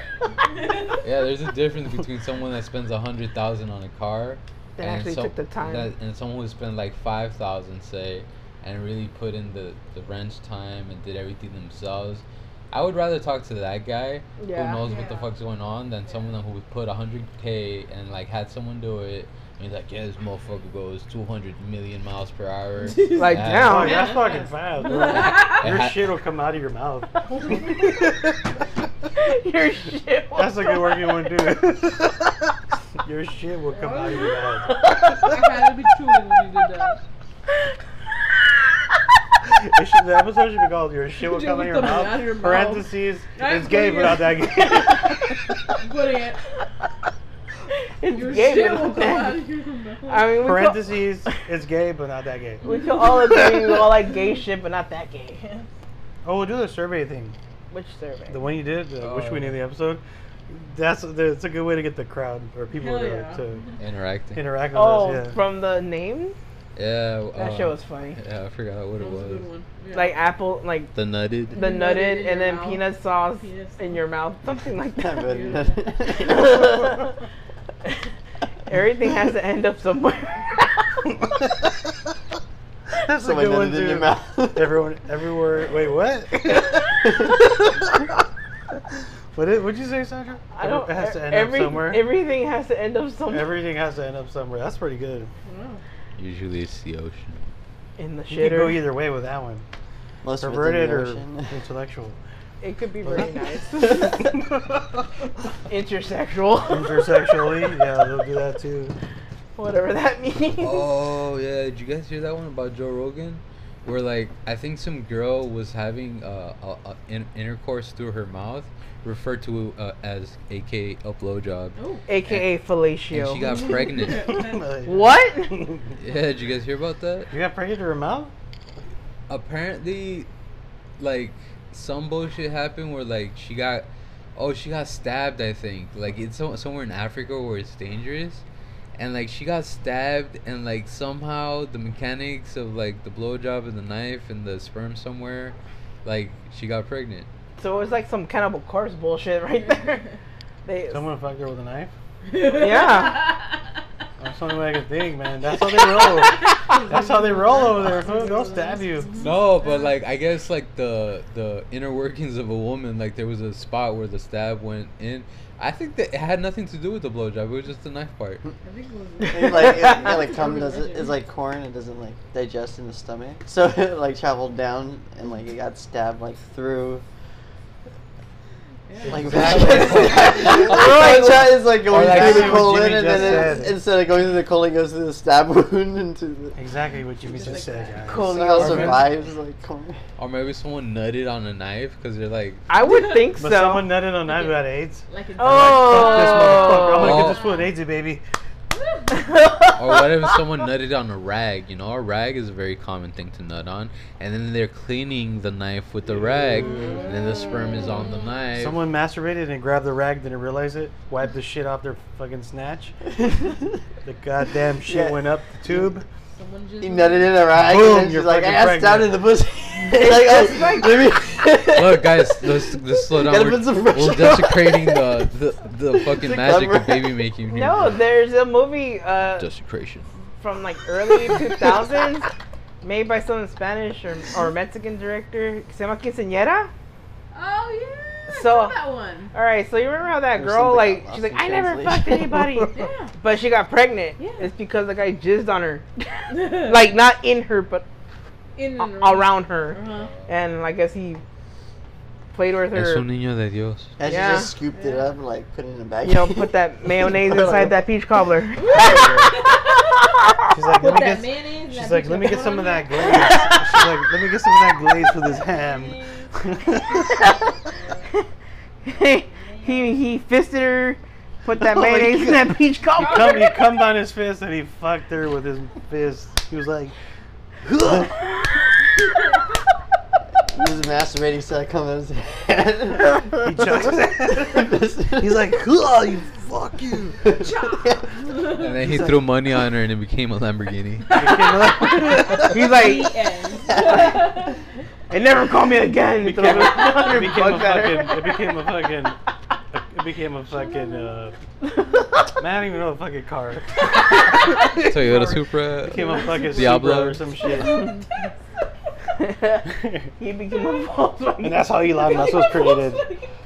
Speaker 3: yeah there's a difference between someone that spends a hundred thousand on a car
Speaker 4: That actually
Speaker 3: some-
Speaker 4: took the time.
Speaker 3: that- and someone who spent like five thousand, say, and really put in the the wrench time and did everything themselves. I would rather talk to that guy
Speaker 4: Yeah.
Speaker 3: who knows what the
Speaker 2: Yeah.
Speaker 3: fuck's going on than someone who put hundred k and like had someone do it. And he's like, yeah, this motherfucker goes two hundred million miles per hour.
Speaker 4: <laughs> Like,
Speaker 3: Yeah.
Speaker 4: damn.
Speaker 1: Oh,
Speaker 4: yeah.
Speaker 1: that's fucking fast.
Speaker 4: <laughs>
Speaker 3: <laughs>
Speaker 1: bro. Your shit will come out of your mouth.
Speaker 4: <laughs> Your shit. was
Speaker 1: That's a good word you want to
Speaker 4: <laughs>
Speaker 1: do. Your shit will come out of your mouth.
Speaker 2: I'd be true when you did that.
Speaker 1: It should, the episode should be called "Your shit will
Speaker 2: Shit
Speaker 1: come out
Speaker 2: will
Speaker 1: of your
Speaker 2: come
Speaker 1: mouth."
Speaker 2: out of your mouth.
Speaker 1: Parentheses.
Speaker 2: I'm
Speaker 1: It's gay, but not
Speaker 2: <laughs>
Speaker 1: that
Speaker 2: <laughs> I'm
Speaker 1: gay.
Speaker 2: putting it.
Speaker 4: It's
Speaker 2: Your
Speaker 4: gay,
Speaker 2: shit
Speaker 4: but
Speaker 2: will
Speaker 4: not
Speaker 2: come
Speaker 4: that.
Speaker 2: out of your mouth.
Speaker 4: I mean, we could,
Speaker 1: Parentheses. It's gay, but not that gay.
Speaker 4: we could all agree we all like gay shit, but not that gay.
Speaker 1: Oh, we'll do the survey thing.
Speaker 4: Which survey?
Speaker 1: The one you did. Uh, wish
Speaker 3: Oh.
Speaker 1: we knew the episode. That's that's a good way to get the crowd or people
Speaker 2: Hell
Speaker 1: to,
Speaker 2: yeah.
Speaker 1: to
Speaker 3: Interacting.
Speaker 1: interact with
Speaker 4: oh,
Speaker 1: us. Yeah.
Speaker 4: from the name?
Speaker 3: yeah. w-
Speaker 4: That
Speaker 3: uh,
Speaker 4: shit was funny.
Speaker 3: Yeah, I forgot what
Speaker 2: That
Speaker 3: it
Speaker 2: was a
Speaker 3: was.
Speaker 2: good one. Yeah.
Speaker 4: Like apple, like
Speaker 3: The nutted.
Speaker 4: the
Speaker 2: Nutted
Speaker 4: nutted,
Speaker 2: in your
Speaker 4: and then
Speaker 2: mouth.
Speaker 4: peanut sauce
Speaker 2: Peanut
Speaker 4: in your mouth, something like
Speaker 5: I
Speaker 4: that.
Speaker 5: read that. <laughs>
Speaker 4: Everything has to end up somewhere.
Speaker 1: That's a
Speaker 5: Someone
Speaker 1: good one
Speaker 5: did it in
Speaker 1: too.
Speaker 5: your
Speaker 1: <laughs>
Speaker 5: mouth.
Speaker 1: Everyone, everywhere. Wait, what? <laughs> What did would you say, Sandra?
Speaker 4: I don't.
Speaker 1: It has to end
Speaker 4: every,
Speaker 1: up somewhere.
Speaker 4: Everything has to end up somewhere.
Speaker 1: Everything has to end up somewhere. That's pretty good.
Speaker 3: Usually it's the ocean.
Speaker 4: in the
Speaker 1: You could go
Speaker 4: shitter.
Speaker 1: either way with that one.
Speaker 5: <laughs> Most of it's in
Speaker 1: Perverted
Speaker 5: the
Speaker 1: or
Speaker 5: <laughs> ocean.
Speaker 1: intellectual.
Speaker 4: It could be very
Speaker 1: <laughs>
Speaker 4: nice. Intersexual.
Speaker 1: <laughs> Intersexually, yeah, they'll do that too.
Speaker 4: Whatever that means.
Speaker 3: Oh yeah, did you guys hear that one about Joe Rogan? Where like I think some girl was having uh, a, a in- intercourse through her mouth, referred to uh, as AKA a blowjob,
Speaker 1: <laughs>
Speaker 2: Oh.
Speaker 4: AKA fellatio.
Speaker 3: and she got
Speaker 2: <laughs>
Speaker 3: pregnant. <laughs>
Speaker 4: What?
Speaker 1: you
Speaker 3: yeah, did you guys hear about that?
Speaker 1: got pregnant through her mouth?
Speaker 3: Apparently, like some bullshit happened where like she got, oh she got stabbed. I think like it's so- somewhere in Africa where it's dangerous. And like she got stabbed, and like somehow the mechanics of like the blowjob and the knife and the sperm somewhere, like she got pregnant.
Speaker 4: So it was like some cannibal corpse bullshit right there. They,
Speaker 1: Someone fucked her with a knife?
Speaker 2: <laughs>
Speaker 4: Yeah.
Speaker 1: That's the only way I can think, man. That's how they roll. That's how they roll over there. fool. They'll stab you.
Speaker 3: No, but like I guess like the the inner workings of a woman, like there was a spot where the stab went in. I think that it had nothing to do with the blowjob. It was just the knife part.
Speaker 2: I think it
Speaker 5: It's <laughs> like, it, yeah, like cum does it, it's like corn. It doesn't like digest in the stomach, <laughs> so it like traveled down and like it got stabbed like through.
Speaker 2: Yeah.
Speaker 5: Like back. <laughs>
Speaker 3: Exactly.
Speaker 5: Bloodshot is like going
Speaker 3: like
Speaker 5: through the
Speaker 1: Jimmy just
Speaker 5: colon, and then
Speaker 1: said.
Speaker 5: it, instead of going through the colon, it goes through the stab wound into the.
Speaker 1: Exactly what Jimmy just
Speaker 2: Just like
Speaker 1: said,
Speaker 2: that.
Speaker 1: guys.
Speaker 5: Colon
Speaker 4: Colon.
Speaker 5: survives like corn.
Speaker 3: Or maybe someone nutted on a knife because they're like,
Speaker 4: I would think so.
Speaker 1: But
Speaker 4: <laughs>
Speaker 1: someone nutted on that about AIDS.
Speaker 2: Like a
Speaker 1: Fuck this motherfucker. I'm gonna
Speaker 3: Oh.
Speaker 1: get this fool an AIDS baby.
Speaker 3: or what if someone nutted on a rag? You know, a rag is a very common thing to nut on, and then they're cleaning the knife with the rag, and then the sperm is on the knife.
Speaker 1: Someone masturbated and grabbed the rag, didn't realize it, wiped the shit off their fucking snatch. The goddamn shit
Speaker 5: Yeah.
Speaker 1: went up the tube.
Speaker 2: Someone just
Speaker 5: He nutted in a rag,
Speaker 1: Boom,
Speaker 5: and then
Speaker 1: you're
Speaker 5: she's like, I
Speaker 1: fucking
Speaker 5: asked down in
Speaker 1: pregnant.
Speaker 5: the pussy. <laughs> It's like, oh, let me.
Speaker 3: Look, guys, let's, let's slow down.
Speaker 5: Gotta
Speaker 3: We're,
Speaker 5: put some
Speaker 3: we're
Speaker 5: pressure on.
Speaker 3: desecrating the, the, the fucking
Speaker 5: The
Speaker 3: magic
Speaker 5: cover.
Speaker 3: of baby making. here.
Speaker 4: no, there's a movie uh,
Speaker 3: desecration.
Speaker 4: from like early <laughs> 2000s made by some Spanish or, or Mexican director. Se llama Quinceañera.
Speaker 2: Oh yeah. I
Speaker 4: So-
Speaker 2: saw that
Speaker 1: <laughs>
Speaker 2: one.
Speaker 4: All right, so you remember how that
Speaker 5: There's
Speaker 4: girl
Speaker 5: something I
Speaker 4: like
Speaker 5: lost
Speaker 4: she's like
Speaker 5: in
Speaker 4: I never
Speaker 5: translation."
Speaker 4: fucked
Speaker 5: <laughs>
Speaker 4: anybody,
Speaker 2: Yeah.
Speaker 4: but she got pregnant.
Speaker 2: Yeah.
Speaker 4: It's because the guy jizzed on her, like not in her but
Speaker 2: in
Speaker 4: a-
Speaker 2: and
Speaker 4: around her,
Speaker 2: Uh-huh.
Speaker 4: and I guess he played with
Speaker 3: Es un
Speaker 4: her.
Speaker 3: niño de Dios.
Speaker 5: And
Speaker 4: Yeah.
Speaker 5: she just scooped it up and like put it in a bag.
Speaker 4: You know, put that
Speaker 3: <laughs>
Speaker 5: <laughs>
Speaker 4: mayonnaise inside that peach cobbler. <laughs>
Speaker 2: <laughs>
Speaker 1: She's like,
Speaker 2: Put
Speaker 1: let me
Speaker 2: that
Speaker 1: get,
Speaker 2: mayonnaise.
Speaker 1: She's
Speaker 2: that
Speaker 1: like,
Speaker 2: bitch
Speaker 1: let me get
Speaker 2: put
Speaker 1: some of
Speaker 2: on
Speaker 1: that
Speaker 2: there."
Speaker 1: glaze. She's like, let me get some of that glaze for this ham.
Speaker 4: he he fisted her,
Speaker 1: <laughs>
Speaker 4: put that
Speaker 5: Oh my
Speaker 4: mayonnaise in
Speaker 5: God.
Speaker 4: that peach
Speaker 1: he,
Speaker 4: cobbler.
Speaker 1: cum, he cummed on his fist and he fucked her with his fist. He was like,
Speaker 5: <laughs> He was masturbating, so I come out his
Speaker 1: <laughs>
Speaker 5: head.
Speaker 1: he choked his
Speaker 5: <laughs>
Speaker 1: ass. He's like, "Huh, you fuck you.
Speaker 2: <laughs>
Speaker 3: And then he threw money on her and it became
Speaker 1: <laughs>
Speaker 3: a Lamborghini.
Speaker 4: He's
Speaker 2: The
Speaker 4: like,
Speaker 2: <laughs> end.
Speaker 4: they never call me
Speaker 1: <laughs>
Speaker 4: again.
Speaker 1: It became, a, it
Speaker 4: Hundred
Speaker 1: became a
Speaker 4: bucks
Speaker 1: fucking.
Speaker 4: at her.
Speaker 1: It became a fucking. It became a fucking. Uh, man, I don't even know a fucking car. It
Speaker 3: Toyota Supra.
Speaker 1: became a fucking Supra
Speaker 3: Diablo.
Speaker 1: or some <laughs> shit.
Speaker 4: <laughs> he became a Volkswagen.
Speaker 1: and that's how Elon Musk was created.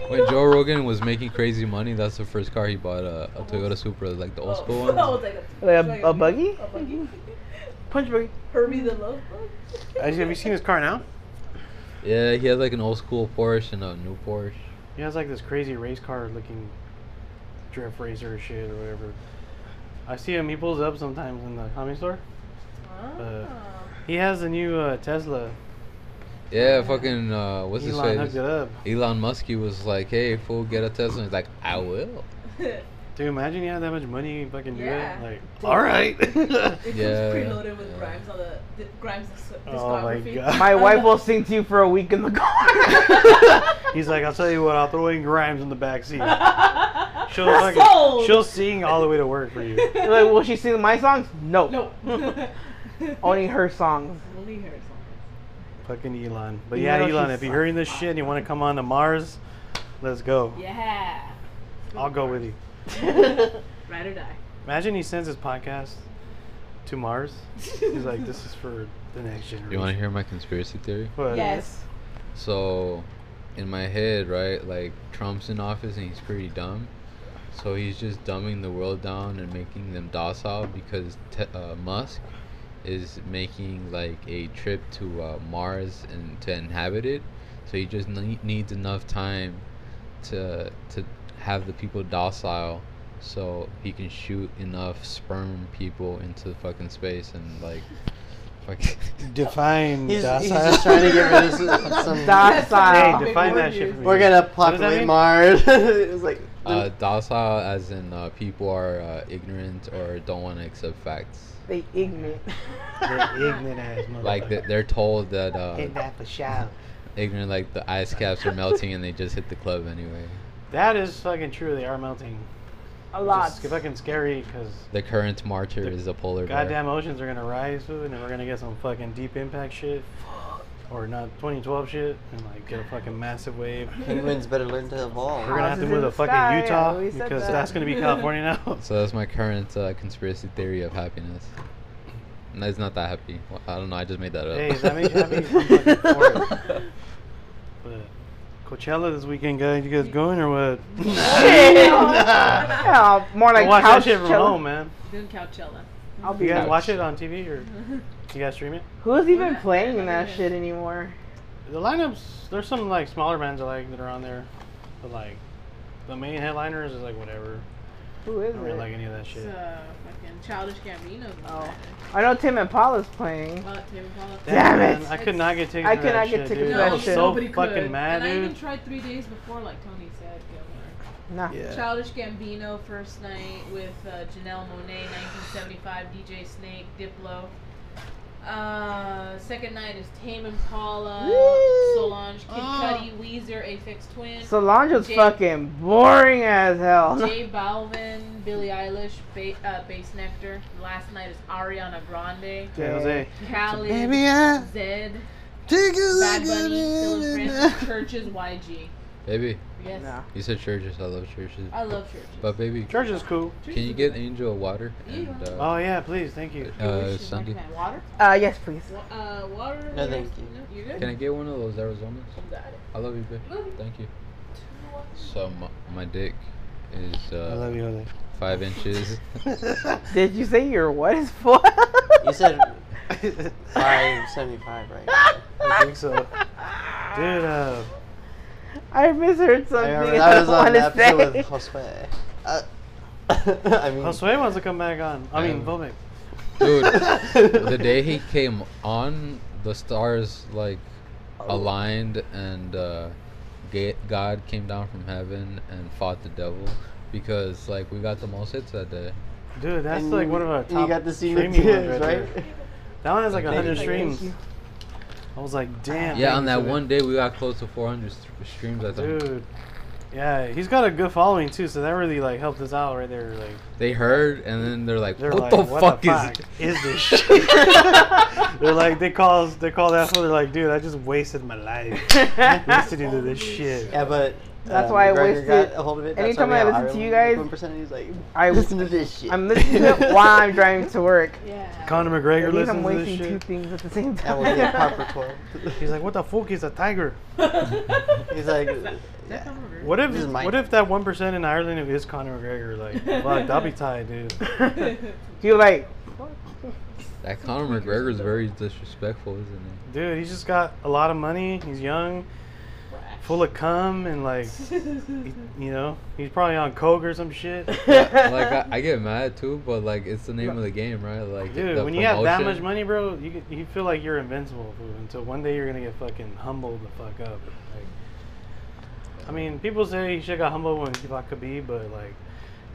Speaker 3: When Joe Rogan was making crazy money, that's the first car he bought uh, a, a Toyota Supra, like the old school
Speaker 2: Oh, <laughs> I
Speaker 3: one.
Speaker 2: was like,
Speaker 4: Like
Speaker 2: like
Speaker 4: a, a buggy?
Speaker 2: a buggy. <laughs>
Speaker 4: Punch buggy.
Speaker 2: Herbie the Love Bug.
Speaker 1: Have you
Speaker 2: <laughs>
Speaker 1: seen his car now?
Speaker 3: Yeah, he had like an old school Porsche and a new Porsche.
Speaker 1: He has like this crazy race car looking drift racer shit or whatever. I see him. He pulls up sometimes in the comic store. Uh.
Speaker 2: Ah.
Speaker 1: He has a new uh, Tesla.
Speaker 3: Yeah, fucking uh, what's his
Speaker 1: Elon hooked
Speaker 3: face?
Speaker 1: it up.
Speaker 3: Elon Musk he was like, "Hey, fool, get a Tesla." He's like, "I will."
Speaker 1: Dude, imagine you had that much money, you can fucking do
Speaker 2: Yeah.
Speaker 1: it. Like, all right. <laughs>
Speaker 2: It
Speaker 3: Yeah,
Speaker 2: comes preloaded with
Speaker 3: yeah.
Speaker 2: Grimes on the, the Grimes dis-
Speaker 1: Oh my
Speaker 2: <laughs> discography.
Speaker 1: God.
Speaker 4: My wife will sing to you for a week in
Speaker 1: <laughs>
Speaker 4: the car.
Speaker 1: He's like, I'll tell you what, I'll throw in Grimes in the back
Speaker 2: <laughs>
Speaker 1: seat. She'll
Speaker 2: Sold.
Speaker 1: fucking, she'll sing all the way to work
Speaker 2: <laughs>
Speaker 1: for you.
Speaker 4: You're like, will she sing my songs? No.
Speaker 2: No.
Speaker 4: <laughs>
Speaker 1: <laughs>
Speaker 4: Only her songs.
Speaker 2: Only her song.
Speaker 1: Fucking Elon. But
Speaker 4: You
Speaker 1: yeah,
Speaker 4: know
Speaker 1: Elon,
Speaker 4: she
Speaker 1: if you're
Speaker 4: sucks.
Speaker 1: hearing this shit and you want to come on to Mars, let's go.
Speaker 2: Yeah.
Speaker 1: I'll go with you.
Speaker 2: <laughs> Ride or die.
Speaker 1: Imagine he sends his podcast to Mars. He's like, this is for the next generation.
Speaker 3: You want to hear my conspiracy theory?
Speaker 1: But
Speaker 2: Yes.
Speaker 3: So, in my head, right? Like Trump's in office and he's pretty dumb. So he's just dumbing the world down and making them docile because te- uh, Musk is making like a trip to uh, Mars and to inhabit it. So he just ne- needs enough time to to have the people docile, so he can shoot enough sperm people into fucking space and like, fucking. <laughs>
Speaker 1: Define
Speaker 5: He's, he's
Speaker 1: docile.
Speaker 5: just trying to get rid
Speaker 1: <laughs>
Speaker 5: of some. some-
Speaker 4: Docile.
Speaker 1: Hey,
Speaker 4: Hey,
Speaker 1: define that shit for me.
Speaker 5: We're gonna
Speaker 1: What does that
Speaker 5: populate
Speaker 1: mean?
Speaker 5: <laughs> Mars. it was like
Speaker 3: Uh, docile, as in uh, people are uh, ignorant or don't want to accept facts.
Speaker 4: They ignorant.
Speaker 1: They're ignorant ass motherfucker.
Speaker 3: Like they- they're told that uh,
Speaker 4: Hit that for shout.
Speaker 3: ignorant, like the ice caps are melting and they just hit the club anyway.
Speaker 1: that is fucking true. They are melting.
Speaker 4: A lot.
Speaker 1: It's
Speaker 4: <laughs>
Speaker 1: fucking scary because
Speaker 3: The current martyr
Speaker 1: The
Speaker 3: is a polar bear.
Speaker 1: goddamn oceans are gonna rise, food, and we're gonna get some fucking deep impact shit, or not 2012 shit, and like get a fucking massive wave.
Speaker 5: penguins better learn to evolve. <laughs>
Speaker 1: We're gonna have to
Speaker 4: Houses
Speaker 1: move
Speaker 4: in
Speaker 1: to
Speaker 4: the
Speaker 1: fucking
Speaker 4: sky, yeah,
Speaker 1: Utah
Speaker 4: we said
Speaker 1: because
Speaker 4: that.
Speaker 1: that's
Speaker 4: <laughs>
Speaker 1: gonna be California now. <laughs>
Speaker 3: So that's my current uh, conspiracy theory of happiness. And it's not that happy. Well, I don't know. I just made that up.
Speaker 1: Hey, if that makes you happy, I'm fucking for it. But Coachella this weekend, guys. You guys going or
Speaker 4: <laughs>
Speaker 1: what?
Speaker 4: Shit. Yeah, more like
Speaker 1: watch that
Speaker 4: couch
Speaker 1: shit from
Speaker 4: chill.
Speaker 1: home, man.
Speaker 2: Doing Couchella.
Speaker 4: I'll be
Speaker 1: You guys
Speaker 3: Couch.
Speaker 1: watch it on TV
Speaker 4: <laughs>
Speaker 1: or you guys stream it?
Speaker 4: Who's even playing that shit anymore?
Speaker 1: The lineups, there's some like smaller bands I like that are on there, but like the main headliners is like whatever.
Speaker 4: Who
Speaker 1: I
Speaker 4: is
Speaker 1: don't really like
Speaker 4: it?
Speaker 1: any of that
Speaker 2: It's
Speaker 1: shit.
Speaker 2: uh, fucking Childish Gambino's.
Speaker 4: Oh. I know Tim and Paula's playing.
Speaker 2: Well, Tim Impala.
Speaker 4: Damn it.
Speaker 1: man, I could not get tickets.
Speaker 4: I
Speaker 1: to
Speaker 4: could
Speaker 1: that
Speaker 4: not get
Speaker 1: shit,
Speaker 4: tickets
Speaker 1: dude.
Speaker 4: to that
Speaker 1: I was
Speaker 4: shit.
Speaker 1: so
Speaker 2: nobody could.
Speaker 1: fucking mad,
Speaker 2: And I even
Speaker 1: dude.
Speaker 2: tried three days before, like Tony said. Gilmore.
Speaker 1: <laughs>
Speaker 4: Nah.
Speaker 1: Yeah.
Speaker 2: Childish Gambino first night with uh, Janelle Monet, 1975, DJ Snake, Diplo. Uh, second night is Tame Impala,
Speaker 4: Woo! Oh.
Speaker 2: Solange, Kid
Speaker 5: Ah.
Speaker 2: Cudi, Weezer, Aphex Twin,
Speaker 4: Solange was
Speaker 2: Jay-
Speaker 4: fucking boring as hell. <laughs>
Speaker 2: Jay Balvin, Billie Eilish, ba- uh, Bass Nectar. Last night is Ariana Grande,
Speaker 1: San Jose.
Speaker 2: Khalid,
Speaker 5: Maybe I
Speaker 2: Zed,
Speaker 5: take a
Speaker 2: Bad
Speaker 5: look
Speaker 2: Bunny, Philip
Speaker 5: <laughs> at
Speaker 2: <laughs> Francis, Churches, YG.
Speaker 3: <laughs> Baby,
Speaker 2: Yes,
Speaker 4: Nah.
Speaker 3: you said churches. I love churches.
Speaker 2: I love Churches.
Speaker 3: But baby,
Speaker 1: Church is cool.
Speaker 3: can you get Angel a water?
Speaker 2: Yeah, you
Speaker 3: And,
Speaker 2: want-
Speaker 3: uh,
Speaker 1: Oh yeah, please, thank you.
Speaker 3: uh, Sunday.
Speaker 2: Water?
Speaker 4: Uh, yes, please.
Speaker 2: Wa- Uh, water?
Speaker 5: No, thank you.
Speaker 2: No, you good?
Speaker 3: Can I get one of those Arizonas?
Speaker 2: You got it.
Speaker 3: I love you, babe. Thank you. So my, my dick is
Speaker 1: I
Speaker 3: uh,
Speaker 1: love you, Jose. <laughs>
Speaker 3: five inches.
Speaker 5: <laughs>
Speaker 4: Did you say your what is for? <laughs>
Speaker 5: You said <laughs> five seventy-five, right?
Speaker 1: I think
Speaker 5: <laughs>
Speaker 1: so,
Speaker 2: Ah.
Speaker 1: dude. Uh,
Speaker 4: I misheard something.
Speaker 5: I,
Speaker 4: I,
Speaker 5: remember I was on
Speaker 4: want
Speaker 5: the episode
Speaker 4: to say.
Speaker 5: with
Speaker 4: <laughs>
Speaker 5: Josue. Uh, <laughs> I mean,
Speaker 1: Jose wants to come back on. I mean,
Speaker 3: Um,
Speaker 1: Vomit. <laughs>
Speaker 3: Dude, the day he came on, the stars like
Speaker 1: Oh.
Speaker 3: aligned, and uh, ga- God came down from heaven and fought the devil because like we got the most hits that day.
Speaker 1: Dude, that's
Speaker 5: And
Speaker 1: like
Speaker 5: you-
Speaker 1: one of our
Speaker 5: and
Speaker 1: top
Speaker 5: you got to see the
Speaker 1: streaming ones
Speaker 5: kids,
Speaker 1: right,
Speaker 5: right?
Speaker 1: there. That one has like
Speaker 5: Thank
Speaker 1: 100
Speaker 5: you.
Speaker 1: streams. I was like, damn.
Speaker 3: Yeah,
Speaker 1: thank
Speaker 3: on
Speaker 1: you
Speaker 3: that
Speaker 1: for
Speaker 3: one day we got close to 400 st- streams. I think
Speaker 1: Dude. Yeah, he's got a good following too, so that really like helped us out right there. Like,
Speaker 3: they heard, and then they're like,
Speaker 1: they're
Speaker 3: "What,
Speaker 1: like,
Speaker 3: the,
Speaker 1: what
Speaker 3: fuck
Speaker 1: the
Speaker 3: is?"
Speaker 1: fuck is this shit? <laughs> they're like, they call us, they call that fool. They're like, dude, I just wasted my
Speaker 3: <laughs>
Speaker 1: life listening to this shit.
Speaker 5: yeah, but
Speaker 4: That's
Speaker 5: uh,
Speaker 4: why I
Speaker 5: McGregor
Speaker 4: wasted-
Speaker 5: Got a hold of it. That's
Speaker 4: anytime
Speaker 5: why we
Speaker 4: I
Speaker 5: have
Speaker 4: listen to you
Speaker 5: Ireland,
Speaker 4: guys,
Speaker 5: like, one percent. He's like,
Speaker 4: I-
Speaker 5: listen to this shit.
Speaker 4: I'm listening to it while I'm driving to
Speaker 1: <laughs>
Speaker 4: work.
Speaker 2: Yeah. <laughs>
Speaker 1: Conor
Speaker 4: At
Speaker 1: McGregor
Speaker 4: least I'm
Speaker 1: listens to this
Speaker 4: wasting two
Speaker 1: shit.
Speaker 4: things at the same
Speaker 5: <laughs> That
Speaker 4: time.
Speaker 5: will be a proper quote.
Speaker 4: <laughs>
Speaker 1: He's like, what the fuck is a tiger?
Speaker 2: <laughs>
Speaker 5: He's like,
Speaker 2: That's
Speaker 5: yeah.
Speaker 2: not rude. <laughs>
Speaker 1: What if
Speaker 5: This is my-
Speaker 1: what if that one percent in Ireland is Conor McGregor? Like, fuck, that'll be tight, dude.
Speaker 4: <laughs> You're like,
Speaker 3: <laughs> That Conor McGregor is very disrespectful, isn't it?
Speaker 1: Dude, he's just got a lot of money. He's young, full of cum, and like, he- you know, he's probably on coke or some shit.
Speaker 3: <laughs> Yeah, like uh, I, I get mad too, but like it's the name of the game, right? Like
Speaker 1: Dude,
Speaker 3: the
Speaker 1: when you have that much
Speaker 3: promotion-
Speaker 1: money, bro, you get- you feel like you're invincible fool, until one day you're gonna get fucking humbled the fuck up. Like, I mean, people say he should got humbled when he fought Khabib, but like,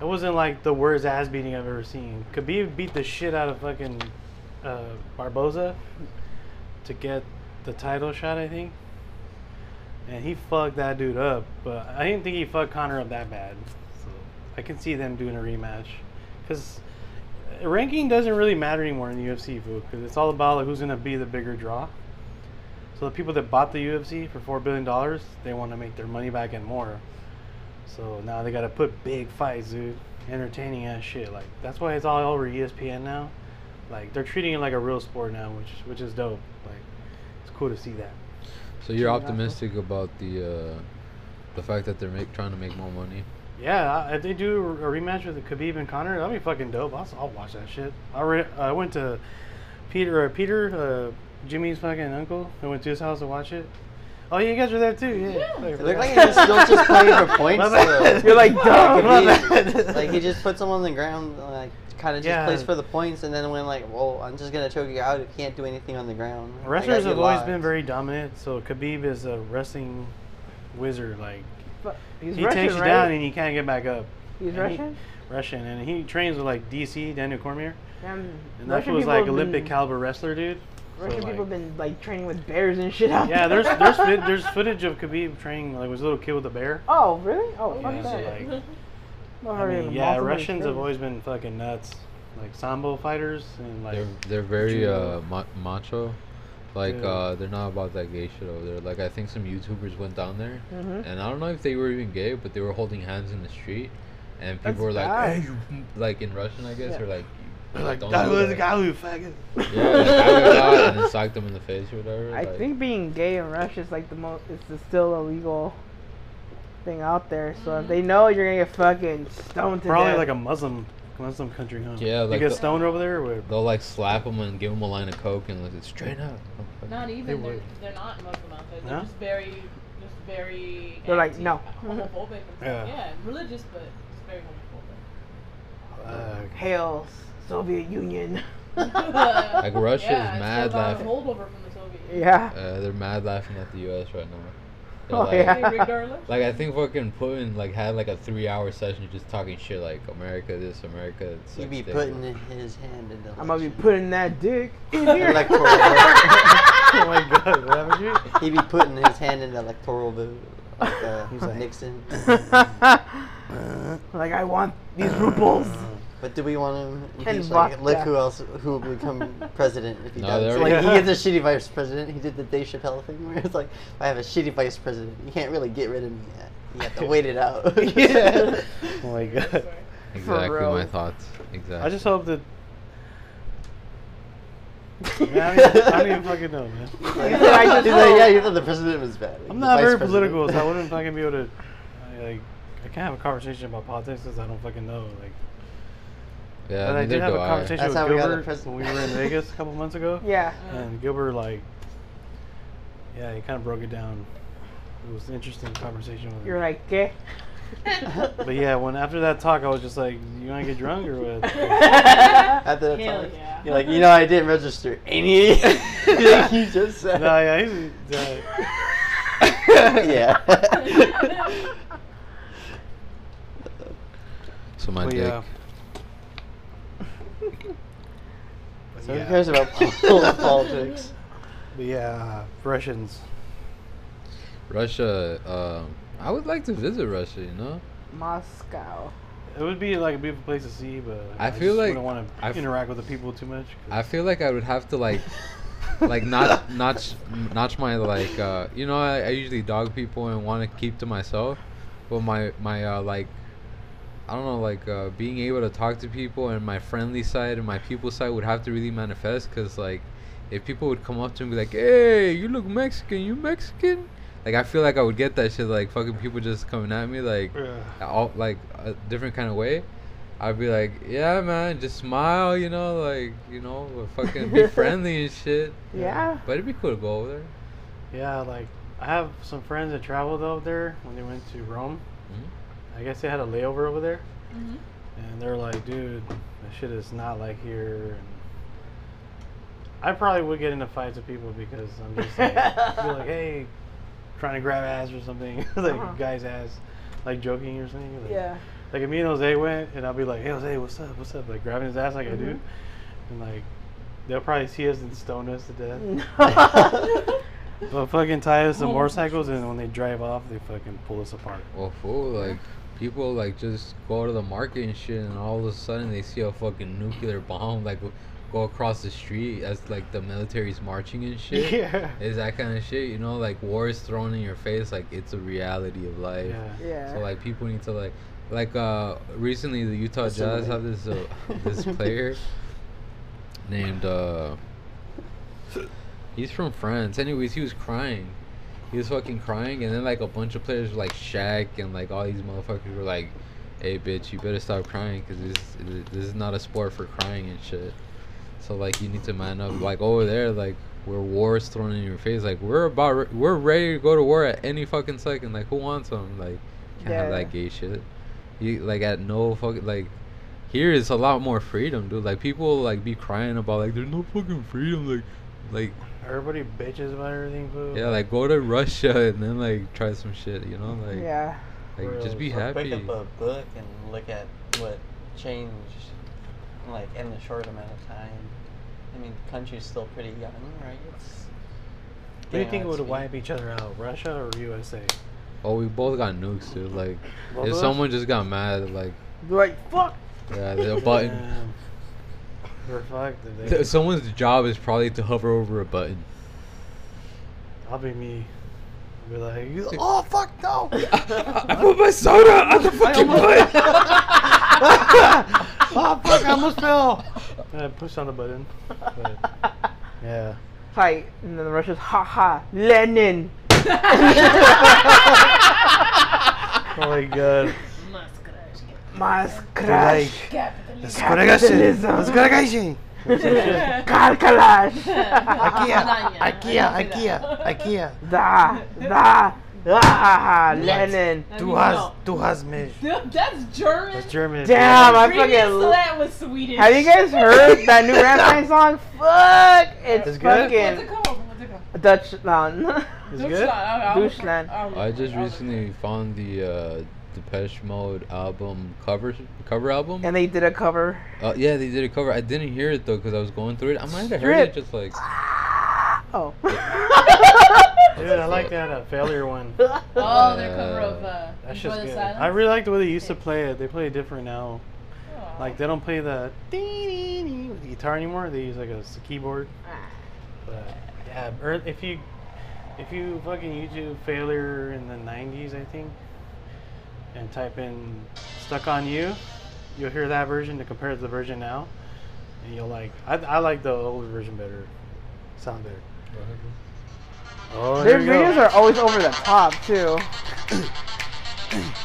Speaker 1: it wasn't like the worst ass beating I've ever seen. Khabib beat the shit out of fucking uh, Barboza to get the title shot, I think. And he fucked that dude up, but I didn't think he fucked Connor up that bad. So I can see them doing a rematch, because ranking doesn't really matter anymore in the UFC, because it's all about like, who's gonna be the bigger draw. So the people that bought the UFC for four billion dollars, they want to make their money back and more. So now they gotta put big fights, dude, entertaining ass shit. Like that's why it's all over E ESPN now. Like they're treating it like a real sport now, which which is dope. Like it's cool to see that.
Speaker 3: So you're
Speaker 5: Cheating
Speaker 3: optimistic about the uh, the fact that they're make, trying to make more money.
Speaker 1: Yeah, I- if they do a rematch with Khabib and Connor, that'd be fucking dope. I'll, I'll watch that shit. I re- I went to Peter uh, Peter uh, Jimmy's fucking uncle. I went to his house to watch it. Oh yeah, you guys were there too. Yeah.
Speaker 2: Yeah.
Speaker 1: Fuck, I
Speaker 5: It looked
Speaker 1: forgot.
Speaker 5: like he was still just playing for points.
Speaker 1: My bad.
Speaker 5: though.
Speaker 4: You're like, duh.
Speaker 1: My
Speaker 5: Like,
Speaker 1: bad.
Speaker 5: like he just puts him on the ground, like kind of just
Speaker 1: Yeah.
Speaker 5: plays for the points, and then when like, well, I'm just gonna choke you out. You can't do anything on the ground. Like,
Speaker 1: Wrestlers
Speaker 5: you
Speaker 1: have always
Speaker 5: lost.
Speaker 1: been very dominant. So Khabib is a wrestling wizard. Like
Speaker 4: But <laughs> He's
Speaker 1: he
Speaker 4: Russian,
Speaker 1: takes you
Speaker 4: right?
Speaker 1: down and he can't get back up.
Speaker 4: He's
Speaker 1: and he-
Speaker 4: Russian.
Speaker 1: Russian, and he trains with like DC Daniel Cormier,
Speaker 4: Damn,
Speaker 1: and that
Speaker 4: Russian
Speaker 1: was
Speaker 4: people
Speaker 1: like
Speaker 4: have
Speaker 1: Olympic
Speaker 4: been-
Speaker 1: caliber wrestler, dude. So,
Speaker 4: Russian
Speaker 1: like-
Speaker 4: people have been like training with bears and shit out
Speaker 1: Yeah,
Speaker 4: there.
Speaker 1: there's there's
Speaker 4: <laughs>
Speaker 1: vid- there's footage of Khabib training like was a little kid with a bear.
Speaker 4: Oh really? Oh fuck
Speaker 1: Yeah, so,
Speaker 4: that.
Speaker 1: like,
Speaker 4: Well,
Speaker 1: I
Speaker 4: hurry
Speaker 1: mean,
Speaker 4: up,
Speaker 1: yeah,
Speaker 4: muscle is
Speaker 1: Russians have
Speaker 4: crazy.
Speaker 1: always been fucking nuts, like sambo fighters and like
Speaker 3: They're they're very
Speaker 1: Judo.
Speaker 3: uh, ma- macho. Like
Speaker 1: Yeah.
Speaker 3: uh, they're not about that gay shit over there. Like I think some YouTubers went down there,
Speaker 1: Hmm.
Speaker 4: Mhm.
Speaker 3: and I don't know if they were even gay, but they were holding hands in the street, and people
Speaker 4: That's
Speaker 3: were like,
Speaker 4: bad.
Speaker 3: "Hey, you m-" like in Russian, I guess,
Speaker 4: Yeah.
Speaker 3: or like,
Speaker 1: like
Speaker 3: "Don't
Speaker 1: that
Speaker 3: do
Speaker 1: was
Speaker 3: that."
Speaker 1: Galu faggot.
Speaker 3: yeah, like, I got out and then socked them in the face or whatever.
Speaker 4: I
Speaker 3: like-
Speaker 4: think being gay in Russia is like the most. It's the still illegal thing out there. So if they know you're gonna get fucking stoned to
Speaker 1: Probably
Speaker 4: death.
Speaker 1: like a Muslim Muslim country, huh?
Speaker 3: Yeah,
Speaker 1: you
Speaker 3: like
Speaker 1: get
Speaker 3: the-
Speaker 1: stoned over there. With,
Speaker 3: They'll like slap them and give them a line of coke and like straight up.
Speaker 2: Not even. They're,
Speaker 1: would.
Speaker 2: they're not Muslim out there. They're
Speaker 1: No?
Speaker 2: just very, just very.
Speaker 4: They're like,
Speaker 2: anti-
Speaker 4: no.
Speaker 2: <laughs> Homophobic. and stuff.
Speaker 1: Yeah.
Speaker 2: yeah, religious, but just very homophobic.
Speaker 1: uh, <laughs>
Speaker 4: hail Soviet Union. <laughs>
Speaker 2: <laughs>
Speaker 3: Like, Russia is
Speaker 2: yeah, it's
Speaker 3: mad
Speaker 2: still got a
Speaker 3: laughing.
Speaker 2: holdover from the Soviet. Union.
Speaker 4: Yeah.
Speaker 3: Uh, they're mad laughing at the U.S. right now.
Speaker 4: <laughs>
Speaker 3: They're
Speaker 4: Oh,
Speaker 3: like,
Speaker 4: yeah.
Speaker 2: Hey, regardless.
Speaker 3: Like I think fucking Putin like had like a three-hour session just talking shit like America this, America. It's
Speaker 5: He'd
Speaker 3: like
Speaker 5: be
Speaker 3: this.
Speaker 5: putting his hand in the.
Speaker 4: I'm gonna be
Speaker 5: election.
Speaker 4: putting that dick
Speaker 3: <laughs>
Speaker 4: in here.
Speaker 5: electoral.
Speaker 4: <laughs>
Speaker 5: vote.
Speaker 1: oh my god, what happened to you?
Speaker 5: He'd be putting his hand in the electoral vote,
Speaker 1: <laughs>
Speaker 5: like uh,
Speaker 1: He's like-
Speaker 5: Nixon.
Speaker 4: <laughs> like I want these rubles.
Speaker 5: But do we want him? you
Speaker 4: And
Speaker 5: think, like,
Speaker 4: vodka.
Speaker 5: look who else who
Speaker 4: <laughs>
Speaker 5: will become president if he
Speaker 3: No,
Speaker 5: does.
Speaker 3: there-
Speaker 5: Like
Speaker 1: Yeah.
Speaker 5: he gets a shitty vice president. He did the Dave Chappelle thing where it's like, I have a shitty vice president. You can't really get rid of me yet. You have to wait it out.
Speaker 4: <laughs>
Speaker 5: <laughs>
Speaker 4: Yeah.
Speaker 1: Oh my god.
Speaker 2: Sorry.
Speaker 3: Exactly
Speaker 4: real.
Speaker 3: my thoughts. Exactly.
Speaker 1: I just hope that <laughs> yeah, I, don't even, I don't even
Speaker 4: <laughs>
Speaker 1: fucking know,
Speaker 5: <laughs>
Speaker 1: man.
Speaker 5: Like,
Speaker 4: He's like, "I just
Speaker 5: he's like, yeah,
Speaker 4: hope."
Speaker 5: you thought the president was bad.
Speaker 1: I'm
Speaker 5: The
Speaker 1: not
Speaker 5: vice
Speaker 1: very
Speaker 5: president."
Speaker 1: political, so I
Speaker 5: <laughs>
Speaker 1: wouldn't fucking be able to. I, like, I can't have a conversation about politics because I don't fucking know. Like,
Speaker 3: yeah.
Speaker 1: but I
Speaker 3: neither
Speaker 1: did have
Speaker 3: do
Speaker 1: a
Speaker 3: I.
Speaker 1: conversation
Speaker 5: That's how
Speaker 1: with
Speaker 5: we got the
Speaker 1: Gilbert
Speaker 5: pres-
Speaker 1: when we were in Vegas a couple months
Speaker 5: <laughs>
Speaker 1: ago,
Speaker 4: Yeah.
Speaker 1: and Gilbert like, yeah, he kind of broke it down. It was an interesting conversation with him.
Speaker 4: You're like, eh.
Speaker 1: But yeah, when after that talk, I was just like, "You want to get drunk or
Speaker 4: <laughs>
Speaker 1: what?"
Speaker 5: At the
Speaker 2: Hell
Speaker 5: time,
Speaker 2: yeah.
Speaker 5: you're like, you know, I didn't register any.
Speaker 4: <laughs>
Speaker 5: <laughs> like you just said. <laughs>
Speaker 1: no, yeah, he's, uh,
Speaker 4: <laughs>
Speaker 5: yeah.
Speaker 3: So my
Speaker 1: but
Speaker 3: dick.
Speaker 1: yeah.
Speaker 3: <laughs>
Speaker 5: So
Speaker 1: Yeah.
Speaker 5: who cares about pol- <laughs> politics?
Speaker 1: But yeah, Russians.
Speaker 3: Russia. Um, I would like to visit Russia. You know.
Speaker 4: <laughs> Moscow.
Speaker 1: It would be like a beautiful place to see, but
Speaker 3: I feel
Speaker 1: just
Speaker 3: like
Speaker 1: wouldn't want to
Speaker 3: I've-
Speaker 1: interact with the people too much.
Speaker 3: I feel like I would have to like, like notch notch notch my like. Uh, you know, I, I usually dog people and want to keep to myself, but my my uh, like. I don't know, like uh, being able to talk to people and my friendly side and my people side would have to really manifest because, like, if people would come up to me and be like, "Hey, you look Mexican, you Mexican," like I feel like I would get that shit. Like fucking people just coming at me, like,
Speaker 1: Yeah.
Speaker 3: all like a different kind of way, I'd be like, yeah, man, just smile, you know, like you know, or fucking
Speaker 1: <laughs>
Speaker 3: be friendly and shit.
Speaker 4: Yeah.
Speaker 3: But it'd be cool to go over there.
Speaker 1: Yeah, like I have some friends that traveled over there when they went to Rome. I guess they had a layover over there,
Speaker 4: Mm-hmm.
Speaker 2: Mhm.
Speaker 1: and they're like, "Dude, that shit is not like here." And I probably would get into fights with people because I'm just like, be
Speaker 4: <laughs>
Speaker 1: like, "Hey, trying to grab ass or something," <laughs> like
Speaker 4: Uh-huh.
Speaker 1: guy's ass, like joking or something. Like,
Speaker 4: Yeah.
Speaker 1: Like if me and Jose went, and I'll be like, "Hey Jose, what's up? What's up?" Like grabbing his ass like I do,
Speaker 4: Mhm.
Speaker 1: and like they'll probably see us and stone us to death.
Speaker 4: yeah. <laughs>
Speaker 1: They'll fucking tie us to
Speaker 2: Oh.
Speaker 1: motorcycles, and when they drive off, they fucking pull us apart.
Speaker 3: Well, fool, like people like just go to the market and shit, and all of a sudden they see a fucking nuclear bomb like go across the street as like the military's marching and
Speaker 1: <laughs>
Speaker 3: shit.
Speaker 1: Yeah.
Speaker 3: It's that kind of shit, you know, like war is thrown in your face, like it's a reality of life.
Speaker 1: Yeah.
Speaker 3: So like people need to like like uh recently the Utah Jazz
Speaker 5: Assimilate.
Speaker 3: have this uh, this player named uh he's from France. Anyways, he was crying he was fucking crying, and then like a bunch of players like Shaq and like all these motherfuckers were like, "Hey, bitch, you better stop crying, cause this this is not a sport for crying and shit." So like you need to man up. Like over there, like where war is thrown in your face, like we're about re- we're ready to go to war at any fucking second. Like who wants them? Like can't
Speaker 4: Yeah.
Speaker 3: have that gay shit. You like at no fucking like. Here is a lot more freedom, dude. Like people like be crying about like there's no fucking freedom. Like, like
Speaker 1: Everybody bitches about everything, fool.
Speaker 3: yeah, like go to Russia and then like try some shit, you know, like,
Speaker 4: yeah.
Speaker 3: like just be
Speaker 5: Or
Speaker 3: happy.
Speaker 5: Pick up a book and look at what changed, like in a short amount of time. I mean, the country's still pretty young, right? It's
Speaker 1: What do you
Speaker 5: getting
Speaker 1: think
Speaker 5: on
Speaker 1: would
Speaker 5: its <laughs>
Speaker 1: wipe
Speaker 5: feet.
Speaker 1: each other out, Russia or USA?
Speaker 3: Oh, we both got nukes, dude. Like,
Speaker 1: Both of
Speaker 3: if
Speaker 1: us?
Speaker 3: someone just got mad, like,
Speaker 4: Like <laughs> fuck.
Speaker 3: yeah, the button. <laughs>
Speaker 1: Damn. We're fucked. if they-
Speaker 3: th- Someone's job is probably to hover over a button.
Speaker 1: I'll be me. I'll be like, "You-
Speaker 5: Oh fuck
Speaker 3: <laughs>
Speaker 5: no!
Speaker 3: <laughs> I put my soda on the
Speaker 1: <laughs>
Speaker 3: fucking button.
Speaker 1: <laughs> oh fuck, I almost fell. <laughs> And I pushed on the button. But, yeah.
Speaker 4: Like and then the Russians, ha ha, <laughs> Lenin.
Speaker 1: Oh my god.
Speaker 4: Maskrash. Capitalism. <laughs>
Speaker 1: Maskaragashi.
Speaker 4: Karkalash.
Speaker 2: Ikea,
Speaker 5: IKEA, IKEA, IKEA.
Speaker 4: <laughs> Da, da, da, ha, Lenin.
Speaker 2: Du
Speaker 5: du hast <laughs> mich.
Speaker 2: That's German.
Speaker 1: That's German.
Speaker 4: Damn, I
Speaker 2: Previous
Speaker 4: fucking.
Speaker 2: to that was Swedish.
Speaker 4: Have you guys heard that new Rammstein song? Fuck! It's,
Speaker 1: <laughs> It's good?
Speaker 4: fucking
Speaker 2: What's it called? What's it called?
Speaker 4: Dutch um, Deutschland.
Speaker 1: It's good?
Speaker 4: Deutschland.
Speaker 3: <laughs> I just recently found the uh, Depeche Mode album cover cover
Speaker 4: <laughs>
Speaker 3: album.
Speaker 4: and they did a cover.
Speaker 3: Uh, yeah, they did a cover. I didn't hear it though because I was going through it. I might have
Speaker 4: Strip.
Speaker 3: heard it just like.
Speaker 4: Oh.
Speaker 1: <laughs>
Speaker 4: <laughs>
Speaker 1: Dude, I like that uh, failure one.
Speaker 2: Oh, their cover of uh,
Speaker 1: That's
Speaker 2: Enjoy
Speaker 1: just
Speaker 2: the
Speaker 1: good.
Speaker 2: Silence.
Speaker 1: I really like the way they used to play it. They play it different now.
Speaker 2: Aw.
Speaker 1: Like they don't play the dee-dee-dee with the guitar anymore. They use like a s- keyboard. But yeah, or if you if you fucking YouTube failure in the '90s, I think, and type in "stuck on you," you'll hear that version to compare to the version now, and you'll like. I, I like the old version better. Sound better. Oh, there
Speaker 4: Their
Speaker 1: you go.
Speaker 4: videos are always over the top too.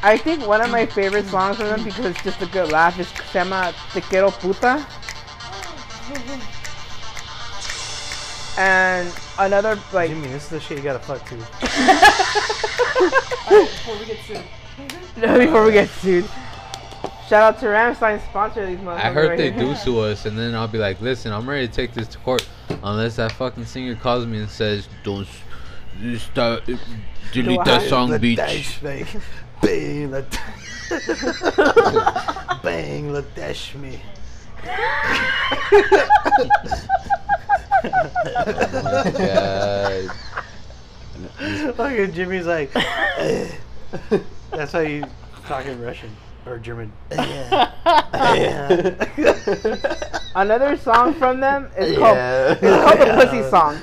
Speaker 4: I think one of my favorite songs from them because it's just a good laugh is Tema Te
Speaker 1: <laughs>
Speaker 4: Quiero Puta. And another like
Speaker 1: Jimmy, this is the shit you gotta fuck to.
Speaker 2: Before we get sued.
Speaker 4: <laughs> before we get sued. Shout out to Ramstein sponsor these motherfuckers.
Speaker 3: I heard
Speaker 4: right
Speaker 3: they
Speaker 4: here.
Speaker 3: do sue us, and then I'll be like, listen, I'm ready to take this to court, unless that fucking singer calls me and says, don't, s- s- stop, delete that
Speaker 4: I-
Speaker 3: song,
Speaker 1: Let that
Speaker 3: bitch. <laughs>
Speaker 1: shake. Bang, let Bang, let that shme.
Speaker 3: God.
Speaker 1: Look at Jimmy's like. "Eh." That's how you talk in Russian or German.
Speaker 4: <laughs> Another song from them is called it's called the Pussy Song.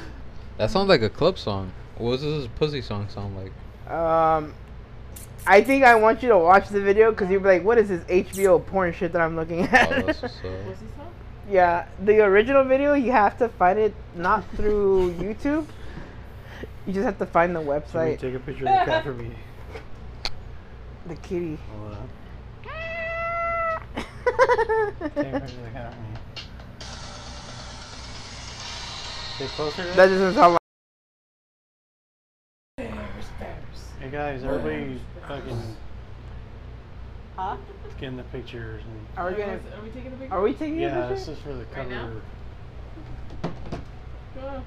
Speaker 3: That sounds like a club song. What does this pussy song
Speaker 1: <laughs>
Speaker 3: sound like?
Speaker 4: Um, I think I want you to watch the video because you'll be like, "What is this HBO porn shit that I'm looking at?"
Speaker 3: Oh, that's what's up.
Speaker 2: What's this song?
Speaker 4: <laughs> yeah, the original video you have to find it not through <laughs> YouTube. You just have to find the
Speaker 1: Jimmy,
Speaker 4: website.
Speaker 1: take a picture of the cat for me.
Speaker 4: The kitty.
Speaker 1: Hold on. Take a
Speaker 4: that
Speaker 1: picture of the cat for me. Stay closer. To it.
Speaker 4: doesn't sound
Speaker 1: Hey guys, everybody, fucking
Speaker 4: like. Huh?
Speaker 1: get in the pictures. And,
Speaker 4: Are we gonna?
Speaker 2: Are we taking a picture?
Speaker 4: Are we taking
Speaker 1: yeah,
Speaker 4: a
Speaker 1: this
Speaker 4: picture?
Speaker 1: is for the
Speaker 2: Right now?
Speaker 1: cover.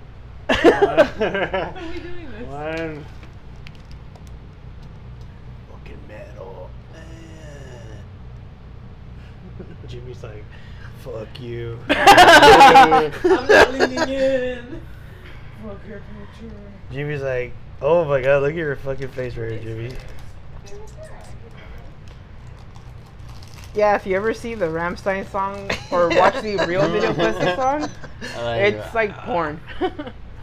Speaker 2: Oh, <laughs> why are we
Speaker 1: One.
Speaker 2: doing this?
Speaker 1: Fucking metal. Jimmy's like, fuck you. <laughs>
Speaker 2: I'm not leaning in. Fuck your picture.
Speaker 1: Jimmy's like, oh my god, look at your fucking face right here, Jimmy.
Speaker 4: yeah, if you ever see the Ramstein song or watch the real
Speaker 1: <laughs>
Speaker 4: video Pussy Song, it's like porn.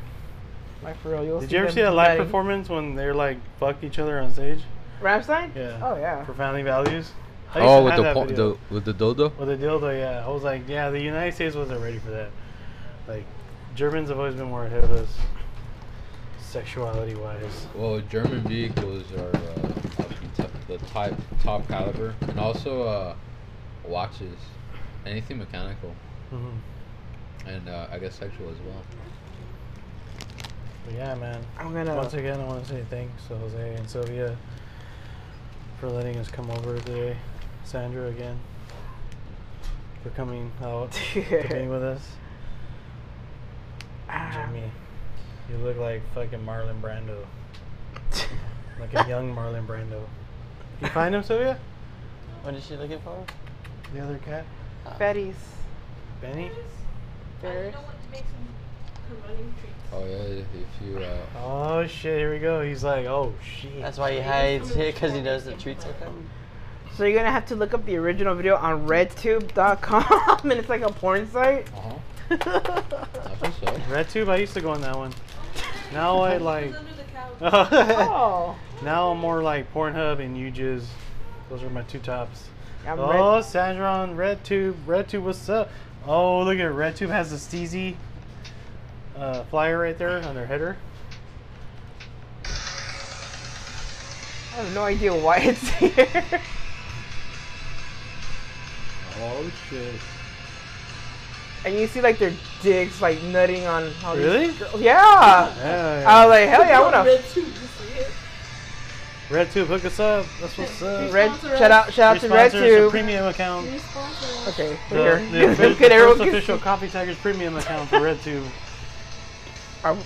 Speaker 4: <laughs> like for real, you'll
Speaker 1: Did you ever see that live performance when they're like fucked each other on stage?
Speaker 4: Ramstein?
Speaker 1: Yeah.
Speaker 4: Oh yeah.
Speaker 1: For Family Values? I used to
Speaker 3: Oh, with
Speaker 1: have
Speaker 3: the,
Speaker 1: that
Speaker 3: po-
Speaker 1: video.
Speaker 3: the with the dildo.
Speaker 1: With the dildo, yeah. I was like, yeah, the United States wasn't ready for that. Like, Germans have always been more ahead of us. sexuality wise.
Speaker 3: Well, German vehicles are uh, of the t- the type top caliber, and also uh, watches, anything mechanical,
Speaker 1: hmm
Speaker 3: and uh, I guess sexual as well.
Speaker 1: But yeah, man.
Speaker 4: I'm gonna.
Speaker 1: Once again, I want to say thanks to Jose and Sylvia for letting us come over today. Sandra again for coming
Speaker 4: <laughs>
Speaker 1: out for being with us.
Speaker 4: Ah, <laughs>
Speaker 1: Jimmy, you look like fucking Marlon Brando, like a young
Speaker 4: <laughs>
Speaker 1: Marlon Brando. You find him, Sylvia?
Speaker 5: What is she looking for?
Speaker 1: The other cat,
Speaker 4: Betty's.
Speaker 1: Benny.
Speaker 2: I
Speaker 4: Bears.
Speaker 2: know what to make some running treats.
Speaker 3: Oh yeah, if you uh,
Speaker 1: Oh shit! Here we go. He's like, oh shit.
Speaker 5: That's why he hides here because he knows the treats are coming.
Speaker 4: So you're gonna have to look up the original video on RedTube.com, <laughs> and it's like a porn site. <laughs>
Speaker 3: uh huh, I
Speaker 4: oh.
Speaker 3: think so.
Speaker 1: RedTube. I used to go on that one. Now
Speaker 4: <laughs>
Speaker 1: I like. <laughs>
Speaker 2: It's under the couch.
Speaker 4: Oh.
Speaker 1: now I'm more like Pornhub and UJiz. Those are my two tops.
Speaker 4: I'm
Speaker 1: Oh, Sandra on RedTube. RedTube, what's up? Oh, look at it. RedTube has the steezy uh, flyer right there on their header.
Speaker 4: I have no idea why it's here.
Speaker 3: Oh shit.
Speaker 4: and you see like their dicks like nutting on all these
Speaker 1: Really?
Speaker 4: girls. Yeah. I
Speaker 1: Yeah.
Speaker 4: was Oh, like, hell yeah, I wanna.
Speaker 2: Red tube, you see it?
Speaker 1: RedTube, hook us up. That's what's up.
Speaker 4: Red.
Speaker 2: Sponsor
Speaker 4: Shout
Speaker 2: us.
Speaker 4: out, shout out to
Speaker 1: Your sponsor is a
Speaker 4: RedTube.
Speaker 1: premium account.
Speaker 2: Your sponsor.
Speaker 4: Okay,
Speaker 1: The,
Speaker 4: we're
Speaker 1: the
Speaker 4: here.
Speaker 1: official,
Speaker 4: <laughs> Good,
Speaker 1: first
Speaker 4: everyone can
Speaker 1: official Coffee Tigers premium account for RedTube.
Speaker 4: Are-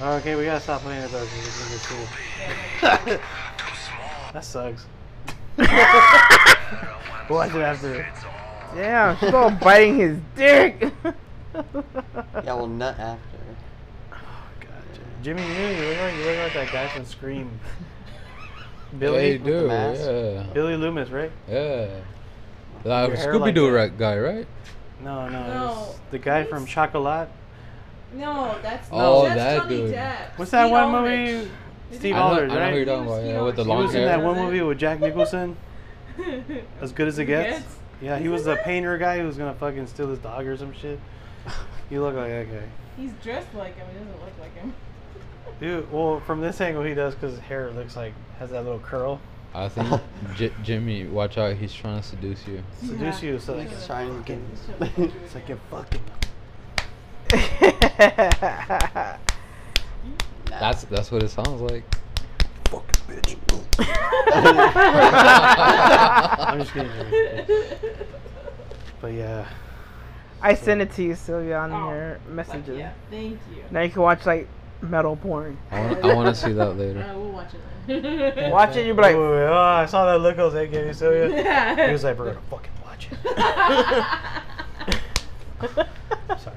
Speaker 1: Okay, we gotta stop playing with those. This is cool.
Speaker 3: <laughs>
Speaker 1: that sucks. <laughs> We'll watch it after.
Speaker 4: <laughs> Damn, she's all biting his dick. <laughs>
Speaker 3: <laughs>
Speaker 5: Y'all will nut after.
Speaker 1: Jimmy, you, you look like you look like that guy from
Speaker 3: <laughs>
Speaker 1: Scream.
Speaker 3: yeah,
Speaker 1: Billy,
Speaker 3: you do,
Speaker 5: mask?
Speaker 3: yeah,
Speaker 1: Billy Loomis, right?
Speaker 3: yeah. Like
Speaker 1: Your hair
Speaker 3: Scooby Doo
Speaker 1: like
Speaker 3: right guy, right?
Speaker 1: No, no,
Speaker 2: No.
Speaker 1: it's the guy from Chocolat.
Speaker 2: No, that's
Speaker 3: Oh,
Speaker 2: no, that's
Speaker 3: that
Speaker 2: Johnny
Speaker 3: dude.
Speaker 2: Depp.
Speaker 1: What's that
Speaker 2: Sweet
Speaker 1: one
Speaker 2: Orange.
Speaker 1: movie?
Speaker 2: Did
Speaker 1: Steve
Speaker 2: you-
Speaker 3: I know,
Speaker 1: Aldridge,
Speaker 3: I know who you're
Speaker 1: right?
Speaker 3: talking
Speaker 2: He was
Speaker 3: about, yeah,
Speaker 2: Skeet
Speaker 3: with the
Speaker 2: Ulrich.
Speaker 1: He
Speaker 3: long
Speaker 1: was in that
Speaker 3: hair.
Speaker 1: one movie with Jack <laughs> Nicholson, As Good as It Gets.
Speaker 2: Gets.
Speaker 1: Yeah, he
Speaker 2: He's
Speaker 1: was
Speaker 2: in
Speaker 1: the
Speaker 2: that?
Speaker 1: painter guy who was gonna fucking steal his dog or some shit. You look like that guy.
Speaker 2: He's dressed like him. He doesn't look like him.
Speaker 1: Dude, well, from this angle he does because his hair looks like has that little curl. <laughs>
Speaker 3: I think J- Jimmy, watch out, he's trying to seduce you.
Speaker 1: Seduce you, so like,
Speaker 5: Like a trying to <laughs>
Speaker 1: it's like you fucking.
Speaker 3: That's that's what it sounds like.
Speaker 1: <laughs> <laughs> I'm just kidding. Jimmy. But yeah,
Speaker 4: I sent it to you, Sylvia, on
Speaker 2: Oh,
Speaker 4: your
Speaker 2: Fuck
Speaker 4: messages.
Speaker 2: <laughs> yeah. Thank you.
Speaker 4: Now you can watch like metal porn.
Speaker 3: I want I want to
Speaker 4: <laughs>
Speaker 3: see that later.
Speaker 2: Uh, we'll watch it later. <laughs>
Speaker 4: Watch it, you'll be like,
Speaker 1: Wait, wait, wait, oh, I saw that look Jose gave you, Sylvia.
Speaker 2: Yeah.
Speaker 1: He was
Speaker 2: <laughs>
Speaker 1: like, <laughs> Oh we're gonna fucking watch it. Sorry.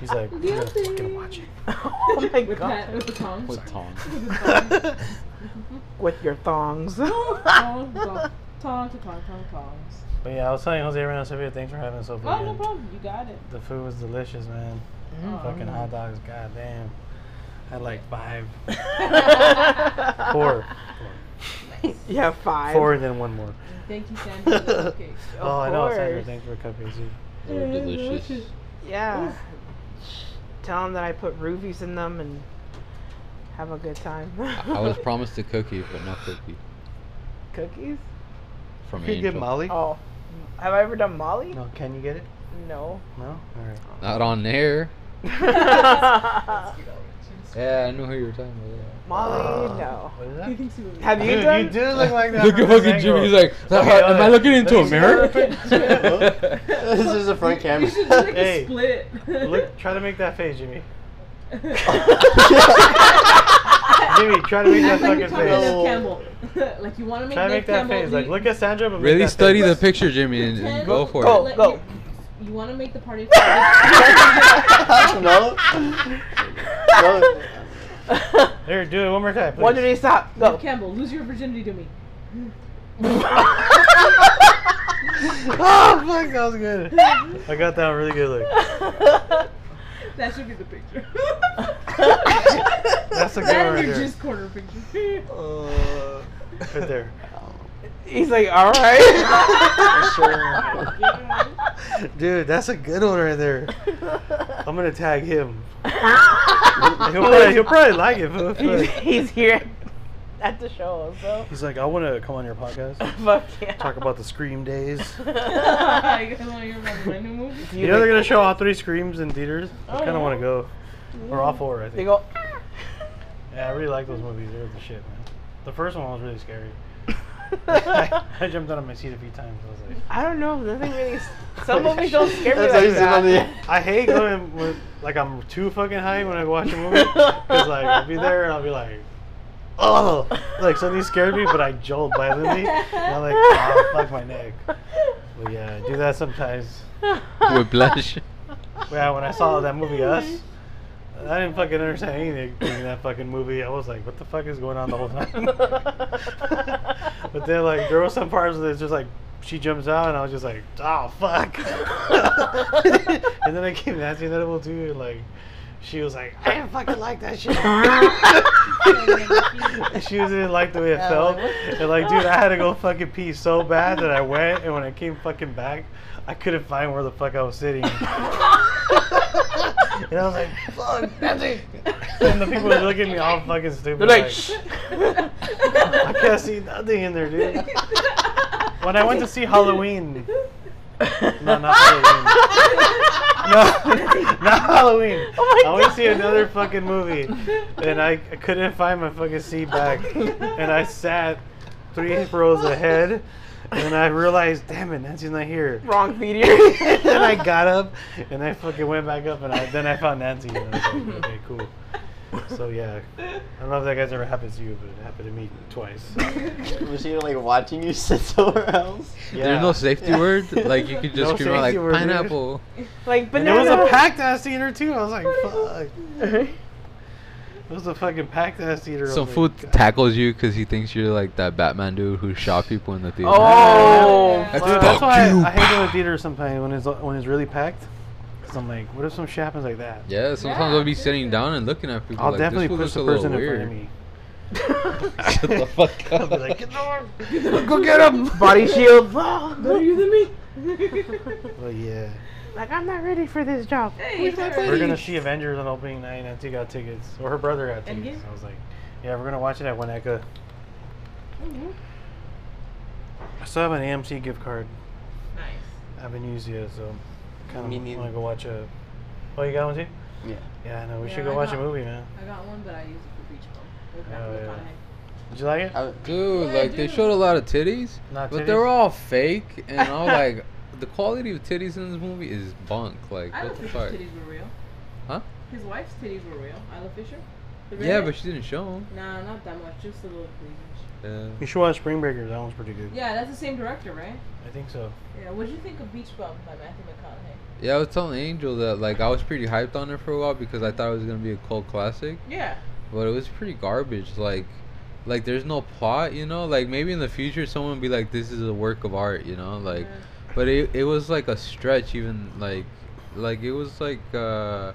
Speaker 1: He's like, we're gonna
Speaker 2: Guilty.
Speaker 1: fucking watch it.
Speaker 4: oh my
Speaker 2: With that,
Speaker 4: god,
Speaker 2: with the tongs.
Speaker 3: With Tom.
Speaker 2: With the tongs.
Speaker 4: with your thongs. <laughs>
Speaker 2: Tongs, tongs, tongs, tongs, tongs, tongs.
Speaker 1: <laughs> But yeah, I was telling Jose around Sylvia, thanks for having us over
Speaker 2: Oh, no
Speaker 1: again.
Speaker 2: problem. Mm-hmm. You got it.
Speaker 1: The food was delicious, man. Fucking hot dogs, goddamn. Had like five, oh,
Speaker 4: <laughs>
Speaker 2: <laughs>
Speaker 1: four,
Speaker 4: You have five.
Speaker 1: four, and then one more.
Speaker 2: Thank you, Sandy, for the cupcakes.
Speaker 1: oh, I know, Sandra.
Speaker 4: course.
Speaker 1: Thanks for cupcakes. dude.
Speaker 3: They were delicious.
Speaker 4: Yeah. Tell them that I put rubies in them and have a good time.
Speaker 3: I
Speaker 4: <laughs>
Speaker 3: I was promised a cookie, but not cookie
Speaker 4: cookies.
Speaker 3: from
Speaker 1: Can you get
Speaker 3: Angel.
Speaker 1: Molly?
Speaker 4: Oh, have I ever done Molly?
Speaker 1: No, can you get it?
Speaker 4: No.
Speaker 1: No. All right.
Speaker 3: Not on there.
Speaker 4: Molly,
Speaker 3: Yeah, I know who you were talking about. Uh,
Speaker 4: no.
Speaker 1: What is that?
Speaker 2: <laughs> He thinks he was-
Speaker 4: Have you
Speaker 1: Dude,
Speaker 4: done?
Speaker 1: you do look like that.
Speaker 3: Look at
Speaker 1: from this
Speaker 3: fucking Jimmy.
Speaker 1: angle.
Speaker 3: He's like,
Speaker 1: Okay,
Speaker 3: am I
Speaker 1: okay.
Speaker 3: looking into a
Speaker 1: Let's see that
Speaker 3: mirror?
Speaker 5: This is a front camera.
Speaker 2: You should do like
Speaker 1: Hey,
Speaker 2: a split. <laughs>
Speaker 1: Look, try to make that face, Jimmy. Jimmy, try to make that
Speaker 2: Act like you're
Speaker 1: fucking face.
Speaker 2: talking to Nev Campbell. <laughs> like you want to make
Speaker 1: Try to
Speaker 2: Nev
Speaker 1: make that
Speaker 2: Campbell
Speaker 1: face. Like,
Speaker 2: do-
Speaker 1: look at Sandra, but make
Speaker 3: <laughs> really
Speaker 1: that
Speaker 3: study
Speaker 1: face.
Speaker 3: the picture, Jimmy, and, and
Speaker 2: pretend-
Speaker 3: go for
Speaker 4: Go,
Speaker 1: Oh,
Speaker 3: it.
Speaker 2: let
Speaker 4: go.
Speaker 2: You, you want to make the party.
Speaker 5: no. no.
Speaker 1: There, do it one more time.
Speaker 4: When
Speaker 1: please.
Speaker 4: did he stop?
Speaker 2: Nev
Speaker 4: Go.
Speaker 2: Campbell, lose your virginity to me.
Speaker 1: Oh fuck, that was good. I got that really good. Look.
Speaker 2: That should be the picture.
Speaker 1: <laughs>
Speaker 2: <laughs>
Speaker 1: That's a good
Speaker 2: that
Speaker 1: one
Speaker 2: is
Speaker 1: right
Speaker 2: your
Speaker 1: there.
Speaker 2: just corner picture.
Speaker 1: <laughs>
Speaker 2: <laughs>
Speaker 5: Uh,
Speaker 1: Right there.
Speaker 4: He's like, all right.
Speaker 5: sure.
Speaker 2: Yeah.
Speaker 1: Dude, that's a good one right there. I'm gonna tag <laughs> him. He'll probably, he'll
Speaker 4: he's,
Speaker 1: probably like it. fool.
Speaker 4: <laughs>
Speaker 1: <laughs>
Speaker 4: he's here at the show, so <laughs>
Speaker 1: He's like, I want to come on your podcast,
Speaker 4: fuck yeah.
Speaker 1: talk about the Scream days. <laughs>
Speaker 2: you guys want to hear about the brand new movie?
Speaker 1: You know they're gonna show all three Screams in theaters. I kind of want to go, or all four, I
Speaker 4: <laughs> They
Speaker 1: think.
Speaker 4: go. <laughs>
Speaker 1: Yeah, I really like those movies. They're the shit, man. The first one was really <laughs> scary. I,
Speaker 4: I
Speaker 1: jumped out of my seat a few times. I was like,
Speaker 4: don't know. Nothing really. Some movies don't scare me
Speaker 5: That's
Speaker 4: like
Speaker 5: easy on
Speaker 4: that.
Speaker 5: the-
Speaker 1: I hate going with like I'm too fucking high when I watch a movie. Cause like I'll be there and I'll be like, oh, like something scared me, but I jolt violently. And I'm like, oh, fuck my neck. But yeah, I do that sometimes.
Speaker 4: <laughs>
Speaker 3: <laughs>
Speaker 1: <laughs>
Speaker 3: Whiplash.
Speaker 1: Yeah, when I saw that movie Us, I didn't fucking understand anything in that fucking movie. I was like, what the fuck is going on the whole time? but then
Speaker 4: <laughs>
Speaker 1: like <laughs> there were some parts where it's just like she jumps out and I was just like, oh fuck. <laughs> and then I came to Inevitable too and like she was like, I didn't fucking like that shit. And she was didn't like the way it
Speaker 5: Yeah,
Speaker 1: felt.
Speaker 5: like, what?
Speaker 1: And like, dude, I had to go fucking pee so bad that I went and when I came fucking back, I couldn't find where the fuck I was sitting. And I was like, fuck, that's it. And the people were looking at me all fucking stupid.
Speaker 4: They're like,
Speaker 1: like,
Speaker 4: "Shh."
Speaker 1: I can't see nothing in there, dude. When I went to see Halloween, <laughs> no, not Halloween. No, <laughs> not Halloween.
Speaker 4: Oh my
Speaker 1: I went to
Speaker 4: God.
Speaker 1: see another fucking movie,
Speaker 2: <laughs>
Speaker 1: and I, I couldn't find my fucking seat back, and I sat three rows ahead, and I realized, damn it, Nancy's not here. <laughs>
Speaker 4: Wrong
Speaker 1: and
Speaker 4: theater.
Speaker 1: then I got up, and I fucking went back up, and I, then I found Nancy. And I was like, okay, cool. So yeah, I don't know if that guy's ever happened to you, but it happened to me twice.
Speaker 5: <laughs> Was he like watching you <laughs> sit somewhere else?
Speaker 1: Yeah.
Speaker 3: There's no safety
Speaker 1: <laughs>
Speaker 5: Yeah.
Speaker 3: word. Like you could just
Speaker 1: No
Speaker 3: scream out like
Speaker 1: safety word, dude. <laughs>
Speaker 3: pineapple.
Speaker 4: like
Speaker 1: And there
Speaker 4: banana.
Speaker 1: was a packed ass theater too. I was like, fuck.
Speaker 4: pack.
Speaker 1: It was a fucking packed ass theater. I
Speaker 3: Some
Speaker 1: was
Speaker 3: fool
Speaker 1: like, "God."
Speaker 3: tackles you because he thinks you're like that Batman dude who shot people in the theater.
Speaker 4: Oh,
Speaker 2: Yeah.
Speaker 1: Dude,
Speaker 3: Fuck
Speaker 1: that's why
Speaker 3: you.
Speaker 1: I, I hate going to theater sometimes when it's when it's really packed. Cause I'm like, what if some shit happens like that?
Speaker 3: Yeah, sometimes
Speaker 2: Yeah,
Speaker 3: I'll be
Speaker 2: dude.
Speaker 3: sitting down and looking at people.
Speaker 1: I'll
Speaker 3: like,
Speaker 1: definitely push
Speaker 3: this
Speaker 1: the
Speaker 3: fool looks a
Speaker 1: person
Speaker 3: little
Speaker 1: in front
Speaker 3: weird.
Speaker 1: of me.
Speaker 3: <laughs>
Speaker 1: <laughs>
Speaker 3: Shut the fuck
Speaker 1: I'll
Speaker 3: up.
Speaker 1: be like, get
Speaker 3: <laughs>
Speaker 1: the fuck
Speaker 4: Go get him. Body shield.
Speaker 2: Better you than me.
Speaker 1: But yeah,
Speaker 4: like I'm not ready for this job.
Speaker 2: hey,
Speaker 1: we're gonna see Avengers on opening night. and Auntie got tickets, or her brother got
Speaker 2: And
Speaker 1: tickets.
Speaker 2: you?
Speaker 1: I was like, yeah, we're gonna watch it at Winnetka.
Speaker 2: Mhm.
Speaker 1: I still have an AMC gift card.
Speaker 2: Nice.
Speaker 1: I haven't used yet, so kind
Speaker 5: Me
Speaker 1: of
Speaker 5: neither.
Speaker 1: want to go watch a. Oh, you got one too?
Speaker 5: Yeah.
Speaker 1: Yeah, I know. We
Speaker 2: Yeah,
Speaker 1: should go
Speaker 2: I
Speaker 1: watch a
Speaker 2: got-
Speaker 1: movie, man.
Speaker 2: I got one, but I used it for beach ball. With
Speaker 1: Oh,
Speaker 2: Matthew
Speaker 1: yeah.
Speaker 2: McConaughey.
Speaker 1: Did you like it?
Speaker 5: I,
Speaker 3: Dude,
Speaker 2: Yeah,
Speaker 3: like they
Speaker 2: dude.
Speaker 3: showed a lot of titties,
Speaker 1: Not
Speaker 3: but
Speaker 1: titties.
Speaker 3: they were all fake, and
Speaker 1: <laughs>
Speaker 3: I was like, the quality of titties in this movie is bunk. Like,
Speaker 2: Isla
Speaker 3: what the
Speaker 2: Fisher's
Speaker 3: fuck?
Speaker 2: titties were real.
Speaker 3: Huh?
Speaker 2: His wife's titties were real. Isla Fisher. The
Speaker 3: Yeah,
Speaker 2: redhead?
Speaker 3: but she didn't show them.
Speaker 2: Nah, not that much. Just a little cleavage.
Speaker 1: You should watch Spring Breakers. That one's pretty good.
Speaker 2: Yeah, that's the same director, right?
Speaker 1: I think so.
Speaker 2: Yeah. What'd you think of Beach Bum by Matthew McConaughey?
Speaker 3: Yeah, I was telling Angel that like I was pretty hyped on it for a while because I thought it was gonna be a cult classic,
Speaker 2: Yeah.
Speaker 3: but it was pretty garbage. Like, like there's no plot, you know. Like maybe in the future someone would be like, this is a work of art, you know. Like,
Speaker 2: Yeah.
Speaker 3: but it it was like a stretch even like, like it was like uh,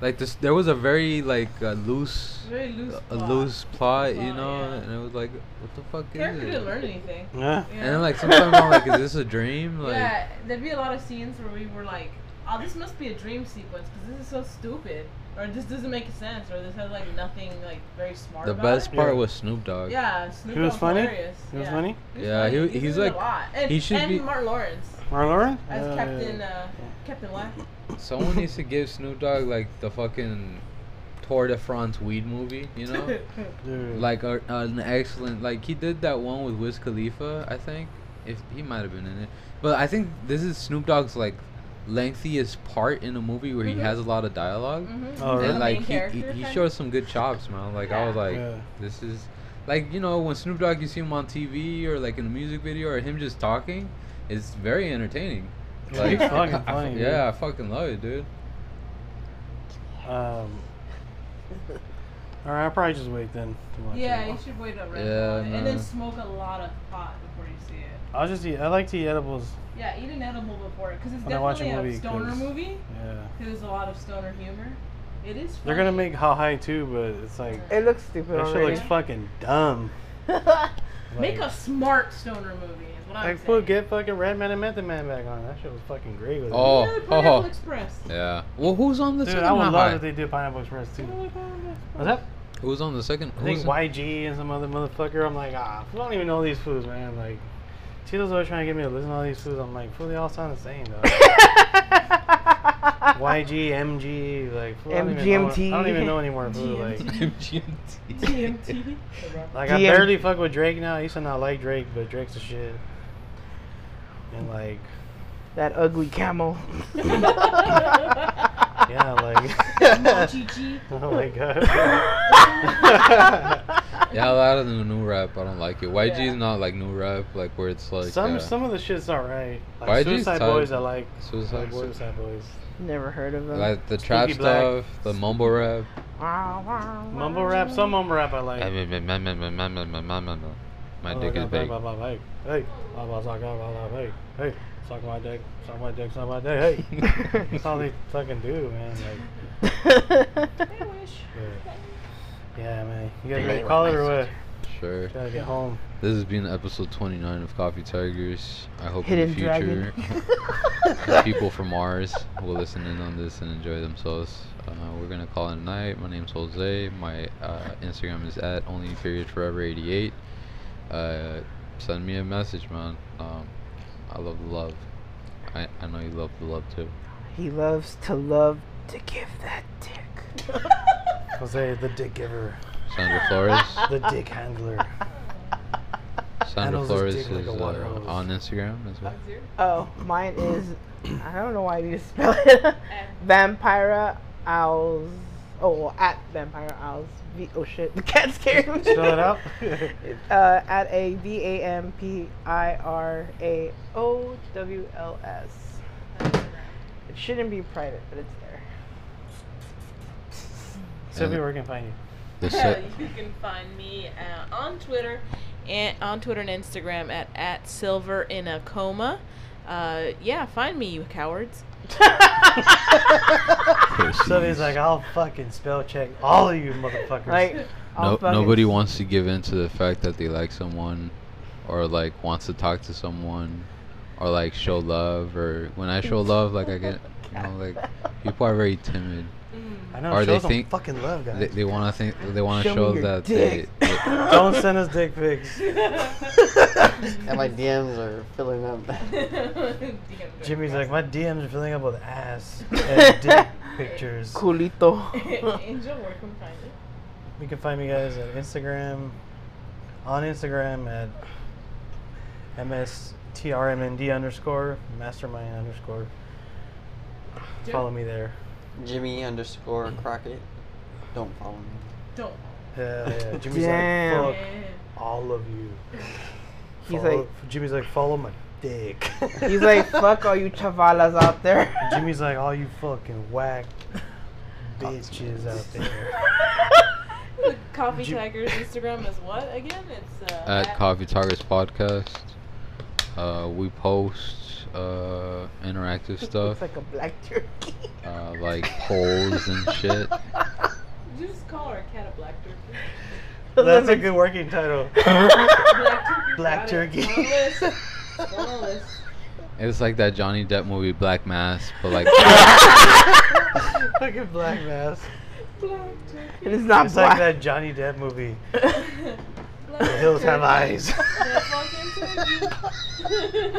Speaker 3: like this there was a very like uh, loose.
Speaker 2: Very loose.
Speaker 3: a
Speaker 2: plot.
Speaker 3: loose plot, you
Speaker 2: Plot,
Speaker 3: know,
Speaker 2: yeah.
Speaker 3: and it was like, what the fuck
Speaker 2: Character
Speaker 3: is it?
Speaker 2: didn't learn anything.
Speaker 1: Yeah.
Speaker 2: you
Speaker 3: And
Speaker 2: know?
Speaker 3: then, like sometimes I'm like, is this a dream? Like,
Speaker 2: <laughs> yeah, there'd be a lot of scenes where we were like, "Oh, this must be a dream sequence because this is so stupid, or this doesn't make sense, or this has like nothing like very smart."
Speaker 3: the
Speaker 2: about
Speaker 3: best
Speaker 2: it.
Speaker 3: part
Speaker 1: Yeah.
Speaker 3: was Snoop Dogg.
Speaker 2: Yeah, Snoop
Speaker 1: He was
Speaker 2: Dogg's
Speaker 1: funny?
Speaker 2: Hilarious.
Speaker 1: He was
Speaker 2: yeah.
Speaker 1: funny?
Speaker 3: Yeah, he-
Speaker 2: funny.
Speaker 3: he's
Speaker 2: in it
Speaker 3: like-
Speaker 2: a lot. and,
Speaker 3: he should
Speaker 2: and
Speaker 3: be-
Speaker 2: Martin Lawrence
Speaker 1: Marlon?
Speaker 2: as
Speaker 1: Uh,
Speaker 2: Captain uh, Captain Black.
Speaker 3: Someone needs to give Snoop Dogg like the fucking Tour de France weed movie, you
Speaker 2: <laughs>
Speaker 3: know,
Speaker 1: Dude.
Speaker 3: like a, an excellent. Like he did that one with Wiz Khalifa, I think. If he might have been in it, but I think this is Snoop Dogg's like lengthiest part in a movie where he
Speaker 2: Mhm.
Speaker 3: has a lot of dialogue.
Speaker 2: Mhm.
Speaker 1: Oh,
Speaker 2: He's
Speaker 1: really?
Speaker 3: And
Speaker 2: the
Speaker 3: like
Speaker 2: main
Speaker 3: he, he,
Speaker 2: character,
Speaker 3: he
Speaker 2: kinda.
Speaker 3: showed some good chops, man. Like I was like,
Speaker 1: Yeah.
Speaker 3: this is like you know when Snoop Dogg you see him on TV or like in a music video or him just talking, it's very entertaining.
Speaker 1: Yeah,
Speaker 3: Like
Speaker 1: he's fucking
Speaker 3: <laughs> I- I-
Speaker 1: funny, dude.
Speaker 3: yeah, I fucking love it, dude.
Speaker 1: Um,
Speaker 2: <laughs>
Speaker 1: all right, I'll probably just wait then. To watch
Speaker 2: Yeah,
Speaker 1: it.
Speaker 2: you should wait a red
Speaker 3: Yeah,
Speaker 2: yeah, and then
Speaker 3: nah.
Speaker 2: smoke a lot of pot before you see it.
Speaker 1: I'll just eat. I like to eat edibles.
Speaker 2: Yeah, eat an edible before it because it's
Speaker 1: When I watch a
Speaker 2: definitely a,
Speaker 1: movie,
Speaker 2: stoner
Speaker 1: 'cause-
Speaker 2: movie.
Speaker 1: Yeah,
Speaker 2: There's a lot of stoner humor. It is. Funny.
Speaker 1: they're gonna make how high too, but it's like
Speaker 4: It looks stupid
Speaker 1: that shit
Speaker 4: already. <laughs>
Speaker 1: looks fucking dumb.
Speaker 2: make
Speaker 1: Like,
Speaker 2: a smart stoner movie. Is what I'm
Speaker 1: Like,
Speaker 2: saying.
Speaker 1: put get fucking Redman and Method Man back on. That shit was fucking great with it.
Speaker 3: Oh,
Speaker 2: Another
Speaker 3: oh.
Speaker 2: Pineapple Express. <laughs>
Speaker 3: Yeah. Well, who's on the
Speaker 1: Dude,
Speaker 3: second
Speaker 1: I would love
Speaker 3: Popeye?
Speaker 1: if they did Pineapple Express too.
Speaker 2: Another Pineapple Express.
Speaker 1: What's up?
Speaker 3: Who's on the second?
Speaker 1: I think
Speaker 3: who's-
Speaker 1: YG and some other motherfucker. I'm like, ah, I don't even know these foods, man. Like, Tito's always trying to get me to listen to all these foods. I'm like, fool, they all sound the same, <laughs> though. YG, MG, like, fool, I don't even know-
Speaker 4: MGMT.
Speaker 1: I don't even know anymore, fool.
Speaker 3: <laughs>
Speaker 1: Like,
Speaker 2: GMT.
Speaker 1: <laughs>
Speaker 3: GMT. <laughs>
Speaker 2: DMT.
Speaker 1: like I
Speaker 4: DM.
Speaker 1: barely fuck with Drake now. I used to not like Drake, but Drake's the shit. And, like,
Speaker 4: that ugly camel.
Speaker 1: yeah, like, <laughs>
Speaker 2: Mochichi.
Speaker 1: oh my god.
Speaker 3: Yeah, a lot of the new rap, I don't like it. YG
Speaker 2: Yeah.
Speaker 3: is not like new rap, like where it's like
Speaker 1: some
Speaker 3: uh,
Speaker 1: some of the shit's alright. Like,
Speaker 3: YG's
Speaker 1: Suicide
Speaker 3: tight.
Speaker 1: Boys, I like.
Speaker 3: suicide,
Speaker 1: Like, Suicide Boys.
Speaker 4: Never heard of him.
Speaker 3: like the trap
Speaker 1: Sneaky Black.
Speaker 3: stuff, the mumble rap.
Speaker 4: Wow, wow, wow.
Speaker 1: Mumble rap, some mumble rap I like.
Speaker 3: My
Speaker 1: Oh,
Speaker 3: dick
Speaker 1: God,
Speaker 3: is big.
Speaker 1: Hey, blah, blah, blah, hey, hey, blah, blah, suck, blah, blah, blah, hey, hey, suck my dick, suck my dick, suck my dick, hey. That's all they fucking do, man. Like,
Speaker 2: I wish.
Speaker 1: <laughs> yeah, yeah man. You guys
Speaker 5: They
Speaker 1: ready to
Speaker 5: were
Speaker 1: call it
Speaker 5: my
Speaker 1: or what?
Speaker 3: Sure.
Speaker 1: Gotta get home.
Speaker 3: This has been episode 29 of Coffee Tigers. I hope
Speaker 4: Hidden
Speaker 3: in the future
Speaker 4: dragon.
Speaker 3: <laughs> people from Mars will listen in on this and enjoy themselves. Uh, we're gonna call it a night. My name's Jose. My uh, Instagram is at only period forever 88. Uh, send me a message, man. Um, I love the love. I, I know you love the love too.
Speaker 4: He loves to love to give that dick.
Speaker 1: Jose, the dick giver,
Speaker 3: Sandra
Speaker 1: <laughs>
Speaker 4: <laughs>
Speaker 3: Flores.
Speaker 1: the dick handler.
Speaker 3: Sandra
Speaker 1: Handles his
Speaker 3: Flores is
Speaker 1: dick like a water
Speaker 3: uh,
Speaker 1: hose.
Speaker 3: on Instagram as well.
Speaker 4: Oh, mine is. I don't know why I need to spell it.
Speaker 1: Uh.
Speaker 4: <laughs> Vampira Owls. Oh, well, at Vampira Owls. V- oh shit, the cat scared me.
Speaker 1: Spell it <laughs> out.
Speaker 4: <laughs> Uh, at a V A M P I R A O W L S.
Speaker 2: uh,
Speaker 4: It shouldn't be private, but it's there. <laughs>
Speaker 1: Sylvia, where can I find you?
Speaker 2: <laughs>
Speaker 1: <laughs>
Speaker 3: The se-
Speaker 2: you can find me uh, on Twitter and on Twitter and Instagram at, at silver in a coma. Uh, yeah, find me, you cowards.
Speaker 1: Sylvia's like, I'll fucking spell check all of you motherfuckers.
Speaker 4: Like, I'll
Speaker 3: No,
Speaker 4: fucking-
Speaker 3: nobody wants to give in to the fact that they like someone, or like wants to talk to someone, or like show love. Or when I show love, like I get, you know, like people are very timid.
Speaker 1: I know,
Speaker 3: Or
Speaker 1: show
Speaker 3: they
Speaker 1: some
Speaker 3: think-
Speaker 1: fucking love, guys.
Speaker 3: They, they want to think, they want to
Speaker 4: Show me
Speaker 3: show
Speaker 4: your
Speaker 3: that they,
Speaker 4: dick.
Speaker 3: they-
Speaker 1: <laughs>
Speaker 2: <laughs>
Speaker 1: Don't send us dick <laughs> pics.
Speaker 5: <laughs> and my DMs are filling up. <laughs>
Speaker 1: Jimmy's like, my DMs are filling up with ass and <laughs> dick pictures.
Speaker 4: <laughs> Culito.
Speaker 2: <laughs> Angel, where can we find you?
Speaker 1: You can find me guys at Instagram, on Instagram at mstrmnd underscore mastermind underscore.
Speaker 2: Jim?
Speaker 1: Follow me there.
Speaker 5: Jimmy underscore Crockett. Don't follow me.
Speaker 2: <laughs> Don't.
Speaker 1: Hell
Speaker 4: <laughs>
Speaker 1: yeah. Jimmy's
Speaker 4: Damn.
Speaker 1: like, fuck all of you.
Speaker 4: He's
Speaker 1: Follow-
Speaker 4: like,
Speaker 1: Jimmy's like, follow my dick.
Speaker 4: he's like,
Speaker 1: <laughs>
Speaker 4: fuck all you chavalas out there. <laughs>
Speaker 1: Jimmy's like, all you fucking whack bitches out
Speaker 4: <laughs>
Speaker 1: there.
Speaker 2: The Coffee
Speaker 1: Jim-
Speaker 2: Tigers Instagram is what again? It's uh,
Speaker 3: at Coffee Targets Podcast. Uh, we post uh, interactive
Speaker 4: Looks
Speaker 3: stuff,
Speaker 4: like a black turkey.
Speaker 3: uh, like
Speaker 4: <laughs>
Speaker 3: polls and shit.
Speaker 2: Did you just call her a cat a black turkey?
Speaker 1: That's a good working
Speaker 4: <laughs>
Speaker 1: title.
Speaker 2: <laughs> Black turkey.
Speaker 1: Black
Speaker 2: got it.
Speaker 1: turkey.
Speaker 2: It's on the list. It's on the
Speaker 1: <laughs>
Speaker 2: list.
Speaker 3: It's like that Johnny Depp movie Black Mass, but like
Speaker 1: Fucking black mask.
Speaker 2: Black
Speaker 4: And it's not
Speaker 1: It's like
Speaker 4: black.
Speaker 1: that Johnny Depp movie.
Speaker 2: turkey. Black
Speaker 1: The hills have
Speaker 2: turkey. <laughs>
Speaker 1: eyes.
Speaker 2: That
Speaker 4: <laughs>
Speaker 2: fucking turkey.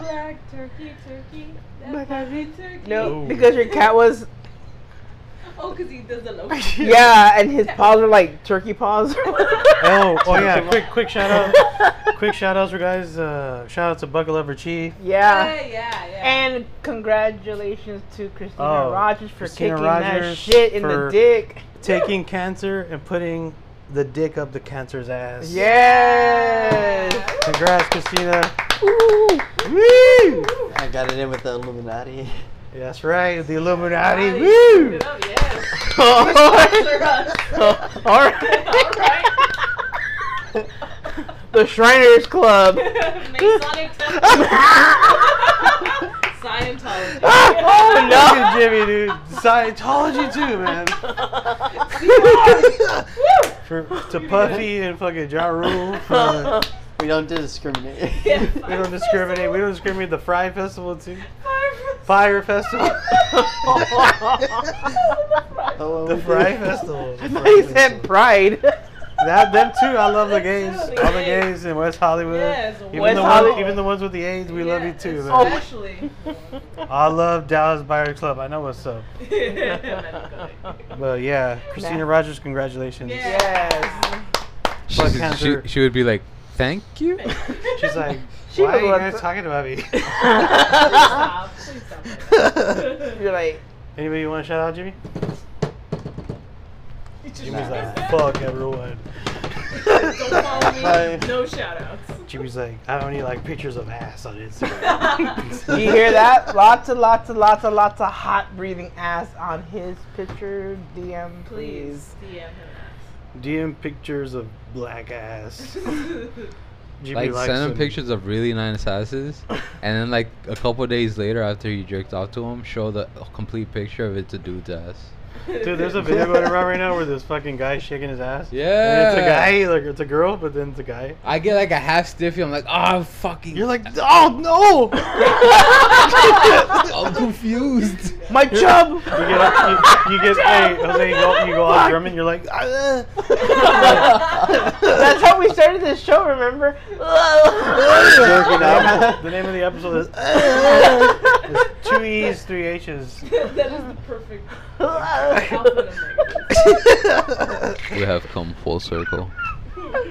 Speaker 2: Black turkey, turkey. That
Speaker 4: Black
Speaker 2: fucking turkey.
Speaker 4: No,
Speaker 1: Ooh.
Speaker 4: because your
Speaker 1: <laughs>
Speaker 4: cat was
Speaker 2: Oh, because he does
Speaker 4: <laughs>
Speaker 2: the low.
Speaker 4: yeah, and his paws are like
Speaker 1: <laughs>
Speaker 4: turkey paws.
Speaker 1: <laughs> Oh, oh yeah! Quick, quick shout out, quick shout outs for guys. Uh, shout out to Buckle Up Chi.
Speaker 4: yeah.
Speaker 2: Yeah, yeah, yeah.
Speaker 4: And congratulations to Christina
Speaker 1: Oh,
Speaker 4: Rogers for
Speaker 1: Christina
Speaker 4: kicking that
Speaker 1: Rogers
Speaker 4: shit in
Speaker 1: for-
Speaker 4: the dick.
Speaker 1: Taking cancer and putting the dick up the cancer's ass.
Speaker 2: Ah,
Speaker 4: Yes.
Speaker 1: <laughs>
Speaker 4: <laughs>
Speaker 1: Congrats, Christina.
Speaker 4: Ooh.
Speaker 1: Woo!
Speaker 5: I got it in with the
Speaker 4: <laughs>
Speaker 5: Illuminati. <laughs>
Speaker 1: That's right, the Illuminati.
Speaker 2: Nice.
Speaker 1: Woo! <laughs>
Speaker 2: Good up, yes. Sponsor
Speaker 4: All
Speaker 2: us.
Speaker 4: right.
Speaker 1: <laughs>
Speaker 2: All
Speaker 4: The Shriners
Speaker 2: <laughs>
Speaker 4: Club.
Speaker 2: right. <laughs> Masonic temple.
Speaker 4: <laughs>
Speaker 2: Scientology.
Speaker 4: oh
Speaker 1: Look at Jimmy, dude. Scientology too, man.
Speaker 4: no.
Speaker 1: For, to Puffy and fucking Ja Rule for
Speaker 5: <laughs> We don't discriminate.
Speaker 2: Yeah,
Speaker 1: We don't discriminate. We don't discriminate. The Fry Festival too.
Speaker 2: Fire.
Speaker 1: Fire
Speaker 4: <laughs>
Speaker 1: Festival.
Speaker 5: <laughs> Hello,
Speaker 1: the
Speaker 5: we do.
Speaker 1: Fry Festival. The
Speaker 4: <laughs>
Speaker 1: Fry
Speaker 4: I thought you said
Speaker 1: Festival. <laughs>
Speaker 4: pride.
Speaker 1: That them too. I love the games.
Speaker 2: Too, the
Speaker 1: All the
Speaker 2: games.
Speaker 1: games in West Hollywood.
Speaker 2: Yes,
Speaker 1: even
Speaker 4: West
Speaker 1: the
Speaker 4: Hollywood.
Speaker 1: One, even the ones with the AIDS, we love you too. man.
Speaker 2: Especially.
Speaker 4: <laughs>
Speaker 2: <laughs>
Speaker 4: Oh.
Speaker 1: I love Dallas Buyers Club. I know what's up.
Speaker 2: yes.
Speaker 1: But yeah, Christina
Speaker 4: Nah.
Speaker 1: Rogers, congratulations. Fuck
Speaker 3: She's- She,
Speaker 1: cancer.
Speaker 3: she would be like, thank you.
Speaker 1: She's
Speaker 2: <laughs>
Speaker 1: like,
Speaker 4: <laughs> She
Speaker 1: why are
Speaker 4: was
Speaker 1: you
Speaker 4: one
Speaker 1: guys
Speaker 4: th-
Speaker 1: talking about
Speaker 4: <laughs>
Speaker 1: me?
Speaker 2: Stop. Please
Speaker 1: <laughs>
Speaker 2: stop.
Speaker 4: You're like,
Speaker 1: Anybody you want to shout out, Jimmy?
Speaker 2: You just-
Speaker 1: Jimmy's like,
Speaker 5: Nah.
Speaker 1: fuck
Speaker 4: <laughs>
Speaker 1: everyone.
Speaker 2: Don't follow me.
Speaker 5: Bye.
Speaker 2: No shout outs.
Speaker 1: <laughs> Jimmy's like, I only like pictures of ass on Instagram. <laughs>
Speaker 2: <laughs>
Speaker 4: you hear that? Lots and lots and lots and lots of hot breathing ass on his picture. DM, please.
Speaker 2: Please DM him
Speaker 1: DM pictures of black ass.
Speaker 2: that.
Speaker 1: Jimmy
Speaker 3: Like,
Speaker 1: likes
Speaker 3: send him
Speaker 1: them.
Speaker 3: pictures of really
Speaker 1: <laughs>
Speaker 3: nice asses, and then like a couple days later, after you jerked off to him, show the a complete picture of it to dude's ass.
Speaker 1: Dude, there's a video going around right now where this fucking guy's shaking his ass. And
Speaker 3: Yeah.
Speaker 1: it's a guy, like it's a girl, but then it's a guy.
Speaker 3: I get like a half stiffy. I'm like, oh fucking.
Speaker 1: You're like, oh no!
Speaker 3: <laughs> I'm
Speaker 1: <laughs>
Speaker 3: confused. <laughs>
Speaker 4: My chub.
Speaker 1: You get, up, you, you get, hey, Jose, you go, you go off drumming. You're like, ah,
Speaker 4: That's how we started this show. Remember?
Speaker 1: Jerking off. The name of the episode is It's two E's, three H's.
Speaker 2: that is the perfect outfit of Megan.
Speaker 3: We have come full circle.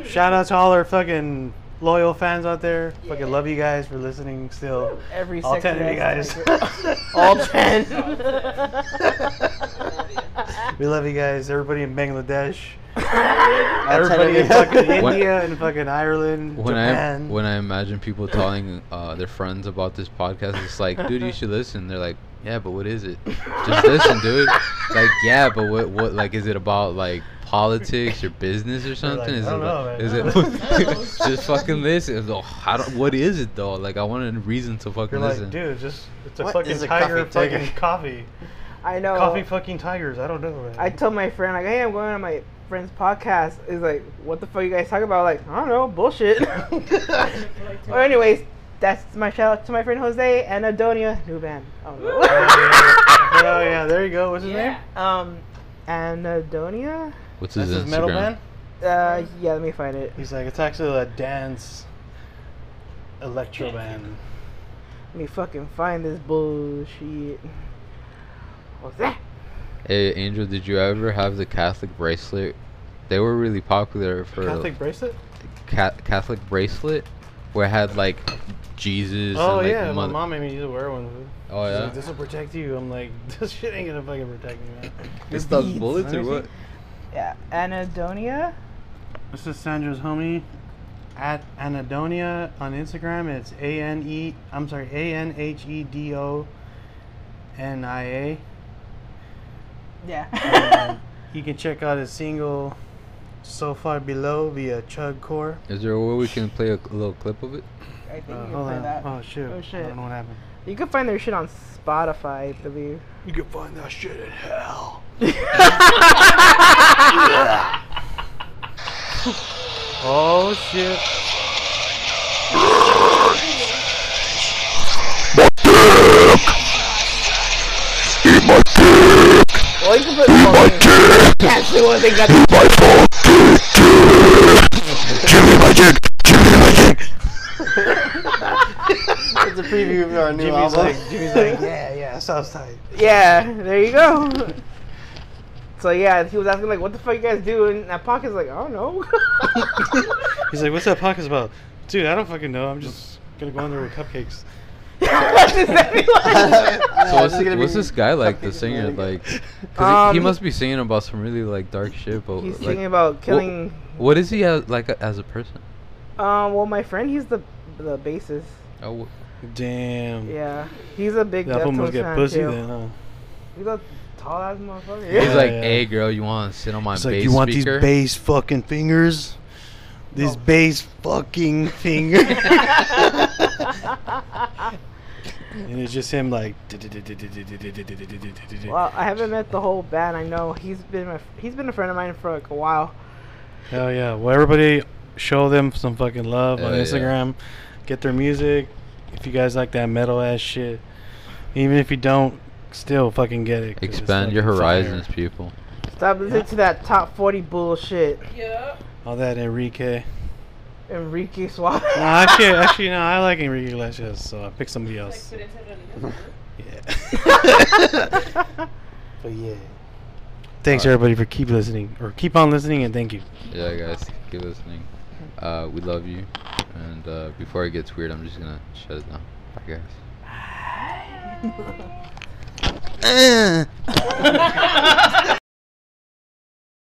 Speaker 1: Shout out to all our fucking loyal fans out there.
Speaker 2: Yeah.
Speaker 1: Fucking love you guys for listening still.
Speaker 4: Every
Speaker 1: All 10 of you guys.
Speaker 4: sexy ass- All
Speaker 1: <laughs>
Speaker 4: ten.
Speaker 1: we love you guys. Everybody in Bangladesh.
Speaker 5: I'll tell
Speaker 1: Everybody
Speaker 5: you.
Speaker 1: in fucking
Speaker 3: When-
Speaker 1: India and fucking Ireland.
Speaker 3: When I
Speaker 1: Japan.
Speaker 3: when I imagine people telling uh, their friends about this podcast, it's like, dude, you should listen. They're like, yeah, but what is it? Just listen, dude. Like, yeah, but what what like is it about like politics or business or
Speaker 1: like,
Speaker 3: something?
Speaker 1: "I don't know, man."
Speaker 3: is it like, is it <laughs> just fucking listen? It's like, I don't, what is it though? Like, I want a reason to fucking
Speaker 1: You're
Speaker 3: listen.
Speaker 1: like, dude, just it's a
Speaker 5: What
Speaker 1: fucking
Speaker 5: is a
Speaker 1: tiger,
Speaker 5: coffee tiger? Oh.
Speaker 1: fucking coffee,
Speaker 4: I know.
Speaker 1: coffee fucking tigers. I don't know. Man.
Speaker 4: I told my friend like, hey, I'm going on my friend's podcast. He's like, what the fuck you guys talking about? Like, I don't know, bullshit. <laughs>
Speaker 2: <laughs>
Speaker 4: well, anyways, that's my shout out to my friend Jose and Adonia, new band. Oh,
Speaker 1: Oh
Speaker 4: <laughs> no.
Speaker 1: yeah. Oh, yeah, there you go. What's his name?
Speaker 2: Yeah.
Speaker 4: um, and Adonia.
Speaker 3: What's his
Speaker 1: That's his metal
Speaker 3: Instagram?
Speaker 1: band.
Speaker 4: Uh, yeah, let me find it.
Speaker 1: He's like, it's actually a dance electro band.
Speaker 4: Let me fucking find this bullshit. Jose.
Speaker 3: Hey, Angel, did you ever have the Catholic bracelet? They were really popular for
Speaker 1: Catholic bracelet.
Speaker 3: Ca- Catholic bracelet, where it had like Jesus.
Speaker 1: oh
Speaker 3: and, like,
Speaker 1: yeah, my
Speaker 3: mother-
Speaker 1: mom made me use a wear one.
Speaker 3: Oh
Speaker 1: She's
Speaker 3: yeah.
Speaker 1: like, this will protect you. I'm like, <laughs> this shit ain't gonna fucking protect me, man.
Speaker 3: It's
Speaker 4: the
Speaker 3: the
Speaker 4: beads.
Speaker 3: bullets or
Speaker 1: Let me
Speaker 3: what?
Speaker 4: Yeah, Anadonia.
Speaker 1: This is Sandra's homie at Anadonia on Instagram. It's A N E. I'm sorry, A N H E D O N I A.
Speaker 4: <laughs> Yeah.
Speaker 1: You can check out his single "So Far Below" via Chug Core.
Speaker 3: Is there a way we can play a little clip of it?
Speaker 4: I think
Speaker 1: Uh,
Speaker 4: you can
Speaker 1: hold
Speaker 4: play
Speaker 1: on.
Speaker 4: that.
Speaker 1: Oh shoot.
Speaker 4: Oh, shit.
Speaker 1: I don't know what happened.
Speaker 4: You can find their shit on Spotify, I believe.
Speaker 1: You can find that shit in hell. oh shit.
Speaker 4: Well, you can put the Can't see what they got.
Speaker 5: It's a preview of our new
Speaker 1: Jimmy's
Speaker 5: album.
Speaker 1: like, Jimmy's like,
Speaker 5: <laughs>
Speaker 1: yeah, yeah, sounds tight.
Speaker 4: <laughs> Yeah, there you go. <laughs> So yeah, he was asking like, "What the fuck you guys do?" And that pocket's like, "I don't know." <laughs>
Speaker 1: He's like, what's that podcast about? Dude, I don't fucking know. I'm just gonna go in there with cupcakes.
Speaker 4: Just anyone.
Speaker 3: So what's, thi- what's this guy like, the
Speaker 5: fucking
Speaker 3: singer?
Speaker 5: really
Speaker 3: Like, 'cause he- he,
Speaker 4: Um,
Speaker 3: must be singing about some really like dark shit. But
Speaker 4: He's
Speaker 3: like,
Speaker 4: thinking about killing.
Speaker 3: what is he as, like a- as a person?
Speaker 4: Um, well, my friend, he's the the bassist.
Speaker 3: Oh,
Speaker 1: Damn.
Speaker 4: Yeah, he's a big.
Speaker 1: That fool must
Speaker 4: Deftones
Speaker 1: get
Speaker 4: fan,
Speaker 1: pussy
Speaker 4: too.
Speaker 1: then, huh?
Speaker 4: He's a tall ass motherfucker.
Speaker 3: he's
Speaker 1: Yeah,
Speaker 3: like,
Speaker 1: yeah.
Speaker 3: hey girl, you want to sit on my
Speaker 1: It's
Speaker 3: bass
Speaker 1: like, you want
Speaker 3: speaker?
Speaker 1: these bass fucking fingers? These
Speaker 6: Oh.
Speaker 1: bass
Speaker 6: <laughs>
Speaker 1: fucking fingers. and it's just him like.
Speaker 4: <laughs> Well, I haven't met the whole band. I know he's been my, he's been a friend of mine for like a while.
Speaker 1: Hell yeah. Well, everybody,
Speaker 6: show them some fucking love on
Speaker 3: Hell yeah.
Speaker 6: Instagram. Get their music. If you guys like that metal ass shit, even if you don't, still fucking get it. 'cause it's
Speaker 3: Expand your
Speaker 6: fucking fire.
Speaker 3: horizons, people.
Speaker 4: Stop listening to that top 40 bullshit.
Speaker 2: Yeah.
Speaker 6: All that Enrique.
Speaker 4: Enrique Suarez.
Speaker 6: No, actually, actually, no. I like Enrique Iglesias, so I picked somebody
Speaker 2: Like,
Speaker 6: else.
Speaker 2: put it to
Speaker 6: Yeah. <laughs>
Speaker 4: <laughs>
Speaker 6: but yeah. Thanks
Speaker 3: Alright.
Speaker 6: everybody for keep listening or keep on listening and thank you.
Speaker 3: Yeah, guys, keep listening. Uh, we love you. And uh, before it gets weird, I'm just gonna shut it down. Bye, guys.
Speaker 2: the-